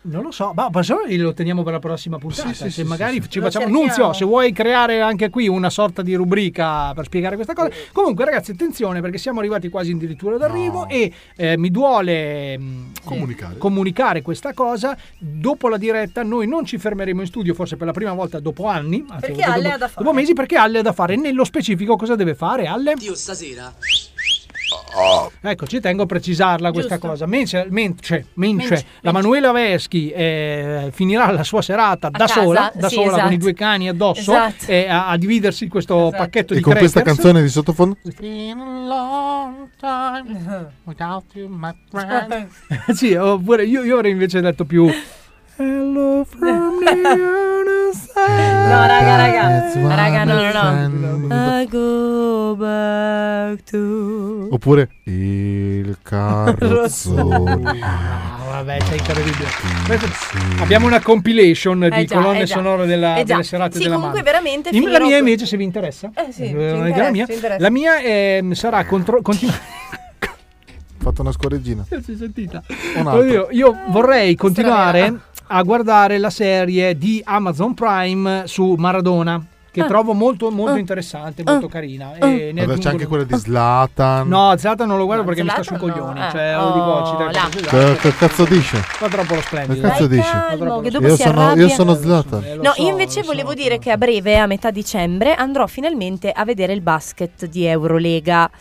[SPEAKER 4] Non lo so, ma ma se no lo teniamo per la prossima puntata.
[SPEAKER 3] sì,
[SPEAKER 4] se
[SPEAKER 3] sì,
[SPEAKER 4] magari
[SPEAKER 3] sì, sì.
[SPEAKER 4] ci
[SPEAKER 3] Lo
[SPEAKER 4] facciamo.
[SPEAKER 3] cerchiamo.
[SPEAKER 4] Nunzio, se vuoi creare anche qui una sorta di rubrica per spiegare questa cosa. Comunque, ragazzi, attenzione perché siamo arrivati quasi addirittura d'arrivo e eh, mi duole mh,
[SPEAKER 3] Comunicare.
[SPEAKER 4] comunicare questa cosa. Dopo la diretta, noi non ci fermeremo in studio, forse per la prima volta dopo anni. anzi,
[SPEAKER 21] Perché
[SPEAKER 4] dopo-
[SPEAKER 21] Ale ha da fare.
[SPEAKER 4] Dopo mesi, perché Alle ha da fare. Nello specifico, cosa deve fare? Alle?
[SPEAKER 26] Io stasera
[SPEAKER 4] Ecco, ci tengo a precisarla questa
[SPEAKER 26] Giusto.
[SPEAKER 4] cosa. cioè, Mence, mence, mence.
[SPEAKER 26] Mence,
[SPEAKER 4] cioè, la Manuela Veschi eh, finirà la sua serata da
[SPEAKER 3] casa,
[SPEAKER 4] sola, da
[SPEAKER 3] sì,
[SPEAKER 4] sola
[SPEAKER 3] esatto.
[SPEAKER 4] con i due cani addosso
[SPEAKER 3] Esatto.
[SPEAKER 4] eh, a, a dividersi questo
[SPEAKER 21] Esatto.
[SPEAKER 4] pacchetto
[SPEAKER 3] E
[SPEAKER 4] di
[SPEAKER 3] con questa
[SPEAKER 4] crackers.
[SPEAKER 3] canzone di sottofondo?
[SPEAKER 14] Been a long time without you, my friend.
[SPEAKER 4] sì, oppure io, io avrei invece detto più Hello from the other side.
[SPEAKER 12] No, raga, raga.
[SPEAKER 3] That's
[SPEAKER 12] Raga, no,
[SPEAKER 3] what
[SPEAKER 12] no, no.
[SPEAKER 3] I
[SPEAKER 12] I go back to.
[SPEAKER 3] Oppure il Ah, carrozzone.
[SPEAKER 4] Ah, vabbè, sei incredibile. Questo- Abbiamo una compilation
[SPEAKER 21] Eh
[SPEAKER 4] di
[SPEAKER 21] già,
[SPEAKER 4] colonne
[SPEAKER 21] eh già.
[SPEAKER 4] sonore della,
[SPEAKER 21] Eh già.
[SPEAKER 4] delle serate
[SPEAKER 21] Sì,
[SPEAKER 4] della
[SPEAKER 21] comunque
[SPEAKER 4] Marvel.
[SPEAKER 21] veramente
[SPEAKER 4] In- La
[SPEAKER 21] finirò
[SPEAKER 4] mia
[SPEAKER 21] con-
[SPEAKER 4] invece, se vi interessa.
[SPEAKER 21] Eh sì,
[SPEAKER 4] Eh,
[SPEAKER 21] ci
[SPEAKER 4] la
[SPEAKER 21] interessa,
[SPEAKER 4] mia,
[SPEAKER 21] ci interessa.
[SPEAKER 4] la mia, ehm, sarà contro, continu-
[SPEAKER 3] Fatto una scorreggina.
[SPEAKER 4] si è sentita.
[SPEAKER 3] Un altro.
[SPEAKER 4] Oddio, io vorrei continuare a guardare la serie di Amazon Prime su Maradona, che
[SPEAKER 3] Ah.
[SPEAKER 4] trovo molto, molto
[SPEAKER 3] Ah.
[SPEAKER 4] interessante, molto carina.
[SPEAKER 3] Ah.
[SPEAKER 12] Eh,
[SPEAKER 4] E
[SPEAKER 3] Vabbè,
[SPEAKER 4] ne aggiungo-
[SPEAKER 3] c'è anche quella di Zlatan.
[SPEAKER 4] No, Zlatan non lo guardo perché mi sta sui
[SPEAKER 3] Zlatan no,
[SPEAKER 4] coglioni.
[SPEAKER 3] eh.
[SPEAKER 4] Cioè, o di voci, dai,
[SPEAKER 3] là.
[SPEAKER 4] così,
[SPEAKER 3] Che,
[SPEAKER 4] dai.
[SPEAKER 3] che cazzo dice?
[SPEAKER 4] Fa troppo lo
[SPEAKER 3] Che
[SPEAKER 4] splendido.
[SPEAKER 3] cazzo
[SPEAKER 4] Dai,
[SPEAKER 3] dice?
[SPEAKER 4] calmo,
[SPEAKER 12] che dopo
[SPEAKER 3] Io
[SPEAKER 12] si
[SPEAKER 3] sono,
[SPEAKER 12] arrabbia.
[SPEAKER 3] io sono Zlatan.
[SPEAKER 4] eh,
[SPEAKER 12] No, io invece volevo dire che a breve, a metà dicembre, andrò finalmente a vedere il basket di Eurolega.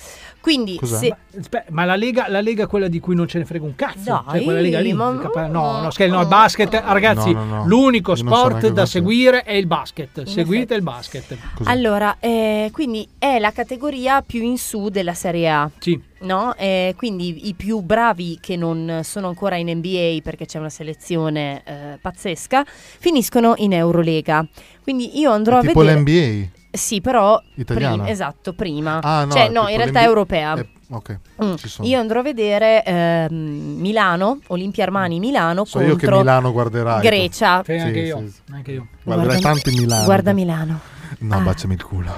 [SPEAKER 12] Quindi,
[SPEAKER 4] Cos'è?
[SPEAKER 12] se...
[SPEAKER 4] Aspetta, ma la lega, la lega è quella di cui non ce ne frega un cazzo.
[SPEAKER 12] Dai,
[SPEAKER 4] Cioè, quella lega lì.
[SPEAKER 12] ma-
[SPEAKER 4] il cap- No, no, scherzo, no, il basket, ah, ragazzi,
[SPEAKER 3] No, no, no.
[SPEAKER 4] l'unico
[SPEAKER 3] Io non so
[SPEAKER 4] sport
[SPEAKER 3] neanche
[SPEAKER 4] da
[SPEAKER 3] cos'è.
[SPEAKER 4] seguire è il basket. Seguite
[SPEAKER 12] effetti.
[SPEAKER 4] il basket.
[SPEAKER 12] Allora, eh, quindi è la categoria più in su della Serie A.
[SPEAKER 4] Sì.
[SPEAKER 12] No? Eh, quindi i più bravi che non sono ancora in NBA perché c'è una selezione eh, pazzesca, finiscono in Eurolega. Quindi io andrò a
[SPEAKER 3] Tipo
[SPEAKER 12] vedere...
[SPEAKER 3] l'NBA.
[SPEAKER 12] Sì, però...
[SPEAKER 3] Italiana?
[SPEAKER 12] prim- esatto, prima.
[SPEAKER 3] Ah, no,
[SPEAKER 12] cioè,
[SPEAKER 3] è
[SPEAKER 12] no,
[SPEAKER 3] tipo
[SPEAKER 12] in realtà è
[SPEAKER 3] l'NBA
[SPEAKER 12] europea.
[SPEAKER 3] Eh, ok,
[SPEAKER 12] Mm.
[SPEAKER 3] ci sono.
[SPEAKER 12] Io andrò a vedere ehm, Milano, Olimpia Armani Milano
[SPEAKER 3] Mm. So
[SPEAKER 12] contro
[SPEAKER 3] io che Milano guarderai.
[SPEAKER 12] Grecia.
[SPEAKER 3] Sì,
[SPEAKER 4] anche
[SPEAKER 3] sì,
[SPEAKER 4] io,
[SPEAKER 3] sì.
[SPEAKER 4] anche io.
[SPEAKER 3] Guarderai
[SPEAKER 12] Guarda-
[SPEAKER 3] tanti Milano.
[SPEAKER 12] Guarda Milano.
[SPEAKER 3] No,
[SPEAKER 12] Ah.
[SPEAKER 3] baciami il culo.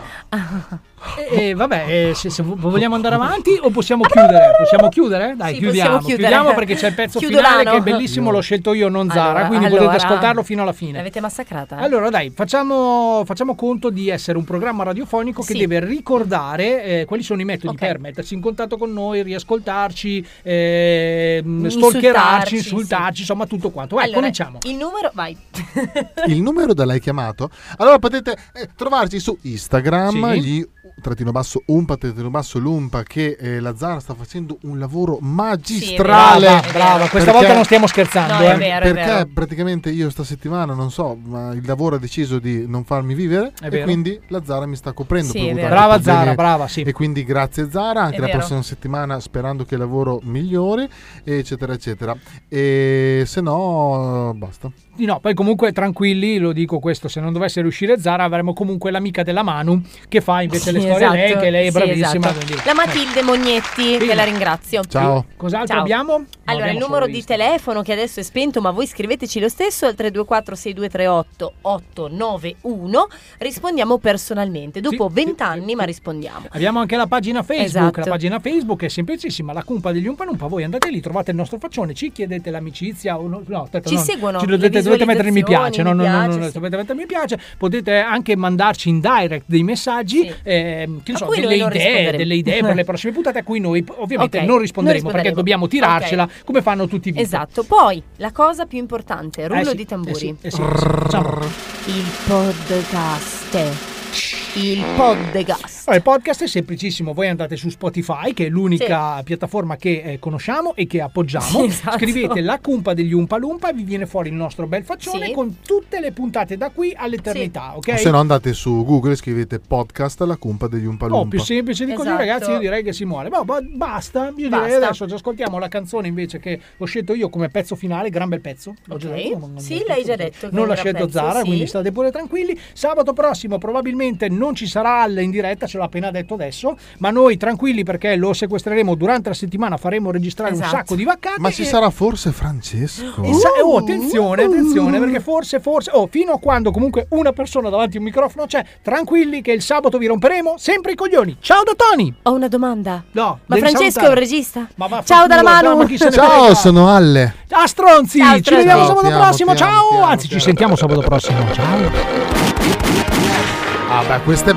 [SPEAKER 4] E, e vabbè, eh, se, se vo- vogliamo andare avanti o possiamo chiudere? Possiamo chiudere? Dai,
[SPEAKER 12] Sì,
[SPEAKER 4] chiudiamo.
[SPEAKER 12] possiamo chiudere.
[SPEAKER 4] Chiudiamo perché c'è il pezzo
[SPEAKER 12] Chiudo
[SPEAKER 4] finale
[SPEAKER 12] l'ano.
[SPEAKER 4] che è bellissimo, l'ho scelto io, non Zara,
[SPEAKER 12] Allora,
[SPEAKER 4] quindi
[SPEAKER 12] allora.
[SPEAKER 4] potete ascoltarlo fino alla fine.
[SPEAKER 12] L'avete massacrata. eh?
[SPEAKER 4] Allora dai, facciamo, facciamo conto di essere un programma radiofonico che
[SPEAKER 12] Sì.
[SPEAKER 4] deve ricordare eh, quali sono i metodi
[SPEAKER 12] Ok.
[SPEAKER 4] per mettersi in contatto con noi, riascoltarci, eh, mh, stalkerarci,
[SPEAKER 12] Insultarci,
[SPEAKER 4] insultarci, insomma tutto quanto. Vai,
[SPEAKER 12] Allora,
[SPEAKER 4] cominciamo.
[SPEAKER 12] Il numero, vai.
[SPEAKER 3] il numero da lei chiamato. Allora potete eh, trovarci su Instagram,
[SPEAKER 12] Sì.
[SPEAKER 3] gli trattino basso umpa trattino basso l'umpa che eh, la Zara sta facendo un lavoro magistrale
[SPEAKER 4] Brava, brava, questa volta non stiamo scherzando, No, è eh. vero, è
[SPEAKER 3] perché
[SPEAKER 4] vero.
[SPEAKER 3] praticamente io sta settimana non so ma il lavoro ha deciso di non farmi vivere
[SPEAKER 4] È
[SPEAKER 3] e
[SPEAKER 4] vero.
[SPEAKER 3] quindi la Zara mi sta coprendo
[SPEAKER 4] Sì,
[SPEAKER 3] per
[SPEAKER 4] è
[SPEAKER 3] avuto
[SPEAKER 4] vero.
[SPEAKER 3] anche
[SPEAKER 4] Brava
[SPEAKER 3] problemi-
[SPEAKER 4] Zara, brava, sì.
[SPEAKER 3] e quindi grazie Zara anche
[SPEAKER 4] È
[SPEAKER 3] la
[SPEAKER 4] vero.
[SPEAKER 3] prossima settimana sperando che il lavoro migliori eccetera eccetera e se no basta
[SPEAKER 4] Di No, poi comunque tranquilli, lo dico questo, se non dovesse riuscire Zara avremo comunque l'amica della Manu che fa invece le
[SPEAKER 12] Sì,
[SPEAKER 4] storie
[SPEAKER 12] esatto,
[SPEAKER 4] lei, che lei è
[SPEAKER 12] sì,
[SPEAKER 4] bravissima.
[SPEAKER 12] esatto.
[SPEAKER 4] quindi- ecco.
[SPEAKER 12] La Matilde Mognetti, che la ringrazio.
[SPEAKER 3] Ciao.
[SPEAKER 4] Cos'altro abbiamo? No,
[SPEAKER 12] Allora,
[SPEAKER 4] abbiamo
[SPEAKER 12] il numero
[SPEAKER 4] solo
[SPEAKER 12] di telefono che adesso è spento, ma voi scriveteci lo stesso al 324 6238 891. Rispondiamo personalmente. Dopo 20 anni, ma rispondiamo.
[SPEAKER 4] Abbiamo anche la pagina Facebook,
[SPEAKER 12] Esatto.
[SPEAKER 4] la pagina Facebook è semplicissima, la cumpa degli Umpanumpa, voi andate lì, trovate il nostro faccione, ci chiedete l'amicizia, o no, no, aspetta,
[SPEAKER 12] Ci
[SPEAKER 4] no,
[SPEAKER 12] seguono
[SPEAKER 4] ci
[SPEAKER 12] le
[SPEAKER 4] dovete, dovete mettere il mi piace, no, no, no, no,
[SPEAKER 12] visualizzazioni, mi
[SPEAKER 4] no, dovete mettere il mi piace, potete anche mandarci in direct dei messaggi, ehm, che ne
[SPEAKER 12] A
[SPEAKER 4] so,
[SPEAKER 12] cui noi
[SPEAKER 4] delle
[SPEAKER 12] non
[SPEAKER 4] idee,
[SPEAKER 12] risponderemo.
[SPEAKER 4] delle idee per le prossime puntate a cui noi ovviamente
[SPEAKER 12] Ok,
[SPEAKER 4] non, risponderemo
[SPEAKER 12] non
[SPEAKER 4] perché
[SPEAKER 12] risponderemo.
[SPEAKER 4] dobbiamo tirarcela
[SPEAKER 12] Ok.
[SPEAKER 4] come fanno tutti i video.
[SPEAKER 12] Esatto. Poi, la cosa più importante, rullo
[SPEAKER 4] Eh sì,
[SPEAKER 12] di
[SPEAKER 4] eh sì,
[SPEAKER 12] tamburi.
[SPEAKER 4] eh sì, eh sì, diciamo.
[SPEAKER 12] Il podcast. Il podcast.
[SPEAKER 4] Allora, il podcast è semplicissimo, voi andate su Spotify che è l'unica piattaforma che eh, conosciamo e che appoggiamo,
[SPEAKER 12] Sì, esatto.
[SPEAKER 4] scrivete la cumpa degli Umpalumpa e vi viene fuori il nostro bel faccione
[SPEAKER 12] Sì.
[SPEAKER 4] con tutte le puntate da qui all'eternità, ok?
[SPEAKER 3] O se no andate su Google e scrivete podcast la cumpa degli
[SPEAKER 4] Oh,
[SPEAKER 3] Umpalumpa.
[SPEAKER 4] più semplice di così,
[SPEAKER 12] Esatto.
[SPEAKER 4] ragazzi. Io direi che si muore. Ma, ma- basta. Io direi
[SPEAKER 12] Basta.
[SPEAKER 4] adesso ci ascoltiamo la canzone invece che ho scelto io come pezzo finale. Gran bel pezzo. L'ho già detto, non- non-
[SPEAKER 12] Sì, l'hai già detto. che
[SPEAKER 4] non l'ha
[SPEAKER 12] era
[SPEAKER 4] scelto
[SPEAKER 12] pezzo,
[SPEAKER 4] Zara,
[SPEAKER 12] sì.
[SPEAKER 4] quindi state pure tranquilli. Sabato prossimo probabilmente non ci sarà Al in diretta, ce l'ha appena detto adesso, ma noi tranquilli perché lo sequestreremo durante la settimana, faremo registrare
[SPEAKER 3] Esatto.
[SPEAKER 4] un sacco di vaccate.
[SPEAKER 3] Ma ci
[SPEAKER 4] e-
[SPEAKER 3] sarà forse Francesco?
[SPEAKER 4] e
[SPEAKER 12] Uh,
[SPEAKER 4] sa- oh, attenzione, attenzione, perché forse, forse, oh, fino a quando comunque una persona davanti a un microfono c'è, tranquilli che il sabato vi romperemo sempre i coglioni. Ciao da Tony!
[SPEAKER 12] Ho una domanda.
[SPEAKER 4] No,
[SPEAKER 12] Ma
[SPEAKER 4] devi
[SPEAKER 12] Francesco è un
[SPEAKER 4] salutare.
[SPEAKER 12] regista?
[SPEAKER 4] Ma va-
[SPEAKER 12] Ciao dalla
[SPEAKER 4] ma
[SPEAKER 12] mano.
[SPEAKER 4] chi se ne frega?
[SPEAKER 3] Ciao, sono Alle.
[SPEAKER 4] A stronzi,
[SPEAKER 12] Ciao,
[SPEAKER 4] ci
[SPEAKER 12] stronzi.
[SPEAKER 4] vediamo
[SPEAKER 12] Ciao,
[SPEAKER 4] sabato
[SPEAKER 12] ti amo,
[SPEAKER 4] prossimo,
[SPEAKER 12] ti amo,
[SPEAKER 4] ciao! Anzi, ci sentiamo sabato prossimo, ciao!
[SPEAKER 3] Ah, beh, questa è.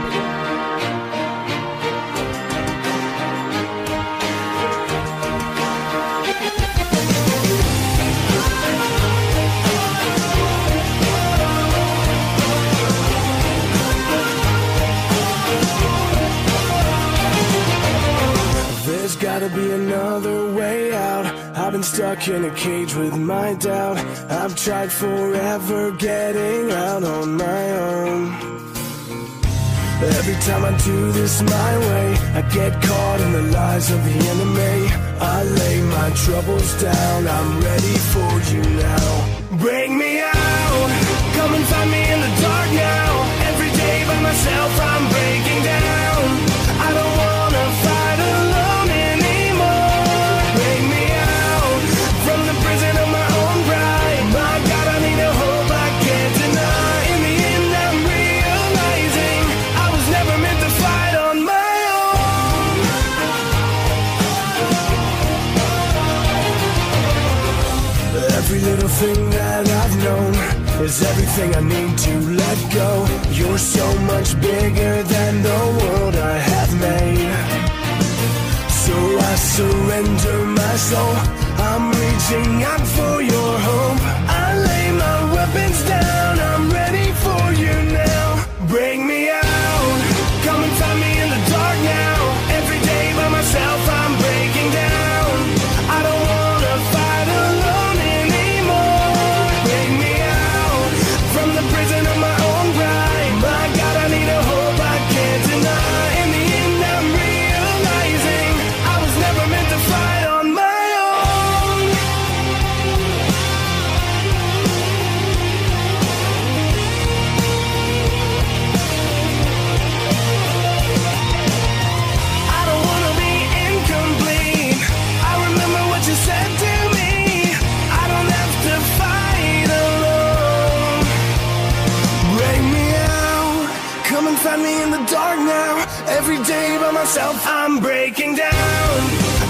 [SPEAKER 11] There's gotta be another way out. I've been stuck in a cage with my doubt. I've tried forever getting out on my own. Every time I do this my way, I get caught in the lies of the enemy. I lay my troubles down, I'm ready for you now. Bring me out, come and find me in the dark now. Every day by myself, I'm breaking down. I don't wanna fight alone anymore. Bring me out from the prison of my own pride. My God, I need a hope I can't deny. In the end, I'm realizing I was never meant to fight on my own. Every little thing that I've known is everything I need to let go. You're so much bigger than the world I have made. So I surrender my soul. I'm reaching out for your hope. I lay my weapons down. I'm ready for you now. Bring me out. Come and find me in the dark now. Every day by myself, I'm breaking down. I don't wanna fight alone anymore. Bring me out from the prison of my own pride. My God, I need a hope I can't deny. In the end, I'm realizing I was never meant to fight on my own. I don't wanna be incomplete. I remember what you said to me. I don't have to fight alone. Bring me out. Come and find me in the dark now. Every day by myself, I'm breaking down.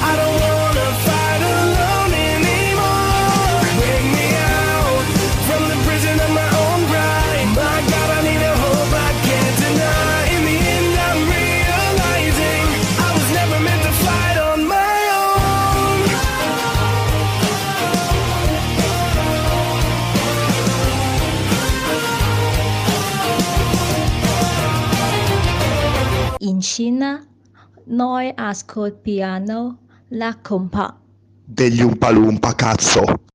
[SPEAKER 11] I don't wanna fight alone anymore. Bring me out from the prison of my own pride. My God, I need a hope I can't deny. In the end, I'm realizing I was never meant to fight on my own.
[SPEAKER 13] In Cina noi ascoltiamo la compa.
[SPEAKER 19] Degli umpalumpa, cazzo!